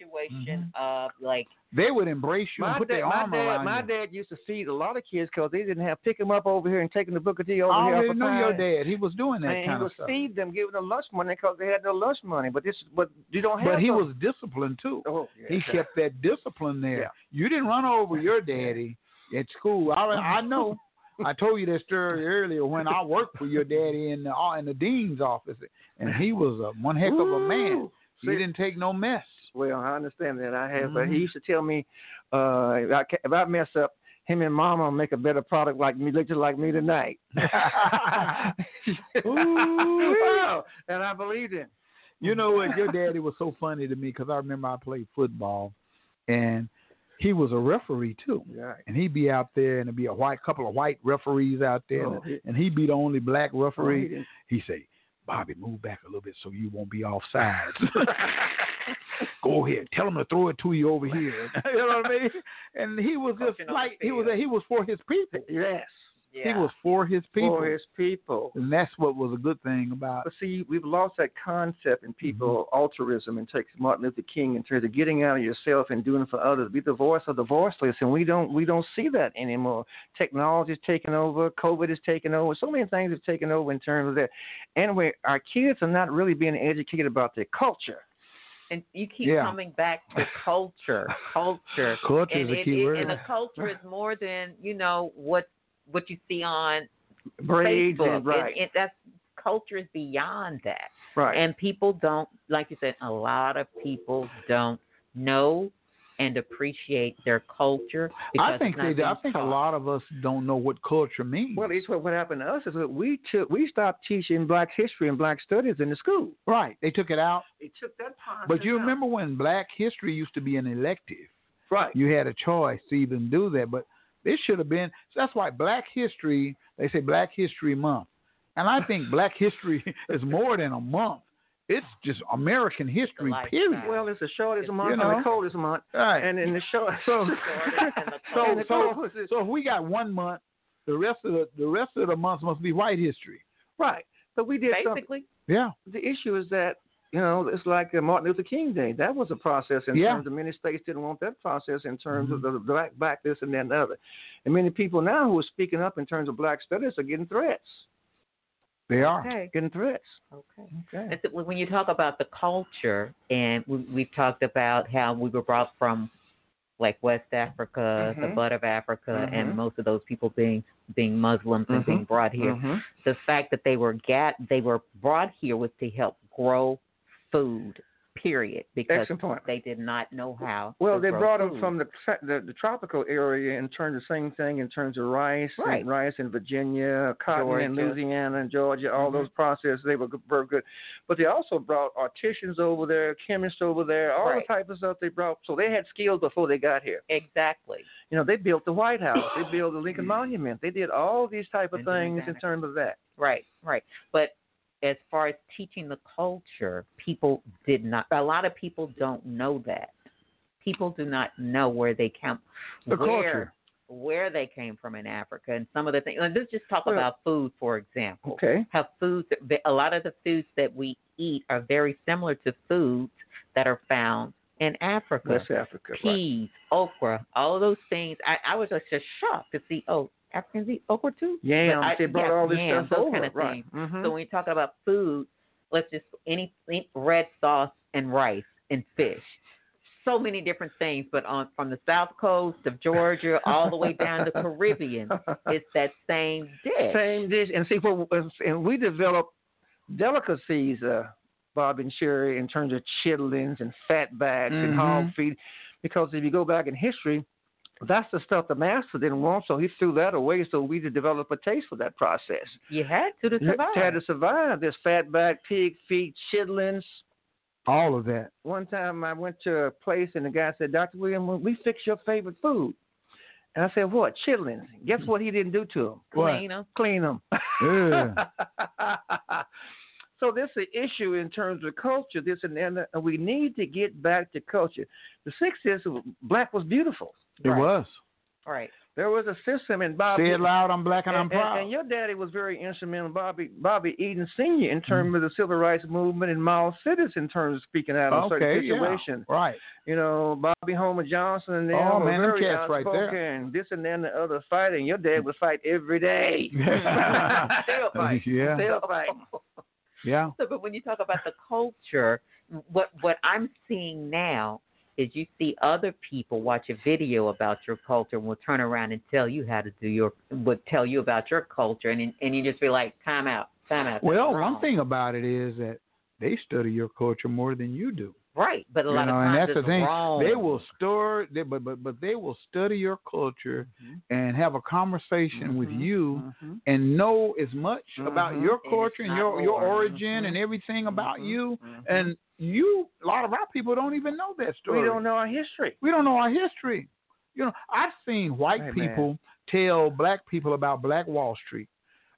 A: situation of like
B: They would embrace you and
D: my
B: put
D: dad,
B: their
D: my
B: arm
D: dad,
B: around
D: my
B: you.
D: dad used to feed a lot of kids because they didn't have pick 'em up over here and taking the book of tea over
B: I
D: here.
B: already
D: off
B: knew
D: the
B: your
D: pine.
B: dad. He was doing that
D: and
B: kind
D: he
B: of
D: would
B: stuff.
D: feed them, giving them lunch money because they had no lunch money. But this, but you don't have.
B: But he
D: no-
B: was disciplined too.
D: Oh, yeah,
B: he
D: yeah.
B: kept that discipline there.
D: Yeah.
B: You didn't run over your daddy at school. I I know. I told you that story earlier when I worked for your daddy in the in the dean's office, and he was a one heck of a man.
D: Woo!
B: He didn't take no mess.
D: Well, I understand that. I have.
B: Mhm.
D: But he used to tell me, uh, if, I, ca- if I mess up, him and Mama will make a better product like me, look just like me tonight.
B: Oh,
D: Wow. and I believed him.
B: You know what? Your daddy was so funny to me because I remember I played football, and he was a referee too.
D: Yeah.
B: And he'd be out there, and it'd be a white couple of white referees out there,
D: Oh,
B: and,
D: he-
B: and he'd be the only black
D: Oh, he
B: referee.
D: didn't-
B: He'd say, "Bobby, move back a little bit so you won't be offsides. Go ahead, tell him to throw it to you over here." you know what I mean? And he was just
D: Coaching on
B: like
D: the
B: he was
D: field.
B: he was for his people.
D: Yes.
B: He was for his people,
D: For his people.
B: and that's what was a good thing about
D: But see, we've lost that concept in people altruism and take Martin Luther King in terms of getting out of yourself and doing for others. Be the voice of the voiceless, and we don't we don't see that anymore. Technology is taking over, COVID is taking over, so many things have taken over in terms of that. And we our kids are not really being educated about their culture.
A: And you keep
D: Yeah.
A: coming back to culture, culture,
D: Culture
A: and
D: is a
A: it-
D: key
A: it-
D: word.
A: And the culture is more than you know what what you see on
D: Braids
A: Facebook.
D: and- right.
A: And, and that's culture is beyond that.
D: Right.
A: And people don't, like you said, a lot of people don't know and appreciate their culture. Because
B: I think
A: it's not
B: they do. I
A: being
B: think a lot of us don't know what culture means.
D: Well, it's what, what happened to us is that we took we stopped teaching Black history and Black studies in the school.
B: Right. They took it out.
D: It took that time.
B: But you remember when Black History used to be an elective?
D: Right.
B: You had a choice to even do that, but this should have been. So that's why Black History. They say Black History Month, and I think Black History is more than a month. It's just American history, period.
D: Well, it's the shortest month
B: you know?
D: and the coldest month,
B: Right.
D: and in the short
B: So- so,
D: and the
B: so,
D: coldest-
B: so if we got one month, the rest of the, the rest of the month must be White History.
D: Right. But we did something-
A: Basically,
B: Yeah.
D: the issue is that you know it's like uh, Martin Luther King Day. That was a process in
B: Yeah.
D: terms of many states didn't want that process in terms
A: Mm-hmm.
D: of the black black this and that and the other. And many people now who are speaking up in terms of black studies are getting threats.
B: They are.
A: Okay.
D: Getting threats.
A: Okay.
D: Okay.
A: That's it. When you talk about the culture, and we, we've talked about how we were brought from like West Africa, the
B: Mm-hmm.
D: Mhm.
A: butt of Africa,
D: Mhm.
A: and most of those people being being Muslims and
B: Mm-hmm.
A: being brought here.
D: Mhm.
A: The fact that they were gat they were brought here was to help grow food. period, because
D: Excellent point.
A: they did not know how.
D: Well,
A: to
D: they
A: grow
D: brought them
A: food.
D: from the, tra- the the tropical area and turned the same thing in terms of rice,
A: Right.
D: and rice in Virginia, cotton in
A: Georgia.
D: Louisiana and Georgia. All
A: Mhm.
D: those processes they were good- very good, but they also brought artisans over there, chemists over there, all
A: Right.
D: the type of stuff they brought. So they had skills before they got here.
A: Exactly.
D: You know, they built the White House, they built the Lincoln Monument, they did all these type of things in terms of that.
A: Right, right. But as far as teaching the culture, people did not. A lot of people don't know that. People do not know where they come,
D: The
A: where
D: culture.
A: where they came from in Africa, and some of the things. Let's just talk
D: Well-
A: about food, for example.
D: Okay.
A: How foods, a lot of the foods that we eat are very similar to foods that are found in Africa.
D: West Africa, right.
A: Peas, okra, all of those things. I, I was just shocked to see. Oh, Africans eat okra too.
D: Yams,
A: But I-
D: they brought
A: yeah,
D: all this
A: yams,
D: stuff
A: those
D: over,
A: kind of
D: right.
A: things.
D: Mhm.
A: So when you talk about food, let's just any, any red sauce and rice and fish. So many different things, but on from the south coast of Georgia all the way down to Caribbean, it's that same dish.
D: Same dish, and see what and we developed delicacies, uh, Bob and Sherry, in terms of chitlins and fatbacks and hog
A: Mhm.
D: feet, because if you go back in history, that's the stuff the master didn't want, so he threw that away. So we to develop a taste for that process.
A: You had to to
D: You
A: survive.
D: Had to survive this fatback, pig feet, chitlins.
B: All of that.
D: One time I went to a place and the guy said, Doctor William, will we fix your favorite food. And I said, What? Chitlins. Guess what he didn't do to them?
A: Clean 'em.
D: Clean them.
B: Yeah.
D: so this is an issue in terms of culture. This and that, and we need to get back to culture. The sixties, black was beautiful.
B: It was.
A: Right.
D: There was a system in Bobby.
B: Say it loud, I'm black and I'm proud.
D: And, your daddy was very instrumental, Bobby Bobby Eden Senior, in
B: Mm-hmm.
D: terms of the civil rights movement and Miles Cities in terms of speaking out on certain
B: Okay, yeah,
D: situations.
B: Right.
D: You know, Bobby Homer Johnson and them
B: Oh,
D: were
B: man, them
D: very
B: cats right there.
D: outspoken, This and that and the other fighting. Your dad would fight every day. Still fight.
B: Yeah.
D: Still fight.
B: Yeah.
A: So, but when you talk about the culture, what what I'm seeing now is you see other people watch a video about your culture and will turn around and tell you how to do your would tell you about your culture and and you just be like, time out, time out. that's
B: Well,
A: wrong."
B: one thing about it is that they study your culture more than you do.
A: Right, but a
B: You
A: lot
B: know,
A: of
B: and
A: times
B: that's the
A: it's
B: thing.
A: wrong.
B: They will store, they, but but but they will study your culture
D: Mm-hmm.
B: and have a conversation with you and know as much about
D: Mm-hmm.
A: Mhm.
B: your
A: And it's
B: culture and
A: not
B: your your
A: more.
B: origin and everything about you. And you, a lot of our people don't even know that story.
D: Mm-hmm. We don't know our history.
B: We don't know our history. You know, I've seen white
D: Hey, man.
B: people tell black people about Black Wall Street,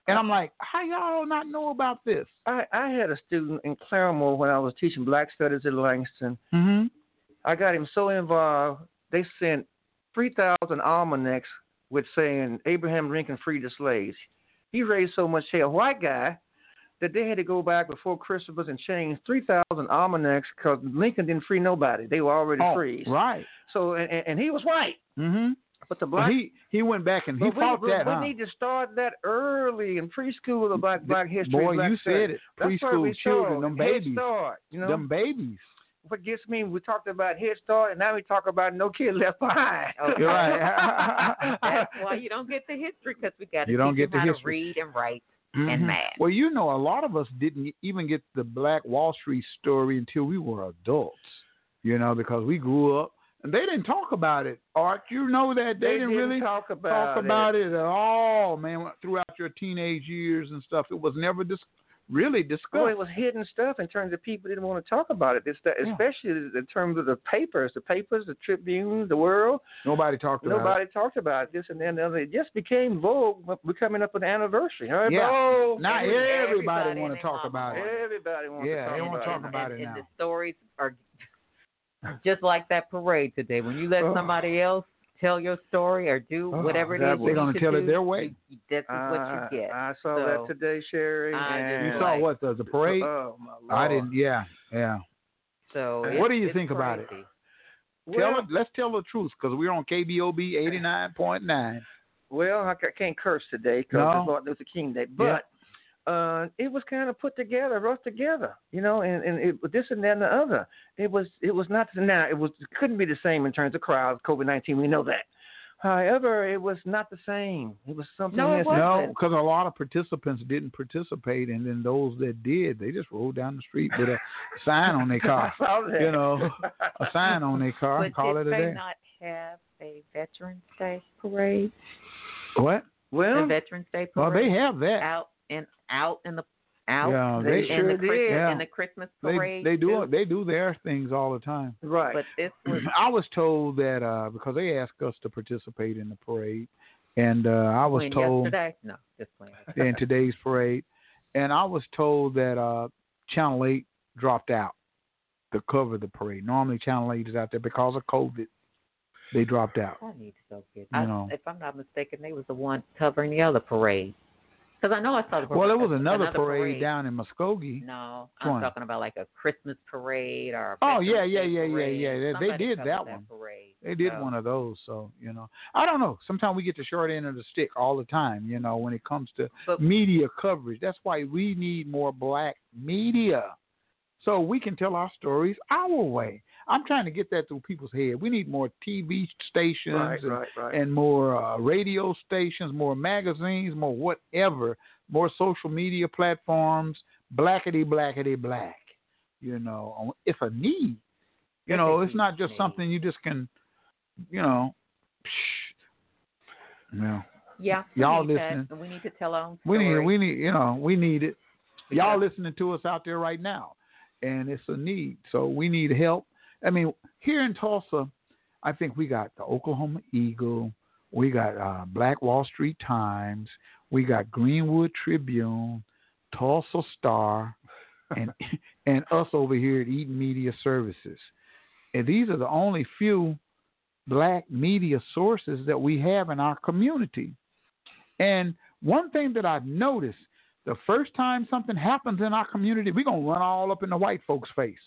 B: and I'm like, how y'all not know about this?
D: I, I had a student in Claremore when I was teaching black studies at Langston.
B: Mm-hmm.
D: I got him so involved, they sent 3,000 almanacs with saying Abraham Lincoln freed the slaves. He raised so much hell, white guy, that they had to go back before Christmas and change 3,000 almanacs because Lincoln didn't free nobody. They were already
B: Oh,
D: free.
B: right.
D: So, and, and- and he was white.
B: Mm-hmm.
D: But the
B: But
D: black.
B: he he went back and he
D: but we,
B: fought
D: we,
B: that.
D: we
B: huh?
D: need to start that early in preschool about black history.
B: Boy,
D: black
B: you
D: studies.
B: said it.
D: That's where we
B: Preschool children,
D: start.
B: them
D: Head
B: babies.
D: Start, you know?
B: Them babies.
D: what gets me, we talked about Head Start, and now we talk about No Kid Left Behind.
A: Okay.
B: You're right.
A: That's why you don't get the history because we got to
B: You don't
A: teach
B: get
A: them
B: the
A: how
B: history.
A: to read and write
B: Mhm.
A: and math.
B: Well, you know, a lot of us didn't even get the Black Wall Street story until we were adults. You know, because we grew up and they didn't talk about it. Art, you know that they,
D: They
B: didn't,
D: didn't
B: really
D: talk about
B: talk about it. at all, man. Throughout your teenage years and stuff, it was never dis- really discussed.
D: Well, it was hidden stuff in terms of people didn't want to talk about it. It's that,
B: Yeah.
D: especially in terms of the papers, the papers, the Tribune, the World.
B: Nobody talked about
D: Nobody
B: it.
D: talked about it, this and that. And the other. It just became vogue. but We're coming up with an anniversary. Huh?
B: Yeah.
D: Oh,
B: Now
D: everybody-
B: everybody, want to talk about it.
D: Everybody wants
B: Yeah,
D: to talk
B: they wanna
D: about
B: talk
D: it.
B: about it
A: and,
B: now.
A: and the stories are just like that parade today. When you let
B: Ugh.
A: somebody else tell your story or do
B: Oh,
A: whatever it
B: that-
A: is,
B: they're
A: going
B: gonna
A: to
B: tell it their way.
A: This is
D: Uh,
A: what you get.
D: I saw
A: So-
D: that today, Sherry.
A: I just
D: and-
B: You saw what the, the parade?
D: Oh my lord!
B: I didn't. Yeah, yeah.
A: So
B: what do
A: it's-
B: you
A: it's
B: think about it?
A: crazy.
B: Tell
D: Well-
B: it- let's tell the truth because we're on KBOB eighty nine point nine.
D: Well, I ca- can't curse today because
B: No.
D: it's Martin Luther King Day, but uh, it was kind of put together, roughed together, you know, and and it, this and that and the other. It was it was not now it was it couldn't be the same in terms of crowds. COVID nineteen, we know that. However, it was not the same. It was something
B: No,
D: else.
B: because a lot of participants didn't participate, and then those that did, they just rolled down the street with a sign on their car.
A: I saw that.
B: You know, a sign on their car and
A: But
B: call
A: did
B: it a
A: they
B: day.
A: not have a Veterans Day parade?
B: What?
A: the Veterans Day
B: well,
A: parade.
B: they have that.
A: out and out in the out.
B: Yeah, they
A: in
B: sure
A: the
B: did.
A: Christmas,
B: Yeah.
A: In the Christmas
B: They,
A: parade.
B: they do
A: too.
B: they do their things all the time.
D: Right.
A: But this was
B: I was told that uh, because they asked us to participate in the parade, and uh, I was
A: when
B: told
A: yesterday. No, just playing.
B: in today's parade, and I was told that uh, Channel Eight dropped out to cover the parade. Normally, Channel Eight is out there because of COVID. They dropped out.
A: I need to go get.
B: You
A: I,
B: know.
A: If I'm not mistaken, they was the one covering the other parade. Because I know I saw the
B: Well, there was another, parade,
A: parade.
B: down in Muskogee.
A: No,
B: Go on.
A: I'm talking about like a Christmas parade or. A
B: Oh yeah,
A: Veterans
B: yeah,
A: Day
B: yeah, yeah,
A: parade.
B: yeah. They- They,
A: Somebody
B: did
A: covered
B: that one.
A: parade.
B: They did
A: So,
B: one of those. So you know, I don't know. Sometimes we get the short end of the stick all the time. You know, when it comes to media coverage, that's why we need more black media, so we can tell our stories our way. I'm trying to get that through people's head. We need more TV stations
D: Right,
B: and,
D: right, right.
B: and more uh, radio stations, more magazines, more whatever, more social media platforms. Blackety, blackety, black. You know, it's a need. You know, it's not just something you just can, you know. No,
A: Yeah. we
B: Y'all
A: need that,
B: listening.
A: and We need to tell our own
B: we need,
A: story.
B: we need, you know, we need it. Y'all listening to us out there right now, and it's a need. So we need help. I mean, here in Tulsa, I think we got the Oklahoma Eagle, we got uh, Black Wall Street Times, we got Greenwood Tribune, Tulsa Star, and and us over here at Eaton Media Services. And these are the only few black media sources that we have in our community. And one thing that I've noticed the first time something happens in our community, we're going to run all up in the white folks' face.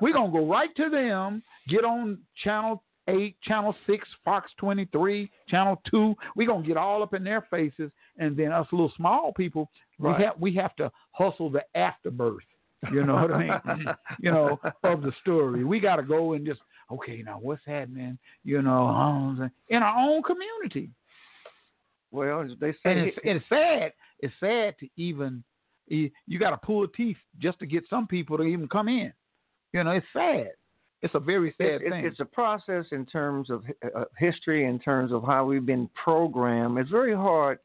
B: we're going to go right to them, get on Channel 8, Channel 6, Fox 23, Channel 2. We're going to get all up in their faces. And then us little small people,
D: Right.
B: we, have, we have to hustle the afterbirth. You know what I mean? you know, of the story. We got to go and just, okay, now what's happening? You know, um, in our own community.
D: Well, they say
B: And it's, it's sad. It's sad to even, you, you got to pull teeth just to get some people to even come in. You know, it's sad. It's a very sad
D: It- it-
B: thing.
D: It's a process in terms of hi- uh, history, in terms of how we've been programmed. It's very hard,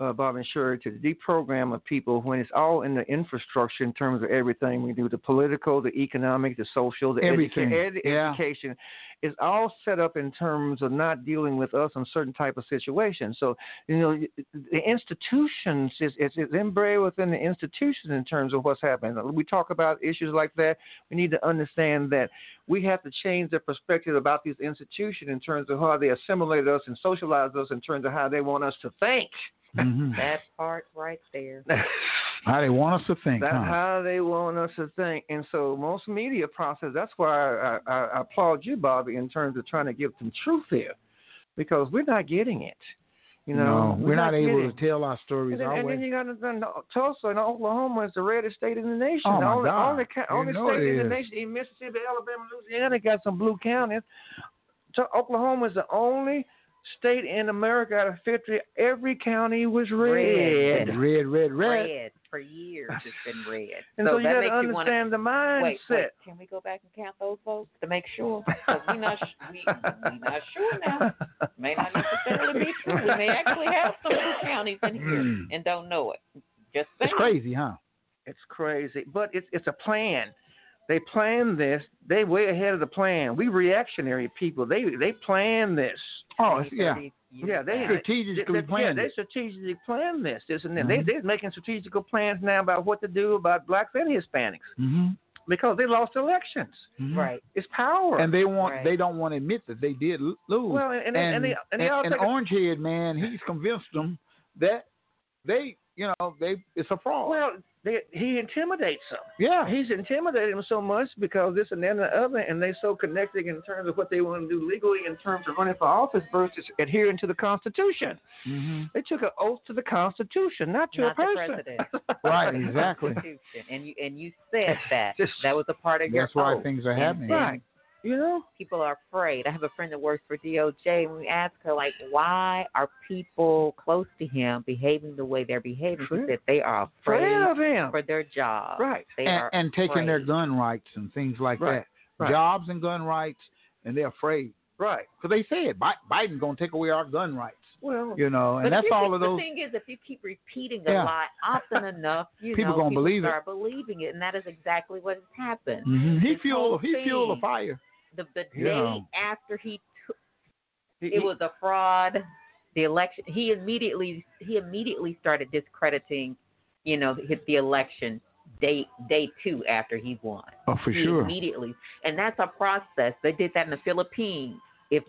D: uh, Bob and Sherry, to deprogram a people when it's all in the infrastructure in terms of everything we do the political, the economic, the social, the
B: Everything.
D: educa- ed-
B: Yeah.
D: education. It's all set up in terms of not dealing with us in certain type of situations. So, you know, the institutions, it's, it's, it's embedded within the institutions in terms of what's happening. We talk about issues like that. We need to understand that we have to change the perspective about these institutions in terms of how they assimilate us and socialize us in terms of how they want us to think.
B: Mhm.
A: That part right there.
B: How they want us to think.
D: That's
B: huh?
D: how they want us to think. And so most media process, that's why I, I, I applaud you, Bobby, in terms of trying to give some truth here because we're not getting it. You know,
B: no, we're, not, able
D: getting it.
B: to tell our stories
D: And then,
B: our
D: and
B: way.
D: then you got to know, Tulsa and Oklahoma is the reddest state in the nation.
B: Oh,
D: the
B: my
D: only,
B: God.
D: only, ca-
B: You
D: only
B: know
D: state
B: it
D: in the
B: is.
D: nation, in Mississippi, Alabama, Louisiana got some blue counties. Tu- Oklahoma is the only state in America out of 50. Every county was red.
B: red, red, red.
A: Red for years. It's been red.
D: And so, you
A: that
D: got
A: makes
D: to
A: you wanna-
D: understand the mindset.
A: Wait, wait, can we go back and count those votes to make sure? 'Cause we not sh- we, we not sure now. May not necessarily be true. We may actually have some blue counties in here
B: Mm.
A: and don't know it. Just
B: It's
A: saying.
B: crazy, huh?
D: It's crazy, but it's it's a plan. They planned this. They way ahead of the plan. We reactionary people. They they planned this.
B: Oh, it's- yeah.
D: Yeah, they
B: Strategically
D: they- they-
B: planned
D: Yeah, they
B: it.
D: strategically planned this. This and that.
B: Mhm.
D: They they're making strategical plans now about what to do about blacks and Hispanics
B: hmm
D: because they lost elections.
A: Right.
D: It's power.
B: Mm-hmm. And they want,
D: Right.
B: they don't want to admit that they did l- lose.
D: Well, and-
B: and
D: and they- and they- and they all
B: and
D: take a-
B: Orangehead man, he's convinced them that they, you know, they it's a fraud.
D: Well, they, he intimidates them.
B: Yeah.
D: he's intimidating them so much because this and that and the other, and they so connected in terms of what they want to do legally in terms of running for office versus adhering to the Constitution.
B: Mm-hmm.
D: They took an oath to the Constitution, not to a
A: Not the
D: person.
A: president.
B: Right, exactly.
A: Constitution. And you and you said that. that was a part of your
B: That's why
A: oath.
B: things are
A: And
B: happening.
A: then
B: Right.
F: You know,
A: people are afraid. I have a friend that works for DOJ, and we asked her like, why are people close to him behaving the way they're behaving? She said they are afraid
B: Afraid of him.
A: for their job.
B: Right.
A: They
B: and,
A: are
B: and taking
A: afraid.
B: their gun rights and things like
A: Right,
B: that.
A: right.
B: Jobs and gun rights, and they're afraid. Right. Because they said Bi- Biden's going to take away our gun rights.
A: Well,
B: You know, and
A: but
B: that's
A: if you
B: all
A: keep-
B: of those.
A: The thing is, if you keep repeating a
B: Yeah.
A: lot often enough, you
B: People
A: know,
B: gonna
A: people
B: believe it.
A: start believing it, and that is exactly what has happened.
B: Mhm. He
A: This whole
B: fueled. He fueled
A: thing,
B: a fire.
A: The, the
B: Yeah.
A: day after he took,
B: He-
A: it was a fraud. The election. He immediately he immediately started discrediting, you know, hit the election day day two after he won.
B: Oh, for
A: He
B: sure.
A: Immediately, and that's a process. They did that in the Philippines. If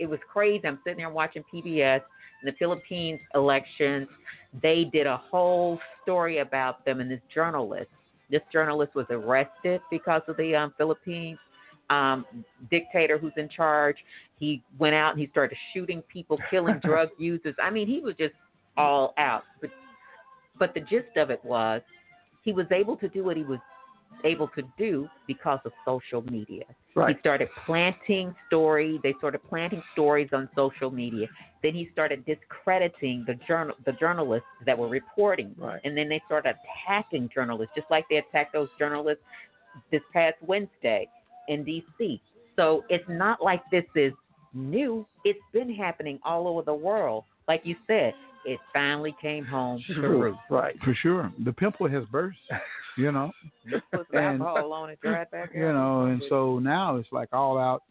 A: it was crazy. I'm sitting there watching PBS and the Philippines elections. They did a whole story about them and this journalist. This journalist was arrested because of the um, Philippines um, dictator who's in charge. He went out and he started shooting people, killing drug users. I mean, he was just all out. But but the gist of it was he was able to do what he was able to do because of social media.
L: Right.
A: He started planting story. They started planting stories on social media. Then he started discrediting the journal, the journalists that were reporting. Right. And then they started attacking journalists, just like they attacked those journalists this past Wednesday in D.C. So it's not like this is new. It's been happening all over the world. Like you said, it finally came home to roost.
B: Right. For sure. The pimple has burst. You know.
A: Put some
B: and
A: alcohol on it, dry it back
B: you
A: out.
B: know, and so now it's like all out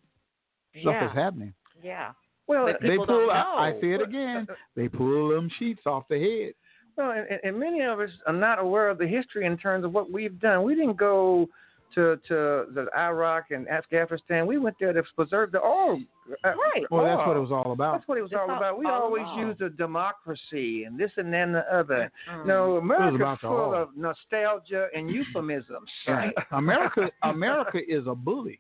B: stuff
A: Yeah.
B: is happening.
A: Yeah.
D: Well,
A: But
B: they
A: people
B: pull.
A: don't
B: I, I
A: know.
B: see it again. They pull them sheets off the head.
D: Well, uh, and, and- and many of us are not aware of the history in terms of what we've done. We didn't go to to the Iraq and Afghanistan. We went there to preserve the oil. uh,
A: Right.
B: Well, that's
D: oil.
B: what it was all about.
D: That's what it was
A: That's
D: all
A: all-
D: about. We
A: all
D: always
A: along.
D: use the democracy and this and then the other.
A: Mm.
D: No,
B: It was
D: America's
B: about the
D: full
B: oil.
D: of nostalgia and euphemisms.
B: Right. America, America is a bully.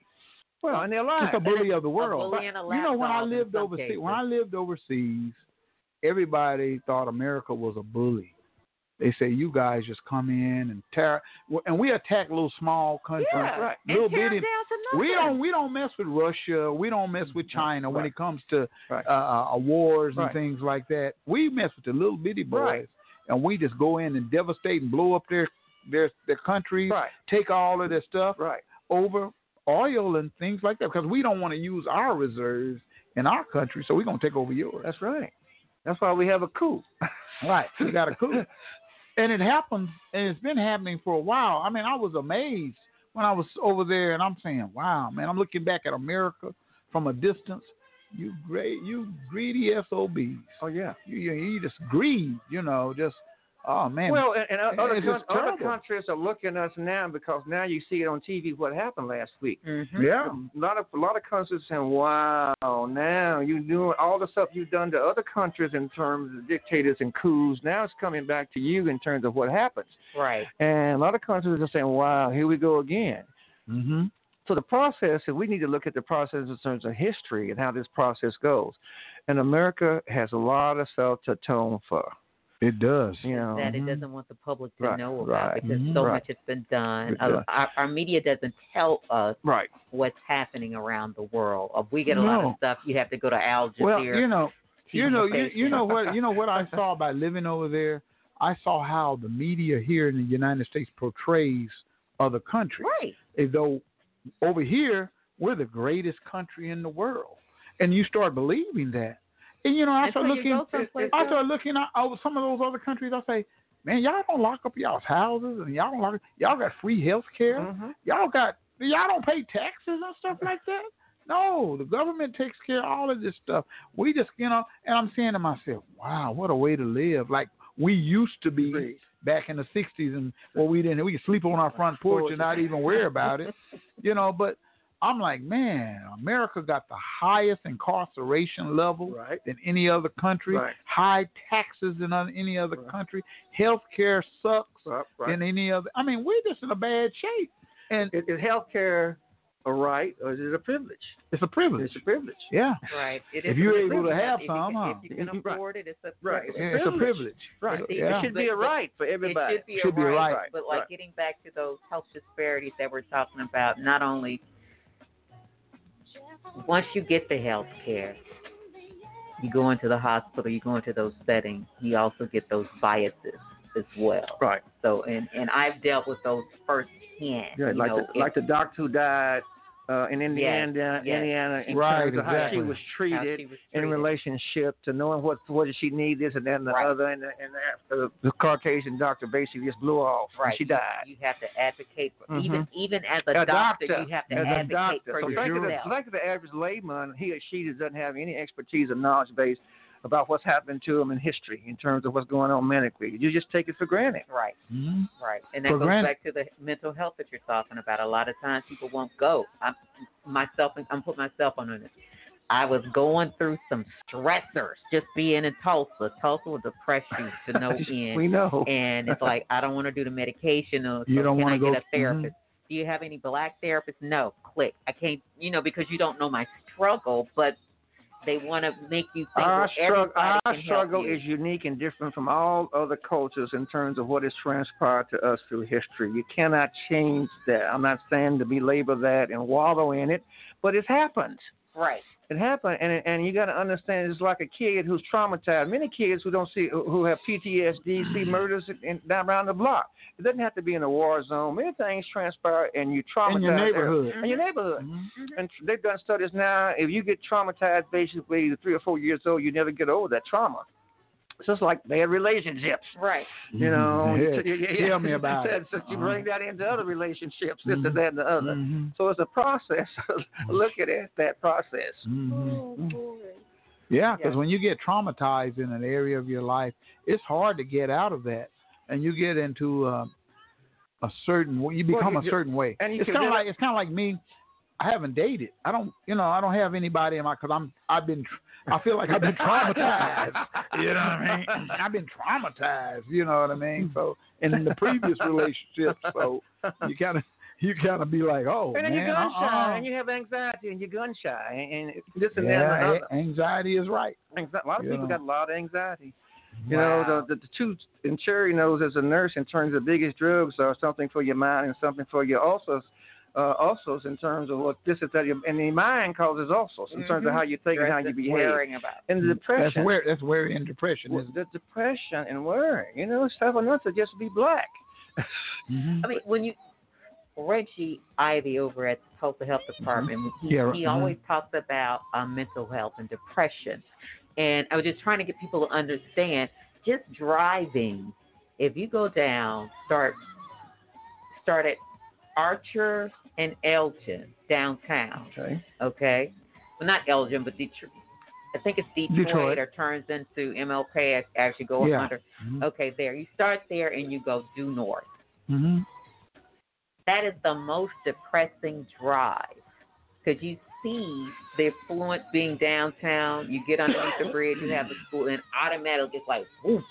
D: Well, and they're lying.
B: It's a bully of the world.
D: bully and a
B: you know, when I
D: lapdog in
B: lived
D: some
B: overseas,
D: cases.
B: when I lived overseas, everybody thought America was a bully. They say you guys just come in and tear, and we attack little small countries,
H: Yeah, right. And
B: little
H: tear 'em
B: bitty.
H: down to
B: we
H: nothing.
B: don't we don't mess with Russia. We don't mess with China when
H: Right.
B: it comes to
D: Right.
B: uh, uh, wars and
D: Right.
B: things like that. We mess with the little bitty boys,
D: Right.
B: and we just go in and devastate and blow up their their their countries,
D: Right.
B: take all of their stuff
D: Right.
B: over oil and things like that because we don't want to use our reserves in our country, so we're gonna take over yours.
D: That's right. That's why we have a coup.
B: right. We got a coup. and it happens and it's been happening for a while. I mean, I was amazed when I was over there and I'm saying, Wow, man, I'm looking back at America from a distance. You great you greedy SOBs.
D: Oh yeah.
B: You you, you just greed, you know, just oh man.
D: Well, and, and other,
B: It's just
D: coun- other
B: terrible.
D: countries are looking at us now because now you see it on TV what happened last week.
B: Yeah.
D: A lot of a lot of countries saying, "Wow, now you doing all the stuff you've done to other countries in terms of dictators and coups. Now it's coming back to you in terms of what happens."
A: Right.
D: And a lot of countries are saying, "Wow, here we go again."
B: Mm-hmm.
D: So the process, if we need to look at the process in terms of history and how this process goes, and America has a lot of stuff to atone for.
B: It does.
D: You know,
A: that
B: Mm-hmm.
A: it doesn't want the public to
D: Right,
A: know about
D: right.
A: because
D: Mhm.
A: so
D: Right.
A: much has been done.
D: Yeah.
A: Uh, Our, our media doesn't tell us
D: right.
A: what's happening around the world. If we get a lot of
B: No.
A: stuff, you have to go to Al Jazeera.
B: Well, you know,
A: see
B: you
A: on
B: know,
A: the
B: you, you know
A: station.
B: what, you know what I saw by living over there. I saw how the media here in the United States portrays other countries.
A: Right.
B: As though over here we're the greatest country in the world, and you start believing that. And you know, I
H: And so
B: start
H: you
B: looking.
H: go someplace
B: I
H: else.
B: start looking at over some of those other countries. I say, man, y'all don't lock up y'all's houses, and y'all don't lock. Y'all got free health care.
H: Mm-hmm.
B: Y'all got. Y'all don't pay taxes and stuff like that. No, the government takes care of all of this stuff. We just, you know, and I'm saying to myself, wow, what a way to live. Like we used to be back in the 60s and well, we didn't, we could sleep on our front porch and not even worry about it, you know, but I'm like, man, America got the highest incarceration level
D: Mm-hmm.
B: than any other country,
H: Right.
B: high taxes than on- any other country, health care sucks than any other. I mean, we're just in a bad shape. And
D: is, is health care a right or is it a privilege?
B: It's a privilege.
D: It's a privilege.
B: Yeah.
A: Right. It
B: If
A: is
B: you're
A: a
B: able to
A: privilege.
B: have
A: If you
B: some, um,
A: can-
B: huh?
A: If you can afford it, it's a
D: Right.
A: privilege.
B: It's a privilege.
D: Right.
A: But
B: It
A: the-
D: should be a
A: but-
D: right for everybody.
A: It should be
D: Should
A: a
D: be a
A: right.
D: right.
A: But like
D: Right.
A: getting back to those health disparities that we're talking about, not only once you get the health care, you go into the hospital, you go into those settings, you also get those biases as well.
D: Right.
A: So, and, and I've dealt with those firsthand.
D: Yeah,
A: you
D: like
A: know,
D: the, like the doctor who died uh, in Indiana,
A: yes.
D: Indiana, in
B: Right,
D: terms of how she
B: exactly.
D: was treated in relationship to knowing what what did she need, this and that and the other, and, and after the Caucasian doctor basically just blew her off
A: Right.
D: and she died.
A: You have to advocate for even
D: Mhm.
A: even as a,
D: As
A: doctor, you have to
D: as
A: advocate
D: a doctor.
A: for
D: so Think of,
A: yourself.
D: the, think of the average layman, he or she just doesn't have any expertise or knowledge base about what's happened to them in history in terms of what's going on medically. You just take it for granted.
A: Right.
B: Mhm.
A: Right. And that
D: For
A: goes
D: granted.
A: back to the mental health that you're talking about. A lot of times people won't go. I'm myself I'm putting myself on this. I was going through some stressors just being in Tulsa. Tulsa will depress you to no end.
D: We know.
A: And it's like I don't want to do the medication or
D: You
A: so
D: don't
A: can
D: wanna
A: I
D: go- Mm-hmm.
A: get a therapist. Do you have any black therapists? No. Click. I can't you know, because you don't know my struggle, but they want to make you think
D: Our,
A: well,
D: strugg-
A: everybody
D: our
A: can help
D: struggle
A: you.
D: is unique and different from all other cultures in terms of what has transpired to us through history. You cannot change that. I'm not saying to belabor that and wallow in it, but it's happened.
A: Right.
D: It happened, and and you got to understand it's like a kid who's traumatized. Many kids who don't see who have PTSD
B: Mm-hmm.
D: see murders in, down around the block. It doesn't have to be in a war zone. Many things transpire, and you traumatize
B: In your neighborhood. Mm-hmm.
D: In your neighborhood, and they've done studies now. If you get traumatized, basically three or four years old, you never get over that trauma. It's just like bad relationships.
A: Right.
D: You know,
B: Mm-hmm. Yeah.
D: you- you-
B: Tell me about it. Uh-huh. Mm-hmm.
D: So you bring that into other relationships, this and that and the other. So it's a process. Look at it, that process.
B: Yeah, because when you get traumatized in an area of your life, it's hard to get out of that, and you get into uh, a certain. way- You
D: Well,
B: become
D: you-
B: a certain way.
D: and you
B: it's
D: can
B: kind of
D: never-
B: like it's kind of like me. I haven't dated. I don't. You know, I don't have anybody in my because I'm. I've been. tr- I feel like I've been traumatized. you know what I mean? I've been traumatized. You know what I mean? So, and in the previous relationship, so you kind of you kind of be like, oh
D: and
B: man,
D: then you're gun shy,
B: uh-uh.
D: and you have anxiety, and you're gun shy, and, and this and that.
B: yeah,
D: And
B: a- anxiety is right.
D: the other. Anxi- A lot of
B: You
D: people
B: know.
D: got a lot of anxiety. You
B: Wow.
D: know, the, the the two and Cherry knows as a nurse in terms of biggest drugs are something for your mind and something for your ulcers. Uh, ulcers in terms of what this is that your, and the mind causes ulcers in terms of how you think and how you behave. And the depression.
B: Mm-hmm. That's where that's where in depression
D: Well,
B: is.
D: the depression and worrying. You know, it's tough enough to just be black.
A: I mean, when you Reggie Ivy over at the Tulsa Health Department, he,
D: Mm-hmm. Yeah,
A: he
D: mhm.
A: always talks about uh, mental health and depression. And I was just trying to get people to understand just driving. If you go down, start start at Archer and Elgin downtown.
D: Okay.
A: Okay. Well, not Elgin, but Detroit. I think it's Detroit,
D: Detroit.
A: or turns into MLK as, as you go
D: Yeah. Mm-hmm.
A: under. Okay, there. You start there and you go due north.
B: Mm-hmm.
A: That is the most depressing drive because you see the affluent being downtown. You get underneath the bridge, you have the school, and automatically it's like, whoop.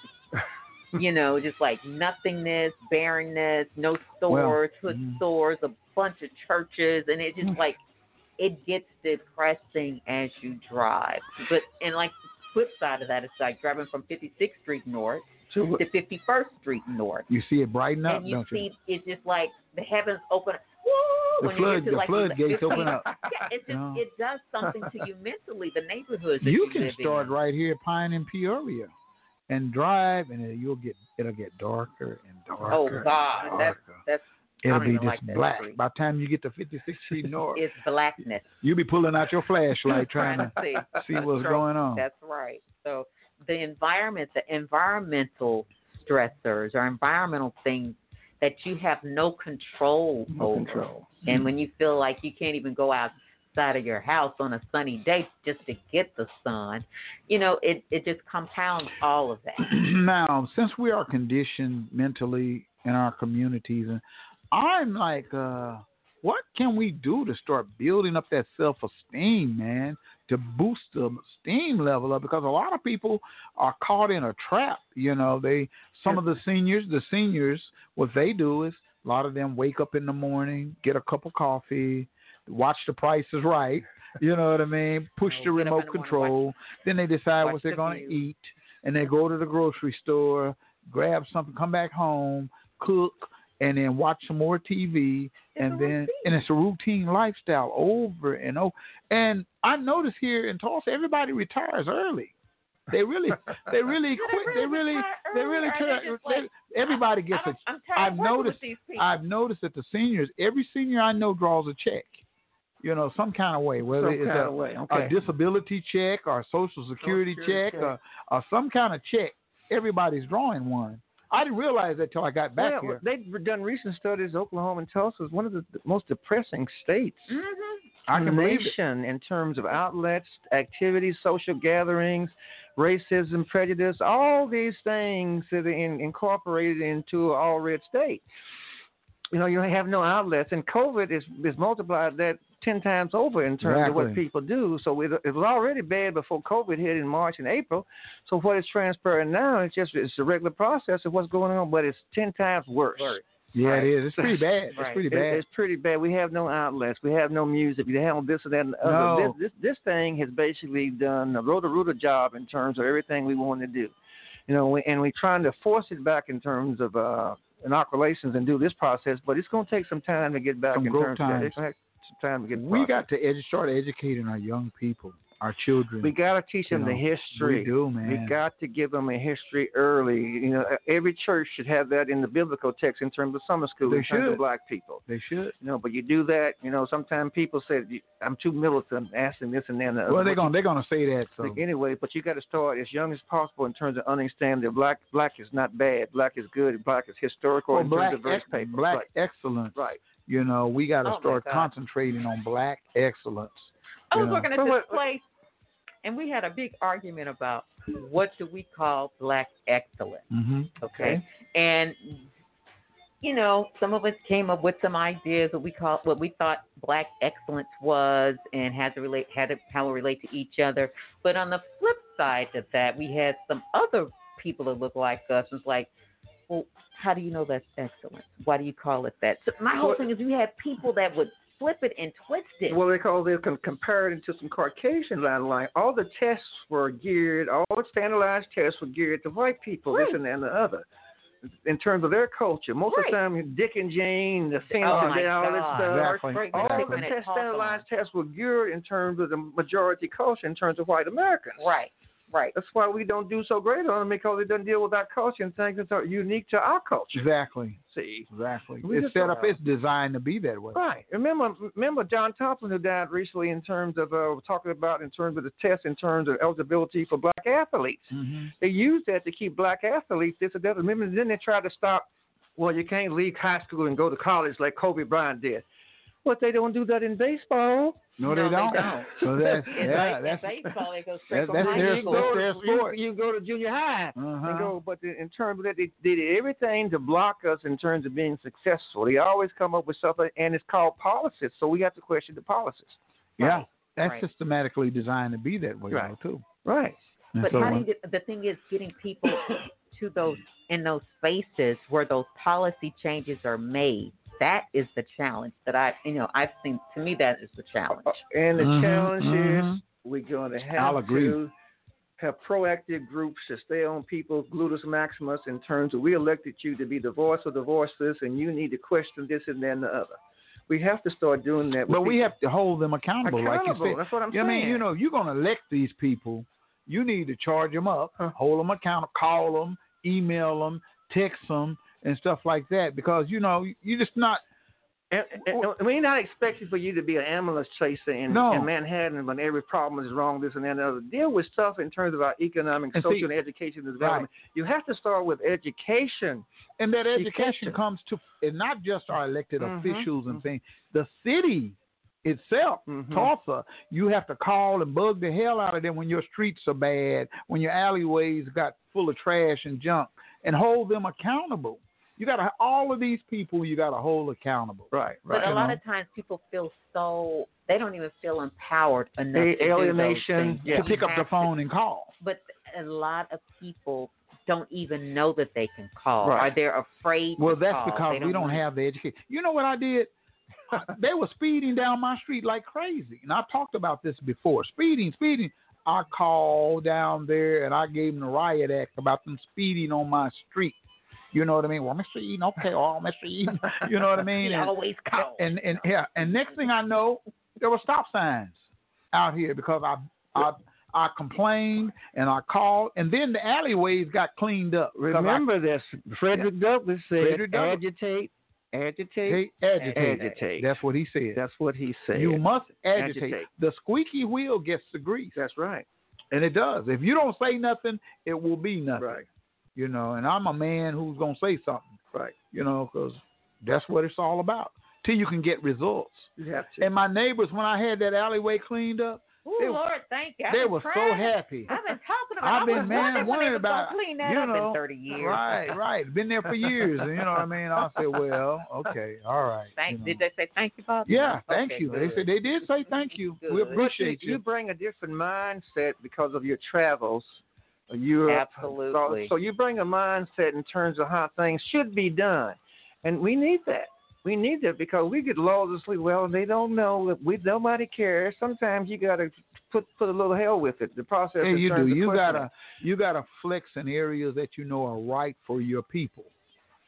A: You know, just like nothingness, barrenness, no stores, hood stores, a bunch of churches, and it just like it gets depressing as you drive. But and like the flip side of that, it's like driving from 56th Street North
B: To
A: to 51st Street North
B: You see it brighten up,
A: and you
B: don't you?
A: see it's just like the heavens open. Woo!
B: The
A: when you get
B: flood-
A: to,
B: the
A: like,
B: floodgates
A: 15
B: open up.
A: Yeah, it just
B: Yeah.
A: it does something to you mentally. The neighborhoods that
B: You
A: you,
B: can
A: live
B: start
A: in.
B: right here, at Pine and Peoria, and drive, and it, you'll get it'll get darker and darker.
A: Oh
B: and
A: God, that's that's I
B: It'll
A: don't
B: be
A: even
B: just
A: like that
B: black.
A: street.
B: By the time you get to 56th Street North,
A: It's blackness.
B: you'll be pulling out your flashlight trying to
A: see,
B: see what's
A: Sure.
B: going on.
A: That's right. So the environment, the environmental stressors or environmental things that you have no control over.
B: Mm-hmm.
A: And when you feel like you can't even go outside of your house on a sunny day just to get the sun, you know, it, it just compounds all of that.
B: now, since we are conditioned mentally in our communities, and I'm like, uh, what can we do to start building up that self esteem, man, to boost the esteem level up? Because a lot of people are caught in a trap. You know, they some of the seniors, the seniors, what they do is a lot of them wake up in the morning, get a cup of coffee, watch The Price is Right. You know what I mean? Push the remote control. then they decide what they're going to eat, and they go to the grocery store, grab something, come back home, cook, and then watch some more TV, and then and it's a routine lifestyle over and over. And I notice here in Tulsa, everybody retires early. They really, they really quit. They really, they really, turn. they- everybody gets a.
L: tired of
B: I've
L: working with
B: noticed.
L: these people.
B: I've noticed that the seniors, every senior I know draws a check. You know, some kind of way, whether
D: Some
B: it's
D: kind
B: a,
D: of way,
B: a
D: okay.
B: disability check or a social security,
D: Security
B: check,
D: check.
B: Or, or some kind of check. Everybody's drawing one. I didn't realize that till I got back
D: Well,
B: here.
D: They've done recent studies. Oklahoma and Tulsa is one of the most depressing states.
B: Mm. I can
D: in the
B: believe it.
D: nation in terms of outlets, activities, social gatherings, racism, prejudice, all these things that are in, incorporated into an all red state. You know, you have no outlets, and COVID is, is multiplied that 10 times over in terms of what
B: Exactly.
D: people do. So it, it was already bad before COVID hit in March and April. So what is transpiring now is just it's the regular process of what's going on, but it's 10 times worse.
B: Yeah, it is. It's pretty bad. It's pretty
D: It-
B: bad.
D: it's pretty bad. We have no outlets. We have no music. We have this and that and the other.
B: No.
D: This, this this thing has basically done a rotor rooter job in terms of everything we want to do. You know, we- and we're trying to force it back in terms of uh, inoculations and do this process, but it's going to take some time to get back
B: Some
D: in
B: growth
D: terms of that.
B: times.
D: It's gonna take some time to get
B: we
D: processed.
B: got to edu- start educating our young people, our children.
D: We got to teach
B: You
D: them the
B: know,
D: history.
B: we do, man.
D: We got to give them a history early. You know, every church should have that in the biblical text in terms of summer school
B: They
D: in terms
B: should.
D: of black people.
B: They should.
D: You know, but you do that. You know, sometimes people say, "I'm too militant, asking this and that." And the other."
B: well, they're
D: But
B: gonna they're gonna say that. So
D: anyway, but you got to start as young as possible in terms of understanding that black black is not bad, black is good, black is historical
B: Well,
D: in
B: black,
D: terms of verse
B: ex-
D: paper.
B: black
D: Right.
B: excellence.
D: Right.
B: You know, we got to
A: Oh, my
B: start
A: God.
B: concentrating on black excellence.
A: I
B: you
A: was
B: know.
A: working at this place, and we had a big argument about what do we call black excellence.
B: Mhm.
A: Okay, and you know, some of us came up with some ideas what we call what we thought black excellence was, and how to relate how to how it relate to each other. But on the flip side of that, we had some other people that look like us. It's like, well, how do you know that's excellence? Why do you call it that? So my whole
D: Well-
A: thing is, we had people that would flip it and twist it.
D: Well, they call they com- compared into some Caucasian line. Like all the tests were geared, all the standardized tests were geared to white people, this and, that and the other. In terms of their culture, most of the time, Dick and Jane, the thing,
A: Oh, my
D: all this
A: God.
D: stuff,
A: Exactly.
D: all
A: Exactly.
D: the tests,
A: Awesome.
D: standardized tests were geared in terms of the majority culture, in terms of white Americans.
A: Right, right.
D: That's why we don't do so great on them because it doesn't deal with our culture and things that are unique to our culture.
B: Exactly.
D: See,
B: exactly.
D: We
B: it's
D: just
B: set
D: don't
B: up.
D: know.
B: It's designed to be that way.
D: Right. Remember, remember John Thompson who died recently in terms of uh, talking about in terms of the test in terms of eligibility for black athletes.
B: Mm-hmm.
D: They used that to keep black athletes this and that. Remember, then they tried to stop. Well, you can't leave high school and go to college like Kobe Bryant did. But they don't do that in baseball.
B: No, they don't. So that's yeah, that's
A: baseball. They go
B: straight that's- from that's high their- school. that's their
D: You-
B: sport.
D: You, go to junior high.
B: Uh-huh.
D: You go, but in in terms of that, they, they did everything to block us in terms of being successful. They always come up with something, and it's called policies. So we have to question the policies.
B: yeah. That's
A: Right.
B: systematically designed to be that way,
D: Right.
B: though, too.
D: Right.
B: And
A: But
B: so
A: how do
B: when-
A: you get, the thing is getting people to those in those spaces where those policy changes are made. That is the challenge that I, you know, I've seen. To me, that is the
B: Uh,
A: challenge.
D: And the
A: Mhm,
B: Mm-hmm,
D: challenge
A: mhm.
D: is we're going to
A: I'll
D: have
A: agree.
D: to have proactive groups to stay on people's gluteus maximus in terms of we elected you to be the voice of the voiceless, and you need to question this and then the other. We have to start doing that. with
B: But we
D: people.
B: have to hold them accountable, like you
D: Accountable,
B: said.
D: that's what I'm
B: I mean,
D: saying.
B: you know, you're going to elect these people. You need to charge them up,
D: Uh.
B: hold them accountable, call them, email them, text them, and stuff like that. Because you know, you're just not.
D: And, and, and we're not expecting for you to be an ambulance chaser in,
B: No.
D: in Manhattan when every problem is wrong, this and that and the other. Deal with stuff in terms of our economic,
B: And see-
D: social, and education development. You have to start with education.
B: And that education comes to, and not just our elected
D: Mhm,
B: officials and things. The city itself,
D: Mm-hmm.
B: Tulsa, you have to call and bug the hell out of them when your streets are bad, when your alleyways got full of trash and junk, and hold them accountable. You got to all of these people. You got to hold accountable.
D: Right.
A: But a lot
B: Uh-huh.
A: of times people feel so they don't even feel empowered enough.
B: They-
A: to do those
B: alienation,
A: things.
B: yeah. To
A: You
B: pick up the
A: have to-
B: phone and call.
A: But a lot of people don't even know that they can call,
B: Right.
A: or they're afraid.
B: Well,
A: to
B: that's
H: Oh,
A: call.
B: because
A: They
B: we don't
A: want-
B: have the education. You know what I did? they were speeding down my street like crazy, and I talked about this before. Speeding, speeding. I called down there and I gave them the riot act about them speeding on my street. You know what I mean? Well, Mr. Eaton, okay, oh, Mr. Eaton. You know what I mean?
H: He
B: and,
H: always calls.
B: And and yeah, and next thing I know, there were stop signs out here because I I I complained and I called, and then the alleyways got cleaned up.
L: Remember this. Frederick Douglass said,
B: Frederick Douglass.
L: agitate, agitate,
B: They agitate.
L: agitate.
B: That's what he said.
L: That's what he said.
B: You must agitate.
L: Agitate.
B: The squeaky wheel gets the grease. That's right. And it does. If you don't say nothing, it will be nothing. Right. You know, and I'm a man who's going to say something. Right. You know, because that's what it's all about. Till you can get results.
D: You have
B: And my neighbors, when I had that alleyway cleaned up,
A: Ooh,
B: they,
A: Lord, thank you. I've
B: they
A: been
B: were so
A: trying.
B: happy.
A: I've been talking about.
B: I've
A: I
B: been
A: was wondering
B: man
A: when they
B: worried
A: was gonna
B: about it.
A: clean that
B: you
A: up
B: know,
A: in 30 years.
B: Right, right. Been there for years. and you know what I mean? I said, well, okay, all right.
A: Thank.
B: you know.
A: Did they say thank you, Bob?
B: Yeah,
A: Okay,
B: thank you. They
A: good.
B: said they did say thank you.
A: Good.
B: We appreciate
D: you. bring a different mindset because of your travels.
A: uh,
D: Europe.
A: Absolutely.
D: So, so you bring a mindset in terms of how things should be done, and we need that. We need that because we get lulled to sleep. Well, they don't know that we nobody cares. Sometimes you got to put put a little hell with it. The process.
B: Hey,
D: in
B: you
D: terms
B: do.
D: of
B: You
D: questioning.
B: gotta you gotta flex in areas that you know are right for your people,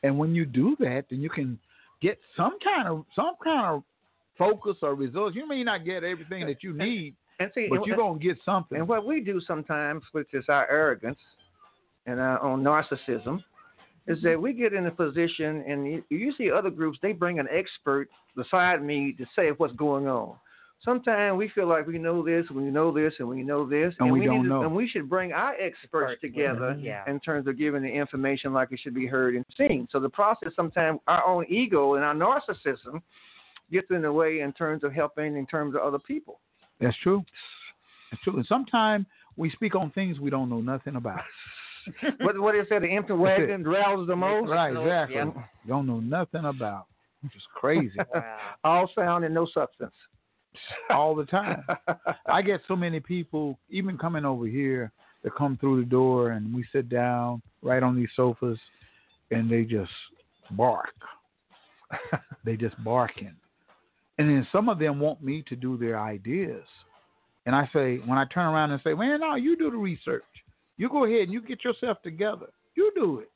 B: and when you do that, then you can get some kind of some kind of focus or results. You may not get everything that you need,
D: and see,
B: but
D: and-
B: you're gonna get something.
D: And what we do sometimes, which is our arrogance and our own narcissism, is
B: Mm-hmm.
D: that we get in a position, and you, you see other groups, they bring an expert beside me to say what's going on. Sometimes we feel like we know this, we know this, and we know this,
B: And we don't
D: need to-
B: know. Mm-hmm.
D: And we should bring our experts together
A: yeah.
D: in terms of giving the information like it should be heard and seen. So the process, sometimes our own ego and our narcissism gets in the way in terms of helping, in terms of other people.
B: That's true. That's true. And sometimes we speak on things we don't know nothing about.
D: what what is that? The empty wagon rouses the most.
B: Right, exactly. Don't know nothing about. Just crazy.
D: All sound and no substance.
B: all the time. I get so many people, even coming over here, that come through the door and we sit down right on these sofas and they just bark. they just barking. And then some of them want me to do their ideas. And I say, when I turn around and say, man, no, you do the research. You go ahead and you get yourself together. You do it.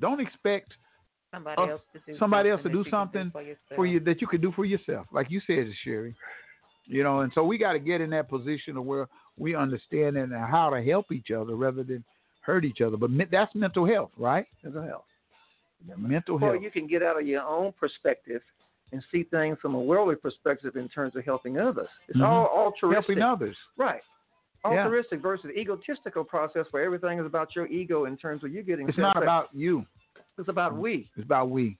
B: Don't expect
A: Somebody
B: us-
A: else to do
B: somebody else to
A: something that you
B: do
A: can
B: something
A: yourself.
B: for you that you could do for yourself, like you said, Sherry. You know, and so we got to get in that position of where we understand and how to help each other rather than hurt each other. But me- that's mental health, right?
D: Mental health.
B: Mental
D: Or
B: health.
D: you can get out of your own perspective and see things from a worldly perspective in terms of helping others. It's
B: Mhm.
D: all altruistic.
B: Helping others.
D: Right.
B: Yeah.
D: Altruistic versus egotistical process where everything is about your ego in terms of you getting.
B: It's not
D: satisfaction.
B: about you.
D: It's about we.
B: It's about we.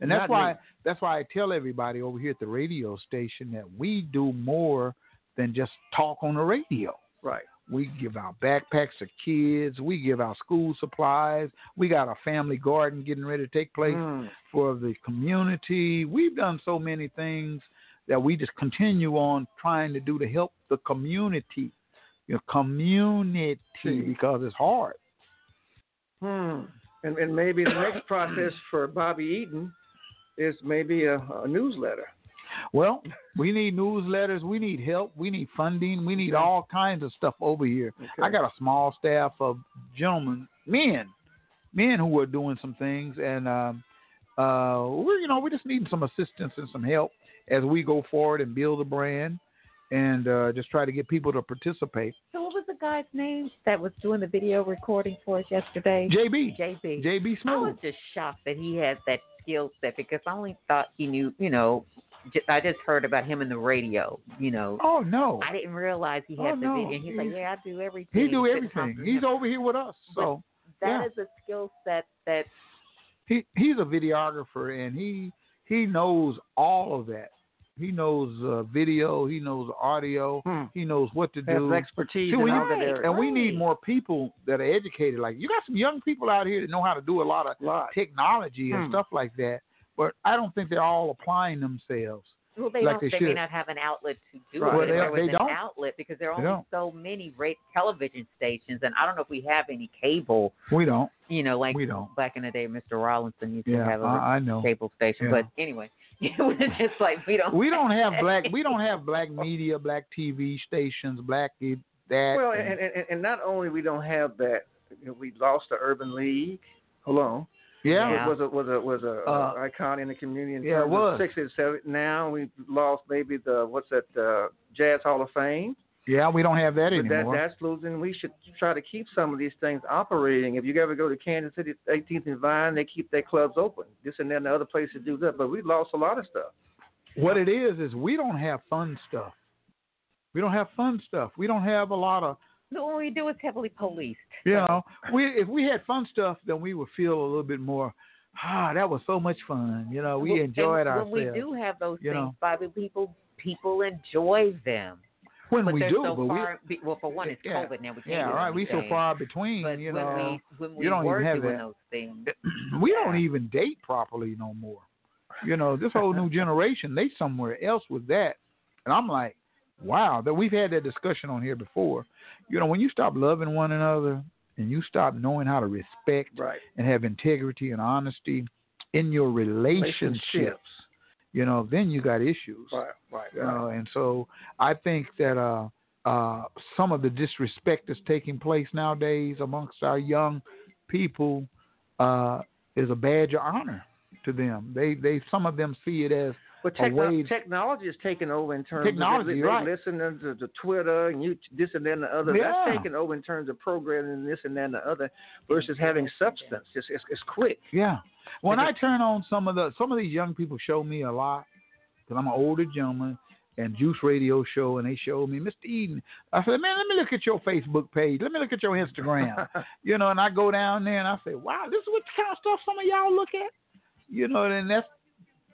B: And that's
D: Not
B: why
D: me.
B: that's why I tell everybody over here at the radio station that we do more than just talk on the radio.
D: Right.
B: We give out backpacks to kids. We give out school supplies. We got a family garden getting ready to take place for the community. We've done so many things that we just continue on trying to do to help the community. Your community, because it's hard. Mm-hmm.
D: Hmm. And, and maybe the next process for Bobby Eaton is maybe a, a newsletter.
B: Well, we need newsletters. We need help. We need funding. We need all kinds of stuff over here. I got a small staff of gentlemen, men, men who are doing some things, and um, uh, we're you know we're just needing some assistance and some help as we go forward and build a brand and uh, just try to get people to participate.
A: So what was the guy's name that was doing the video recording for us yesterday?
B: JB.
A: JB.
B: JB
A: I was
B: Smooth.
A: just shocked that he had that skill set because I only thought he knew. You know, j- I just heard about him in the radio. You know.
B: Oh no,
A: I didn't realize he
B: Oh,
A: had the
B: no.
A: video. And he's like,
B: He's-
A: yeah, I do everything.
B: he do
A: Couldn't
B: everything.
A: comprehend.
B: He's over here with us, so
A: That
B: yeah.
A: is a skill set that
B: he he's a videographer and he he knows all of that. He knows uh, video. He knows audio. He knows what to
D: Hmm. Has
B: do.
D: expertise
B: See,
D: in
B: we-
D: all that area.
B: And we need more people that are educated. Like you got some young people out here that know how to do a lot of technology and
A: Hmm.
B: stuff like that. But I don't think they're all applying themselves.
A: Well, they
B: like
A: don't.
B: they
A: They, may
B: should.
A: not have an outlet to do
B: Right.
A: it.
B: Well,
A: If
B: they-
A: there was
B: they
A: an
B: don't.
A: outlet because there are
B: They
A: only
B: don't.
A: so many rate television stations, and I don't know if we have any cable.
B: We don't.
A: You know, like
B: We don't.
A: back in the day, Mr. Rollinson used
B: Yeah,
A: to have a
B: I- I know.
A: cable station.
B: Yeah.
A: But anyway, it was just like we don't.
B: We don't have
A: that.
B: black. We don't have black media, black TV stations, black i- that.
D: Well,
B: and-
D: and, and, and not only we don't have that, you know, we lost the Urban League. Hold on. Yeah, it was a was a was a uh, icon in the community. In
B: yeah, it
D: terms of
B: was.
D: Sixties, seventies. Now we lost maybe the what's that uh, Jazz Hall of Fame.
B: Yeah, we don't have that
D: but that,
B: anymore.
D: that's losing. We should try to keep some of these things operating. If you ever go to Kansas City, 18th and Vine, they keep their clubs open. This and that, and the other places do that. But we lost a lot of stuff.
B: what it is is we don't have fun stuff. We don't have fun stuff. We don't have a lot of
A: What we do is heavily policed.
B: you know. We if we had fun stuff, then we would feel a little bit more. Ah, that was so much fun. You know, we
A: Well,
B: enjoyed
A: and
B: ourselves.
A: When we do have those
B: you
A: things,
B: know.
A: Bobby, people people enjoy them.
B: When
A: but
B: we
A: they're
B: do,
A: so
B: but we-
A: far, be- well, for one, it's
B: Yeah.
A: COVID now. We can't
B: Yeah,
A: do
B: right. We so
A: anything.
B: far between.
A: But
B: you
A: when
B: know,
A: we, when we
B: you don't
A: were
B: even have
A: doing
B: that.
A: those things,
B: we don't even date properly no more. You know, this whole new generation, they somewhere else with that. And I'm like, wow, that we've had that discussion on here before. You know, when you stop loving one another and you stop knowing how to respect
D: Right.
B: and have integrity and honesty in your relationships,
D: Relationships.
B: you know, then you got issues.
D: Right, right,
B: You
D: right.
B: know, Uh, and so I think that uh, uh, some of the disrespect that's taking place nowadays amongst our young people uh, is a badge of honor to them. They they some of them see it as
D: But
B: a
D: techno-
B: way.
D: technology is taking over in terms
B: Technology,
D: of they,
B: right.
D: they listening to, to Twitter and you this and that and the other.
B: Yeah.
D: That's taking over in terms of programming and this and that and the other versus having substance. It's it's, it's quick.
B: yeah. When
D: Like
B: I turn on some of the some of these young people show me a lot because I'm an older gentleman and Juice Radio show and they showed me Mr. Eden. I said, man, let me look at your Facebook page. Let me look at your Instagram. you know, and I go down there and I say, wow, this is what kind of stuff some of y'all look at. You know, and that's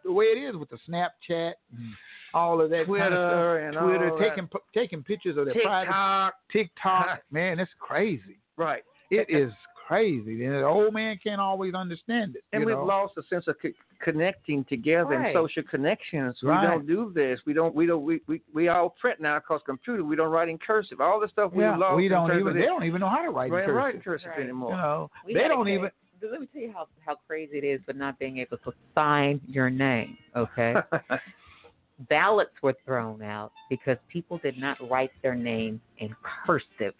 B: the way it is with the Snapchat and all of that kind of stuff.
D: Twitter and
B: Twitter
D: all that.
B: taking pi- taking pictures of their private
D: TikTok.
B: TikTok. man, it's crazy.
D: Right.
B: It is crazy. And the old man can't always understand it.
D: And
B: you
D: we've
B: know?
D: lost a sense of co- connecting together
B: Right.
D: and social connections.
B: Right.
D: We don't do this. We don't. We don't. We we, we all print now because computer. We don't write in cursive. All the stuff we
B: Yeah,
D: lost.
B: we
D: in
B: don't
D: terms
B: even-
D: of
B: they
D: this-
B: don't even know how to write in
D: Right,
B: cursive.
D: write in cursive anymore.
B: You know,
A: We
B: they
A: gotta
B: don't
A: get-
B: even.
A: Let me tell you how, how crazy it is for not being able to sign your name, okay? Ballots were thrown out because people did not write their name in cursive.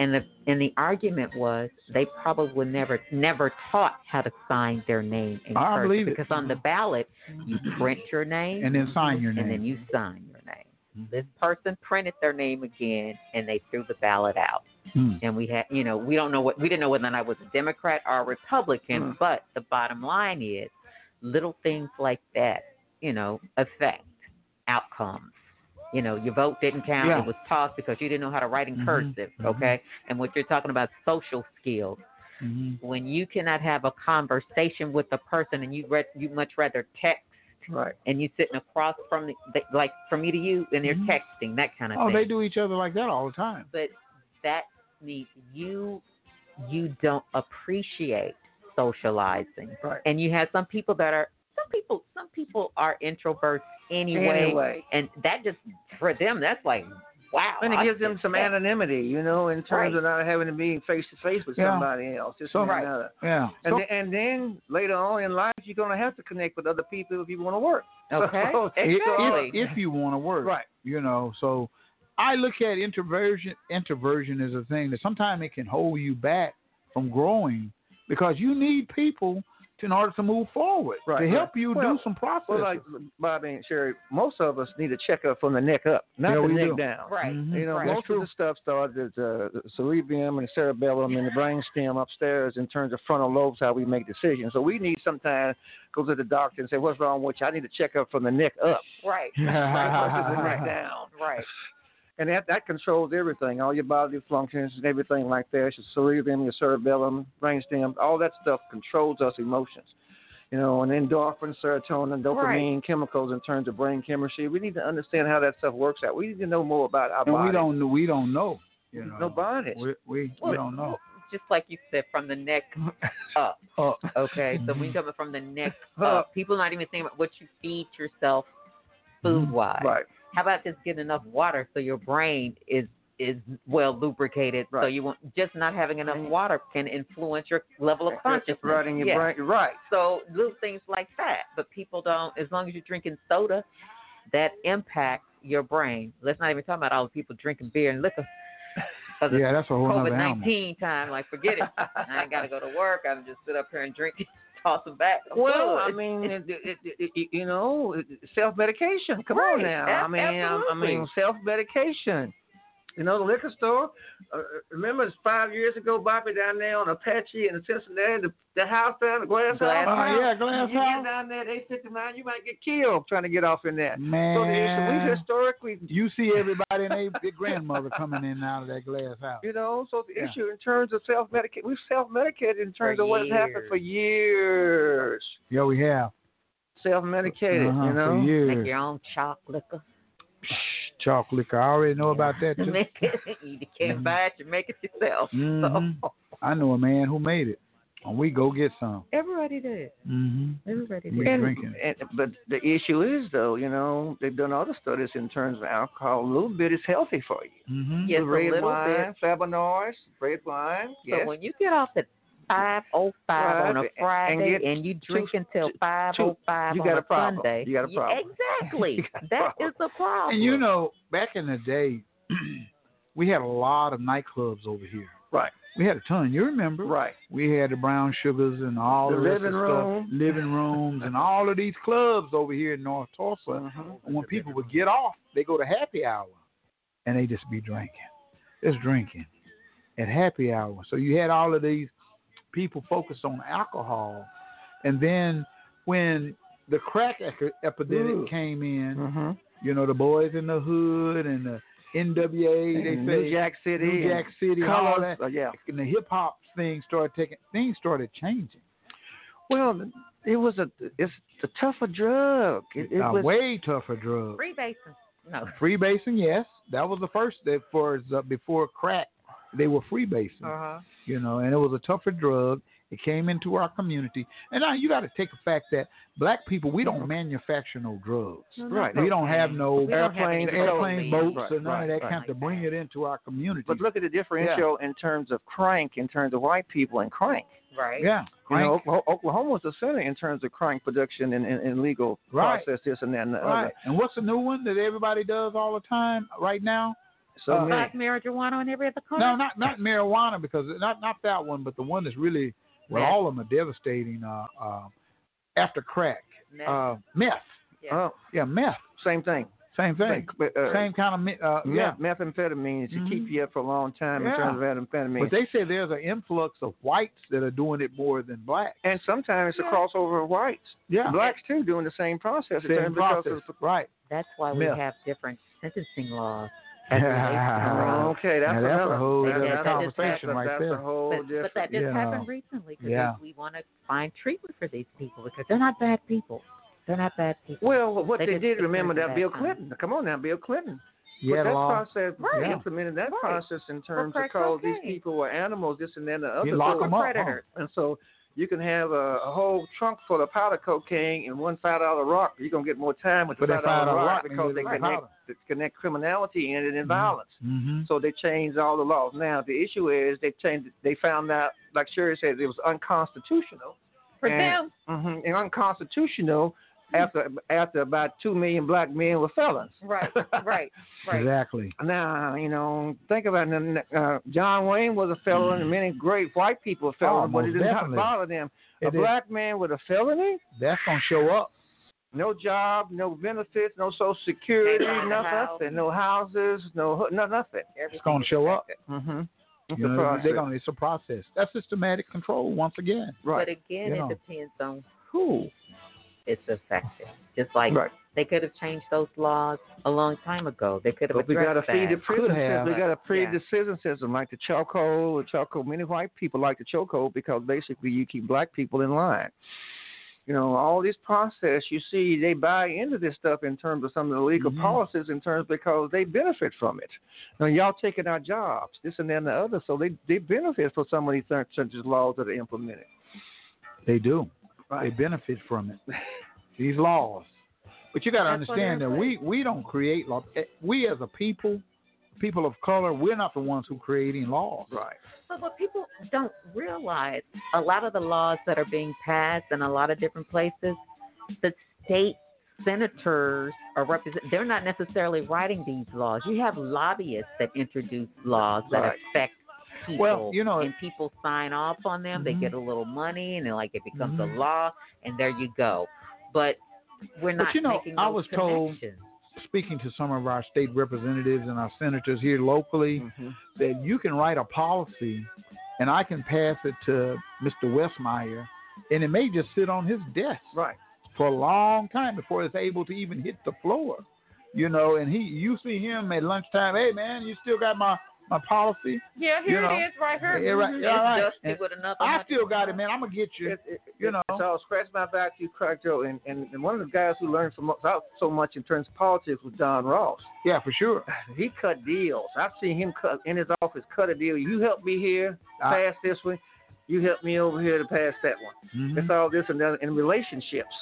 A: And the and the argument was they probably were never never taught how to sign their name in
B: I
A: cursive
B: believe it.
A: because on the ballot you print your name
B: And then sign your
A: and
B: name.
A: then you sign your name. This person printed their name again and they threw the ballot out and we had you know we don't know what we didn't know whether or not I was a Democrat or a Republican,
M: Hmm.
A: but the bottom line is little things like that you know affect outcomes. You know, your vote didn't count;
M: Yeah.
A: it was tossed because you didn't know how to write in
M: Mhm,
A: cursive. Okay, and what you're talking about social skills.
B: Mm-hmm.
A: When you cannot have a conversation with a person, and you read, you much rather text,
D: right?
A: And you sitting across from the, the like from you to you, and
D: Mm-hmm.
A: they're texting that kind of
B: Oh,
A: thing
B: they do each other like that all the time.
A: but that means you you don't appreciate socializing
D: Right.
A: and you have some people that are some people some people are introverts anyway,
D: Anyway.
A: and that just for them that's like wow
D: And it
A: I
D: gives them
A: just-
D: some
A: that-
D: anonymity, you know, in terms of not having to be face to face with
B: Yeah.
D: somebody else. Just
B: So-
D: right. another.
B: Yeah.
D: And,
B: So-
D: then, and then later on in life, you're going to have to connect with other people if you want to work.
B: Okay.
D: So-
B: If-
D: so-
B: If, if you want to work,
D: Right.
B: You know, so I look at introversion. Introversion is a thing that sometimes it can hold you back from growing because you need people to, in order to move forward to
D: Right,
B: help
D: right.
B: you
D: Well,
B: do some processes.
D: Well, like Bobby and Sherry, most of us need a checkup from the neck up, not
B: Yeah,
D: the
B: we
D: neck
B: do.
D: down.
B: Right, Mhm.
D: You know,
B: right.
D: most
B: That's
D: of the stuff starts at uh, the cerebrum and the cerebellum and the brainstem upstairs in terms of frontal lobes, how we make decisions. So we need sometimes go to the doctor and say, "What's wrong with you? I need a checkup from the neck up."
A: right
D: Right, versus the neck down.
A: right
D: And that, that controls everything, all your bodily functions and everything like that. Your cerebrum, your cerebellum, brainstem, all that stuff controls us emotions. You know, and endorphins, serotonin, dopamine, chemicals in terms of brain chemistry. We need to understand how that stuff works out. We need to know more about our
B: and
D: body.
B: we don't we don't know. You know,
D: no bodies.
B: we we,
A: Well,
B: we don't know.
A: just like you said from the neck up
D: uh,
B: Up.
A: okay so
D: Mm-hmm.
A: we coming from the neck up people not even thinking about what you feed yourself food wise
D: Mm-hmm. Right.
A: how about just getting enough water so your brain is is well lubricated so you won't just not having enough water can influence your level of consciousness
D: Right in your
A: Yeah.
D: brain. Right.
A: so little things like that but people don't as long as you're drinking soda that impacts your brain let's not even talk about all the people drinking beer and liquor 'Cause
B: Yeah, that's a whole nother
A: COVID
B: animal.
A: nineteen time. Like, forget it. I ain't gotta go to work. I can just sit up here and drink, and toss them back. I'm
D: Well, I
A: good.
D: mean, it, it, it, it, you know, self medication. Come on
A: Right.
D: now. I
A: Ab-
D: mean, I, I mean,
A: absolutely.
D: self medication. You know, the liquor store. Uh, remember, it's five years ago, Bobby down there on Apache in Cincinnati, the, the house down, the glass,
B: Glass
D: house.
B: house. Oh, yeah, glass
D: you
B: house.
D: get down there at eight fifty nine, you might get killed trying to get off in there. So
B: Man.
D: the- so we historically
B: You see everybody and they, their grandmother coming in and out of that glass house.
D: You know, so the
B: Yeah.
D: issue in terms of self medicate, we've self medicated in terms
B: For
D: of what's happened for years.
B: Yeah, we have.
D: Self medicated,
B: Uh-huh,
D: you
B: for
D: know.
B: years. Make your
A: own chalk liquor.
B: Chocolate. I already know about that. Too.
A: Make it. You
D: Mm-hmm.
A: can't buy it. You make it yourself.
B: Mhm. I know a man who made it. And we go get some.
A: Everybody did.
B: Mm-hmm.
A: Everybody
B: We
A: did.
B: drinking.
D: And, but the issue is, though, you know, they've done other studies in terms of alcohol. A little bit is healthy for you.
B: Mm-hmm.
A: Yes, a
D: the red
A: little
D: wine,
A: bit.
D: Flavonoids, red wine.
A: So
D: yes.
A: when you get off at five oh five on a
D: Right, and
A: Friday
D: get
A: and, you
D: two-
A: drink until five oh five
D: you
A: on
D: got
A: a,
D: a problem.
A: Sunday,
D: You got a
A: yeah,
D: problem.
A: Exactly.
D: You
A: That is the problem.
B: And you know, back in the day, we had a lot of nightclubs over here.
D: Right.
B: We had a ton. You remember?
D: Right.
B: We had the Brown Sugars and all
D: The
B: the rest of
D: living
B: stuff,
D: room.
B: living rooms, and all of these clubs over here in North Tulsa.
D: Uh-huh.
B: And When people would get off, they go to happy hour, and they just be drinking, just drinking at happy hour. So you had all of these people focused on alcohol, and then when the crack ec- epidemic
D: Ooh. Mm-hmm.
B: came in, you know the boys in the hood and the NWA, they
D: And
B: say
D: New Jack City
B: New
D: and
B: Jack City, and all
D: Colors,
B: that.
D: uh, yeah.
B: and the hip hop thing started taking things started changing.
D: Well, it was a it's a tougher drug. It, it
B: a
D: was
B: way tougher drug.
A: Free basin. No.
B: Freebasing, yes, that was the first that for uh, before crack, they were freebasing.
A: Uh-huh.
B: you know, and it was a tougher drug. It came into our community, and now you got to take the fact that black people we don't manufacture no drugs.
D: No, no Right.
B: We don't have
D: cocaine.
B: no
D: We don't have any
B: airplanes, airplane
D: petroleum.
B: boats,
D: Right,
B: or none
D: right,
B: of that
D: right.
B: kind to bring it into our community.
D: But look at the differential in terms of crank, in terms of white people and crank.
A: Right.
B: Yeah.
D: You know, Oklah- Oklahoma was the center in terms of crank production and, and, and legal
B: Right.
D: process, this and that and the
B: Right.
D: other.
B: And what's the new one that everybody does all the time right now?
D: So
B: Uh,
D: many.
A: marijuana in every other corner.
B: No, not not marijuana because not not that one, but the one that's really well,
A: Meth.
B: all of them are devastating. Uh, uh, after crack,
A: Meth.
B: uh, meth.
A: Yeah.
D: Oh.
B: yeah, meth.
D: Same thing.
B: Same thing.
D: Like, but, uh,
B: Same kind of me- uh, yeah. Mm-hmm.
D: Meth, methamphetamines to keep you up for a long time in
B: Yeah.
D: terms of amphetamines.
B: But they say there's an influx of whites that are doing it more than blacks.
D: and sometimes it's a crossover of whites.
B: Yeah.
D: Blacks too doing the same process. in
B: Same
D: terms of-
B: process, right.
A: That's why we
B: Myth.
A: have different sentencing laws.
D: okay, that's,
B: Ah. Now, that's
D: another
B: a whole
D: that's
B: other
D: another-
B: conversation
D: that's,
B: right
D: that's
B: there.
D: A whole
A: But,
D: different,
A: but that just
B: Yeah.
A: happened recently because
B: Yeah.
A: we, we want to find treatment for these people because they're not bad people. They're not bad people.
D: Well, what they,
A: just
D: did
A: think
D: remember
A: they're
D: that
A: the
D: Bill
A: bad kind.
D: Clinton. Come on now, Bill Clinton.
B: Yeah,
D: but that
B: law.
D: process they
A: Right.
D: implemented that
A: Right.
D: process in terms of
A: crack
D: call these
A: cocaine.
D: people were animals, this and that, and the other.
B: You lock
D: So-
B: 'em up, huh? Predators.
D: And so you can have a, a whole trunk full of powder cocaine and one five dollar rock. You're gonna get more time with
B: But
D: the
B: that
D: five dollar
B: $5
D: rock,
B: rock
D: because
B: means
D: they
B: it's like
D: connect
B: powder.
D: they connect criminality in it and violence.
B: Mm-hmm.
D: So they changed all the laws. Now the issue is they changed. They found out, like Sherry said, it was unconstitutional.
A: For
D: and, hmm and unconstitutional after after about two million black men were felons.
A: Right, right, right.
B: Exactly.
D: Now you know, think about it. Uh, John Wayne was a felon, and many great white people were felons,
B: Oh,
D: but
B: most
D: it did
B: Mm-hmm. definitely.
D: not bother them. A
B: It did.
D: black man with a felony,
B: That's gonna show up.
D: no job, no benefits, no social security,
A: Can't buy a
D: no
A: house.
D: nothing, no houses, no ho- no nothing.
A: Everything
B: It's gonna
A: is
B: show up.
A: affected.
D: Mm-hmm.
B: You know, they're gonna. It's a process. That's systematic control once again.
D: Right.
A: But again,
B: You
A: it
B: know.
A: depends on who it's affected. Just like
D: Right.
A: they could have changed those laws a long time ago. They could have
D: But we got
A: addressed
D: to feed the
A: that.
D: prison
B: Could
D: system.
B: have.
D: We got to feed
A: Yeah.
D: the prison system, like the chokehold. The chokehold. Many white people like the chokehold because basically you keep black people in line. You know, all this process you see, they buy into this stuff in terms of some of the legal
B: Mm-hmm.
D: policies, in terms because they benefit from it. Now, y'all taking our jobs, this and that and the other, so they they benefit from some of these certain certain laws that are implemented.
B: They do.
D: Right.
B: They benefit from it. These laws. But you got to
A: That's what
B: understand that we we don't create law. eh, We as a people, people of color, we're not the ones who creating laws.
D: Right.
A: But what people don't realize, a lot of the laws that are being passed in a lot of different places, the states senators or represent they're not necessarily writing these laws. You have lobbyists that introduce laws that
G: Right.
A: affect people.
G: Well, you know-
A: and people sign off on them.
G: Mhm.
B: Mm-hmm.
A: They get a little money, and then like it becomes
G: Mhm.
A: a law, and there you go. But we're not
B: but you know,
A: making
B: I
A: those
B: was told,
A: connections.
B: speaking to some of our state representatives and our senators here locally,
D: Mm-hmm.
B: that you can write a policy, and I can pass it to Mr. Westmeyer, and it may just sit on his desk
D: right
B: for a long time before it's able to even hit the floor. You know, and he, you see him at lunchtime. Hey, man, you still got my my policy?
A: Yeah,
B: you know?
A: right Mm-hmm.
B: Yeah, right.
D: Mhm.
B: yeah, all right.
D: It's dusty
B: And
D: with another
B: I
D: hundred-
B: still got it, man. I'm gonna get you. you know,
D: So I was scratching my back, you crack Joe, and, and and one of the guys who learned so much, out so much in terms of politics was Don Ross.
B: Yeah, for sure.
D: He cut deals. I've seen him cut in his office cut a deal. You help me here,
B: I-
D: pass this one. You help me over here to pass that one.
B: Mhm.
D: It's all this and that in relationships.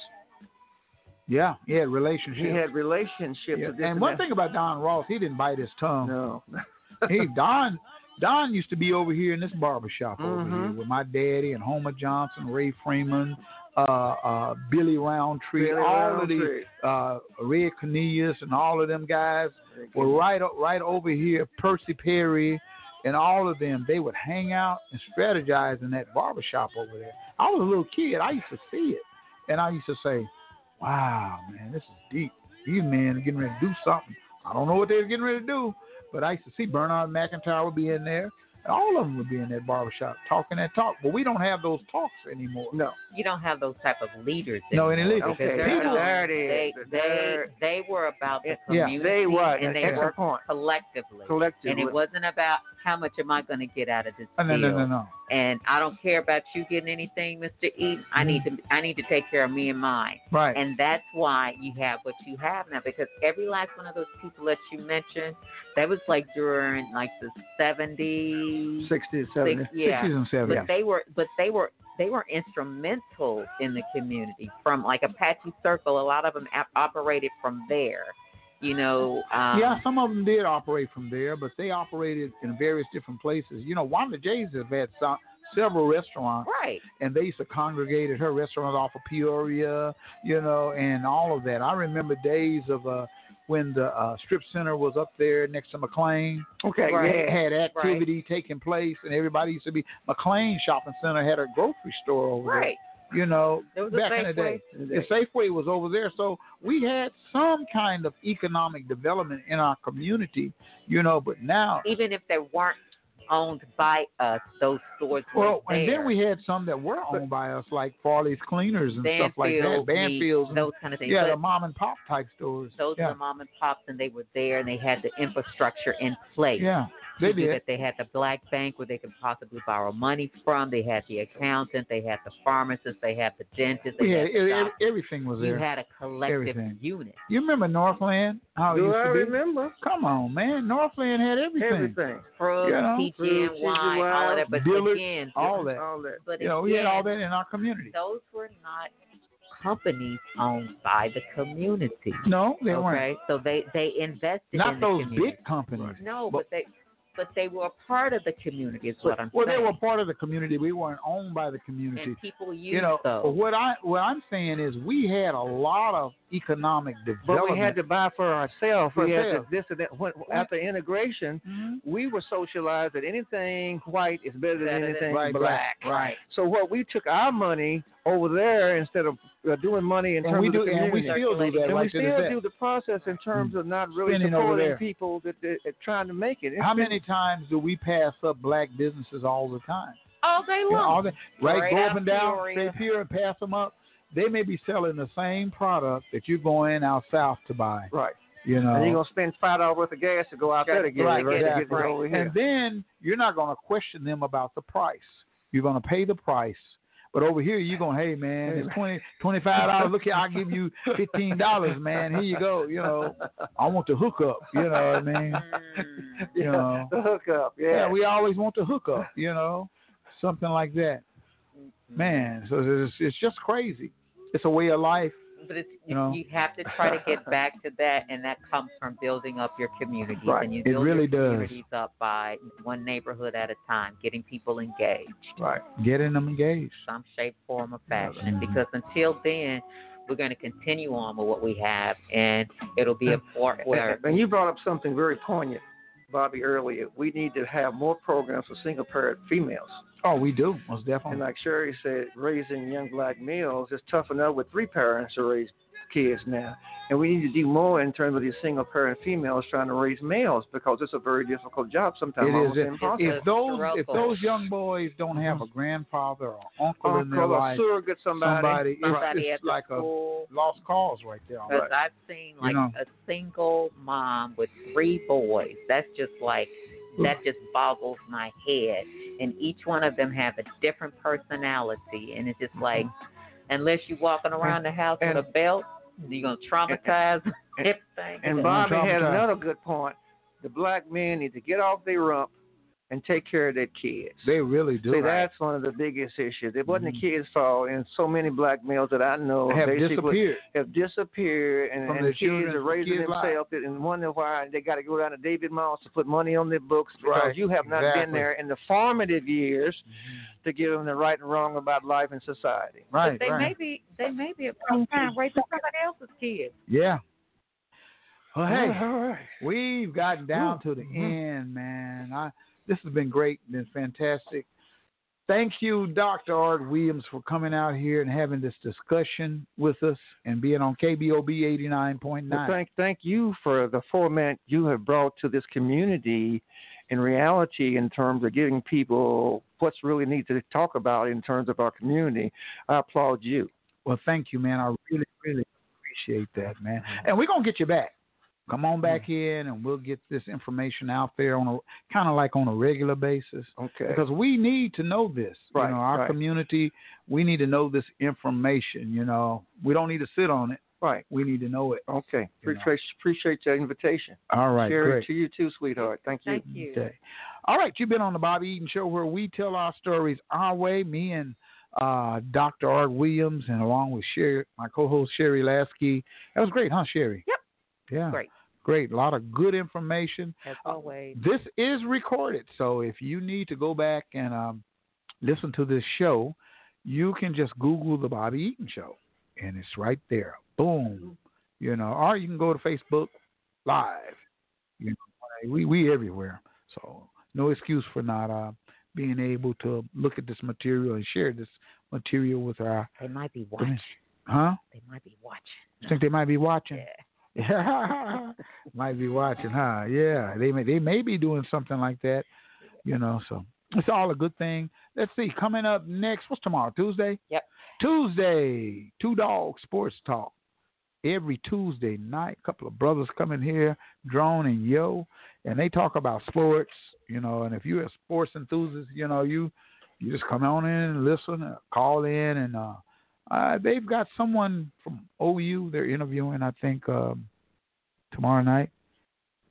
B: yeah, yeah, relationships.
D: He had relationships.
B: Yeah,
D: with this
B: And one
D: that.
B: thing about Don Ross, he didn't bite his tongue.
D: No.
B: he Don Don used to be over here in this barber shop over here
D: Mhm.
B: with my daddy and Homer Johnson, Ray Freeman, uh, uh, Billy Roundtree,
D: Billy
B: all
D: Roundtree.
B: of the uh, Red Cornelius and all of them guys
D: Red
B: were right o- right over here. Percy Perry and all of them, they would hang out and strategize in that barber shop over there. I was a little kid. I used to see it, and I used to say, "Wow, man, this is deep. These men are getting ready to do something. I don't know what they were getting ready to do, but I used to see Bernard McIntyre would be in there, and all of them would be in that barbershop talking that talk. But we don't have those talks anymore. No.
A: You don't have those type of leaders.
B: No, and
A: anymore
B: it is.
A: because
B: Okay.
A: they're-
B: People- There it
A: they,
B: is.
A: they,
B: There-
A: they were about the
B: Yeah.
A: community
B: They were.
A: and they
B: That's the
A: worked
B: point.
A: collectively.
B: Collectively.
A: And it wasn't about how much am I going to get out of this
B: Oh, No, no,
A: deal.
B: no, no, no.
A: And I don't care about you getting anything, Mr. Eaton. I need to I need to take care of me and mine.
B: Mm-hmm. Right.
A: And that's why you have what you have now because every last one of those people that you mentioned, that was like during like the 70s,
D: 60s,
A: Six- yeah.
B: 60s and 70s.
A: But they were, but they were, they were instrumental in the community. From like Apache Circle, a lot of them ap- operated from there. You know, um,
B: yeah, some of them did operate from there, but they operated in various different places. You know, Wanda Jays have had some, several restaurants,
A: right?
B: And they used to congregate at her restaurant off of Peoria, you know, and all of that. I remember days of uh, when the uh, strip center was up there next to McLean.
D: Okay,
B: They
D: yeah.
B: had
D: Right.
B: activity taking place, and everybody used to be McLean Shopping Center had a grocery store over there.
A: Right.
B: You know,
A: There was a
B: back in the day,
A: Safeway.
B: the Safeway was over there, so we had some kind of economic development in our community, you know. But now,
A: Even if they weren't owned by us, those stores
B: well,
A: were
B: and
A: there.
B: then we had some that were owned by us, like Farley's Cleaners and stuff like that,
A: Banfield,
B: Banfields, and-
A: those kind of things.
B: Yeah,
A: But-
B: the mom and pop type stores.
A: those
B: yeah.
A: were the mom and pops, and they were there, and they had the infrastructure in place.
B: Yeah, they
A: To do
B: did.
A: That they had the black bank where they could possibly borrow money from. They had the accountant, they had the pharmacist, they had the dentist. They
B: We had
A: had the
B: e-
A: doctor.
B: e- everything was
A: You
B: there.
A: had a collective
B: Everything.
A: unit.
B: You remember Northland? How it
A: Do
B: used
A: I
B: to be?
D: Oh, remember?
B: Come on, man. Northland had everything.
D: Everything.
A: Fruit,
B: You know?
A: peach, and wine, all of that. But
B: Dillard's,
A: again,
B: all that.
A: But
B: you know, we had
A: again,
B: all that in our community.
A: Those were not companies owned by the community.
B: No, they
A: okay?
B: weren't.
A: So they they invested
B: Not
A: in the
B: those
A: community.
B: big companies.
A: No, but, they but they were a part of the community is what I'm
B: well,
A: saying.
B: they were part of the community. We weren't owned by the community.
A: and people use
B: you know,
A: those.
B: but what I what I'm saying is we had a lot of economic development.
D: But we had to buy for ourselves. We had to
B: Ourselves. Mm-hmm.
D: this and that. When, after integration, we were socialized that anything white is better than
B: Better than-
D: anything
B: Right,
D: black.
B: right, right.
D: So what we took our money over there instead of uh, doing money in
B: And
D: terms
B: we
D: of
B: do-
D: the
B: and we
D: community.
B: still do that
D: And
B: right to
D: we
B: this
D: still
B: day.
D: do the process in terms of not really
B: Spending over
D: supporting
B: there.
D: people that, that, that trying to make it. It's
B: How
D: been-
B: many times do we pass up black businesses all the time?
A: all day
B: You know, all
A: long.
B: that, right,
A: Right
B: go
A: out
B: up and down,
A: Peoria.
B: stay here and pass them up. They may be selling the same product that you're going out south to buy.
D: Right.
B: You know.
D: And you're gonna spend five dollars worth of gas to go out there to get
B: Oh. right,
D: it, right?
B: exactly.
D: To get it over here.
B: And then you're not going to question them about the price. You're going to pay the price. But over here, you're going, hey, man, it's 20 $25. Look here, I'll give you $15, man. Here you go. You know, I want the hookup. You know what I mean? You
D: Yeah,
B: know.
D: the hookup. Yeah.
B: Yeah, we always want the hookup, you know, something like that. Man, so it's, it's just crazy. It's a way of life.
A: But it's,
B: You know.
A: you have to try to get back to that, and that comes from building up your communities.
B: Right.
A: And you
B: It
A: build
B: really
A: your
B: does.
A: communities up by one neighborhood at a time, getting people engaged.
B: Right. Getting them engaged. Mm-hmm.
A: some shape, form, or fashion. Because until then, We're going to continue on with what we have, and it'll be a part where
D: And you brought up something very poignant, Bobby, earlier. We need to have more programs for single parent females.
B: Oh, we do most definitely.
D: And like Sherry said, raising young black males is tough enough with three parents to raise kids now. And we need to do more in terms of these single parent females trying to raise males because it's a very difficult job sometimes.
B: It
D: almost
B: is. If,
D: impossible.
B: if those if those young boys don't have a grandfather or uncle, in their
D: Uncle or
B: life,
D: surrogate somebody.
B: somebody, it's-
A: Somebody
B: it's,
A: at the
B: like a lost cause right there.
A: Because I've seen like
B: You know.
A: a single mom with three boys. That's just like that just boggles my head. And each one of them have a different personality, and it's just like
B: Mm-hmm.
A: unless you're walking around the house with a belt, you're gonna traumatize everything.
D: And Bobby had another good point. The black men need to get off their rump and take care of their kids.
B: They really do.
D: See,
B: Right. Mm-hmm.
D: that's one of the biggest issues. It wasn't the kids' fault, and so many black males that I know
B: Have
D: basically
B: disappeared.
D: Have disappeared, and,
B: From
D: and
B: their
D: kids
B: children's
D: are raising
B: kid lives.
D: themselves and wonder why they got to go down to David Moss to put money on their books because
B: Right,
D: you have not been
B: exactly. Mm-hmm.
D: there in the formative years to give them the right and wrong about life and society.
B: Right, Oh,
A: They may be they may be a time raising somebody else's kids.
B: Yeah. Well, hey,
D: Uh-huh.
A: All
B: we've gotten down to the end, man. I this has been great, been fantastic. Thank you, Dr. Art Williams, for coming out here and having this discussion with us and being on KBOB 89.9.
D: Well, thank thank you for the format you have brought to this community in reality in terms of giving people what's really needed to talk about in terms of our community. I applaud you.
B: Well, thank you, man. I really, really appreciate that, man. And we're gonna get you back. Come on back in, and we'll get this information out there on a kind of like on a regular basis.
D: Okay.
B: Because we need to know this.
D: Right,
B: You know, our
D: right.
B: community, we need to know this information. You know, we don't need to sit on it.
D: Right.
B: We need to know it.
D: Okay. Appreciate, appreciate your invitation.
B: All right,
D: Sherry,
B: great.
D: to you too, sweetheart. Thank you.
B: Thank you. Okay. All right, you've been on the Bobby Eaton Show where we tell our stories our way. Me and uh, Dr. Art Williams, and along with Sherry, my co-host Sherry Lasky. That was great, huh, Sherry? Yep. Yeah.
A: Great.
B: Great. A lot of good information.
A: As always.
B: This is recorded, so if you need to go back and um, listen to this show, you can just Google the Bobby Eaton Show, and it's right there. Boom. You know, or you can go to Facebook Live. You know, we we everywhere. So no excuse for not uh, being able to look at this material and share this material with our.
A: They might be watching.
B: Huh?
A: They might be watching.
B: You think they might be watching? Yeah. might be watching, huh? Yeah. They may they may be doing something like that. You know, so it's all a good thing. Let's see. Coming up next, what's tomorrow? Tuesday?
A: Yep.
B: Tuesday, two dog sports talk. Every Tuesday night, couple of brothers come in here, Drone and Yo, and they talk about sports, you know, and if you're a sports enthusiast, you know, you you just come on in and listen, uh, call in and uh uh, they've got someone from OU they're interviewing, I think, um, tomorrow night.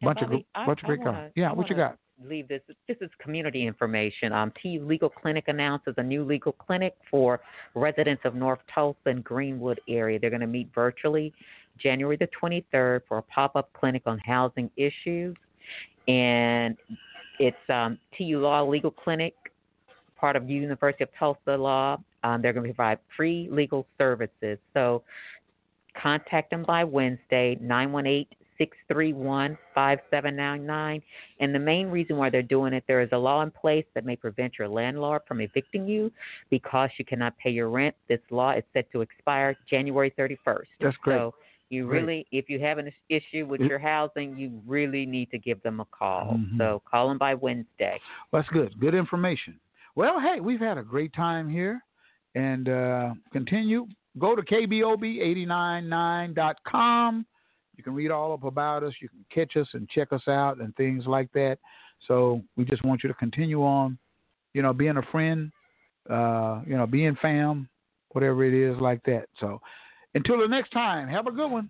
B: Bunch of
A: Bobby,
B: gr- bunch of great
A: wanna-
B: guys. Yeah,
A: I
B: what you
A: wanna
B: got?
A: Leave this. This is community information. Um, T Legal Clinic announces a new legal clinic for residents of North Tulsa and Greenwood area. They're going to meet virtually January the 23rd for a pop-up clinic on housing issues, and it's um, TU Law Legal Clinic, part of University of Tulsa Law. Um, they're going to provide free legal services. So contact them by Wednesday, 918-631-5799. And the main reason why they're doing it, there is a law in place that may prevent your landlord from evicting you because you cannot pay your rent. This law is set to expire January 31st.
B: That's great.
A: So you
B: Great.
A: really, if you have an issue with
B: It-
A: your housing, you really need to give them a call.
B: Mhm.
A: So call them by Wednesday.
B: Well, that's good. Good information. Well, hey, we've had a great time here, and uh, continue. Go to kbob899.com. You can read all up about us. You can catch us and check us out and things like that. So we just want you to continue on, you know, being a friend, uh, you know, being fam, whatever it is like that. So until the next time, have a good one.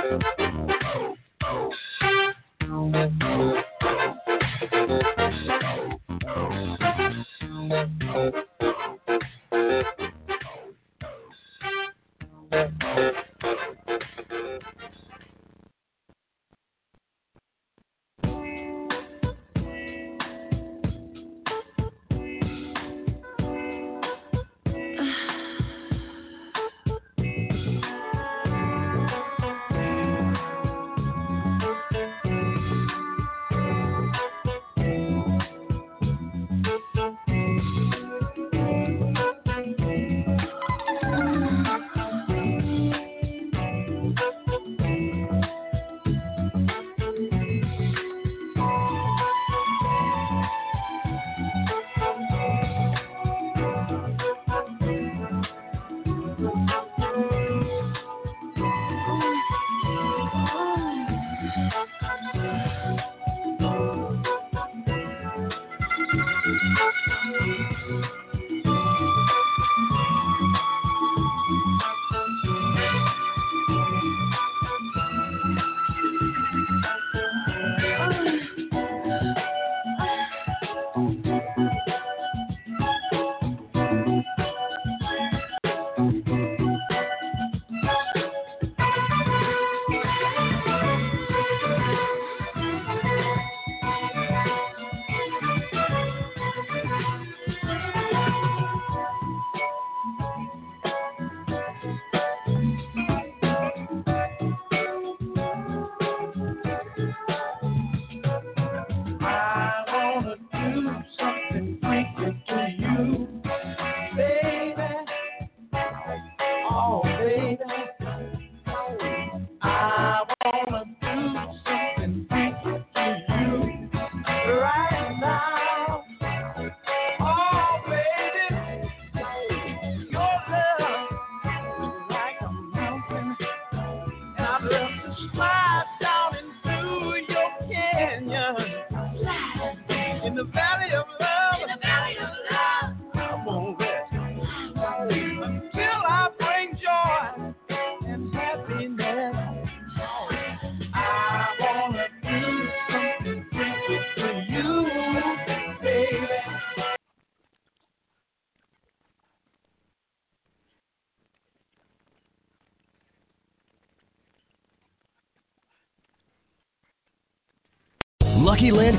H: Thank you.
C: Lucky Land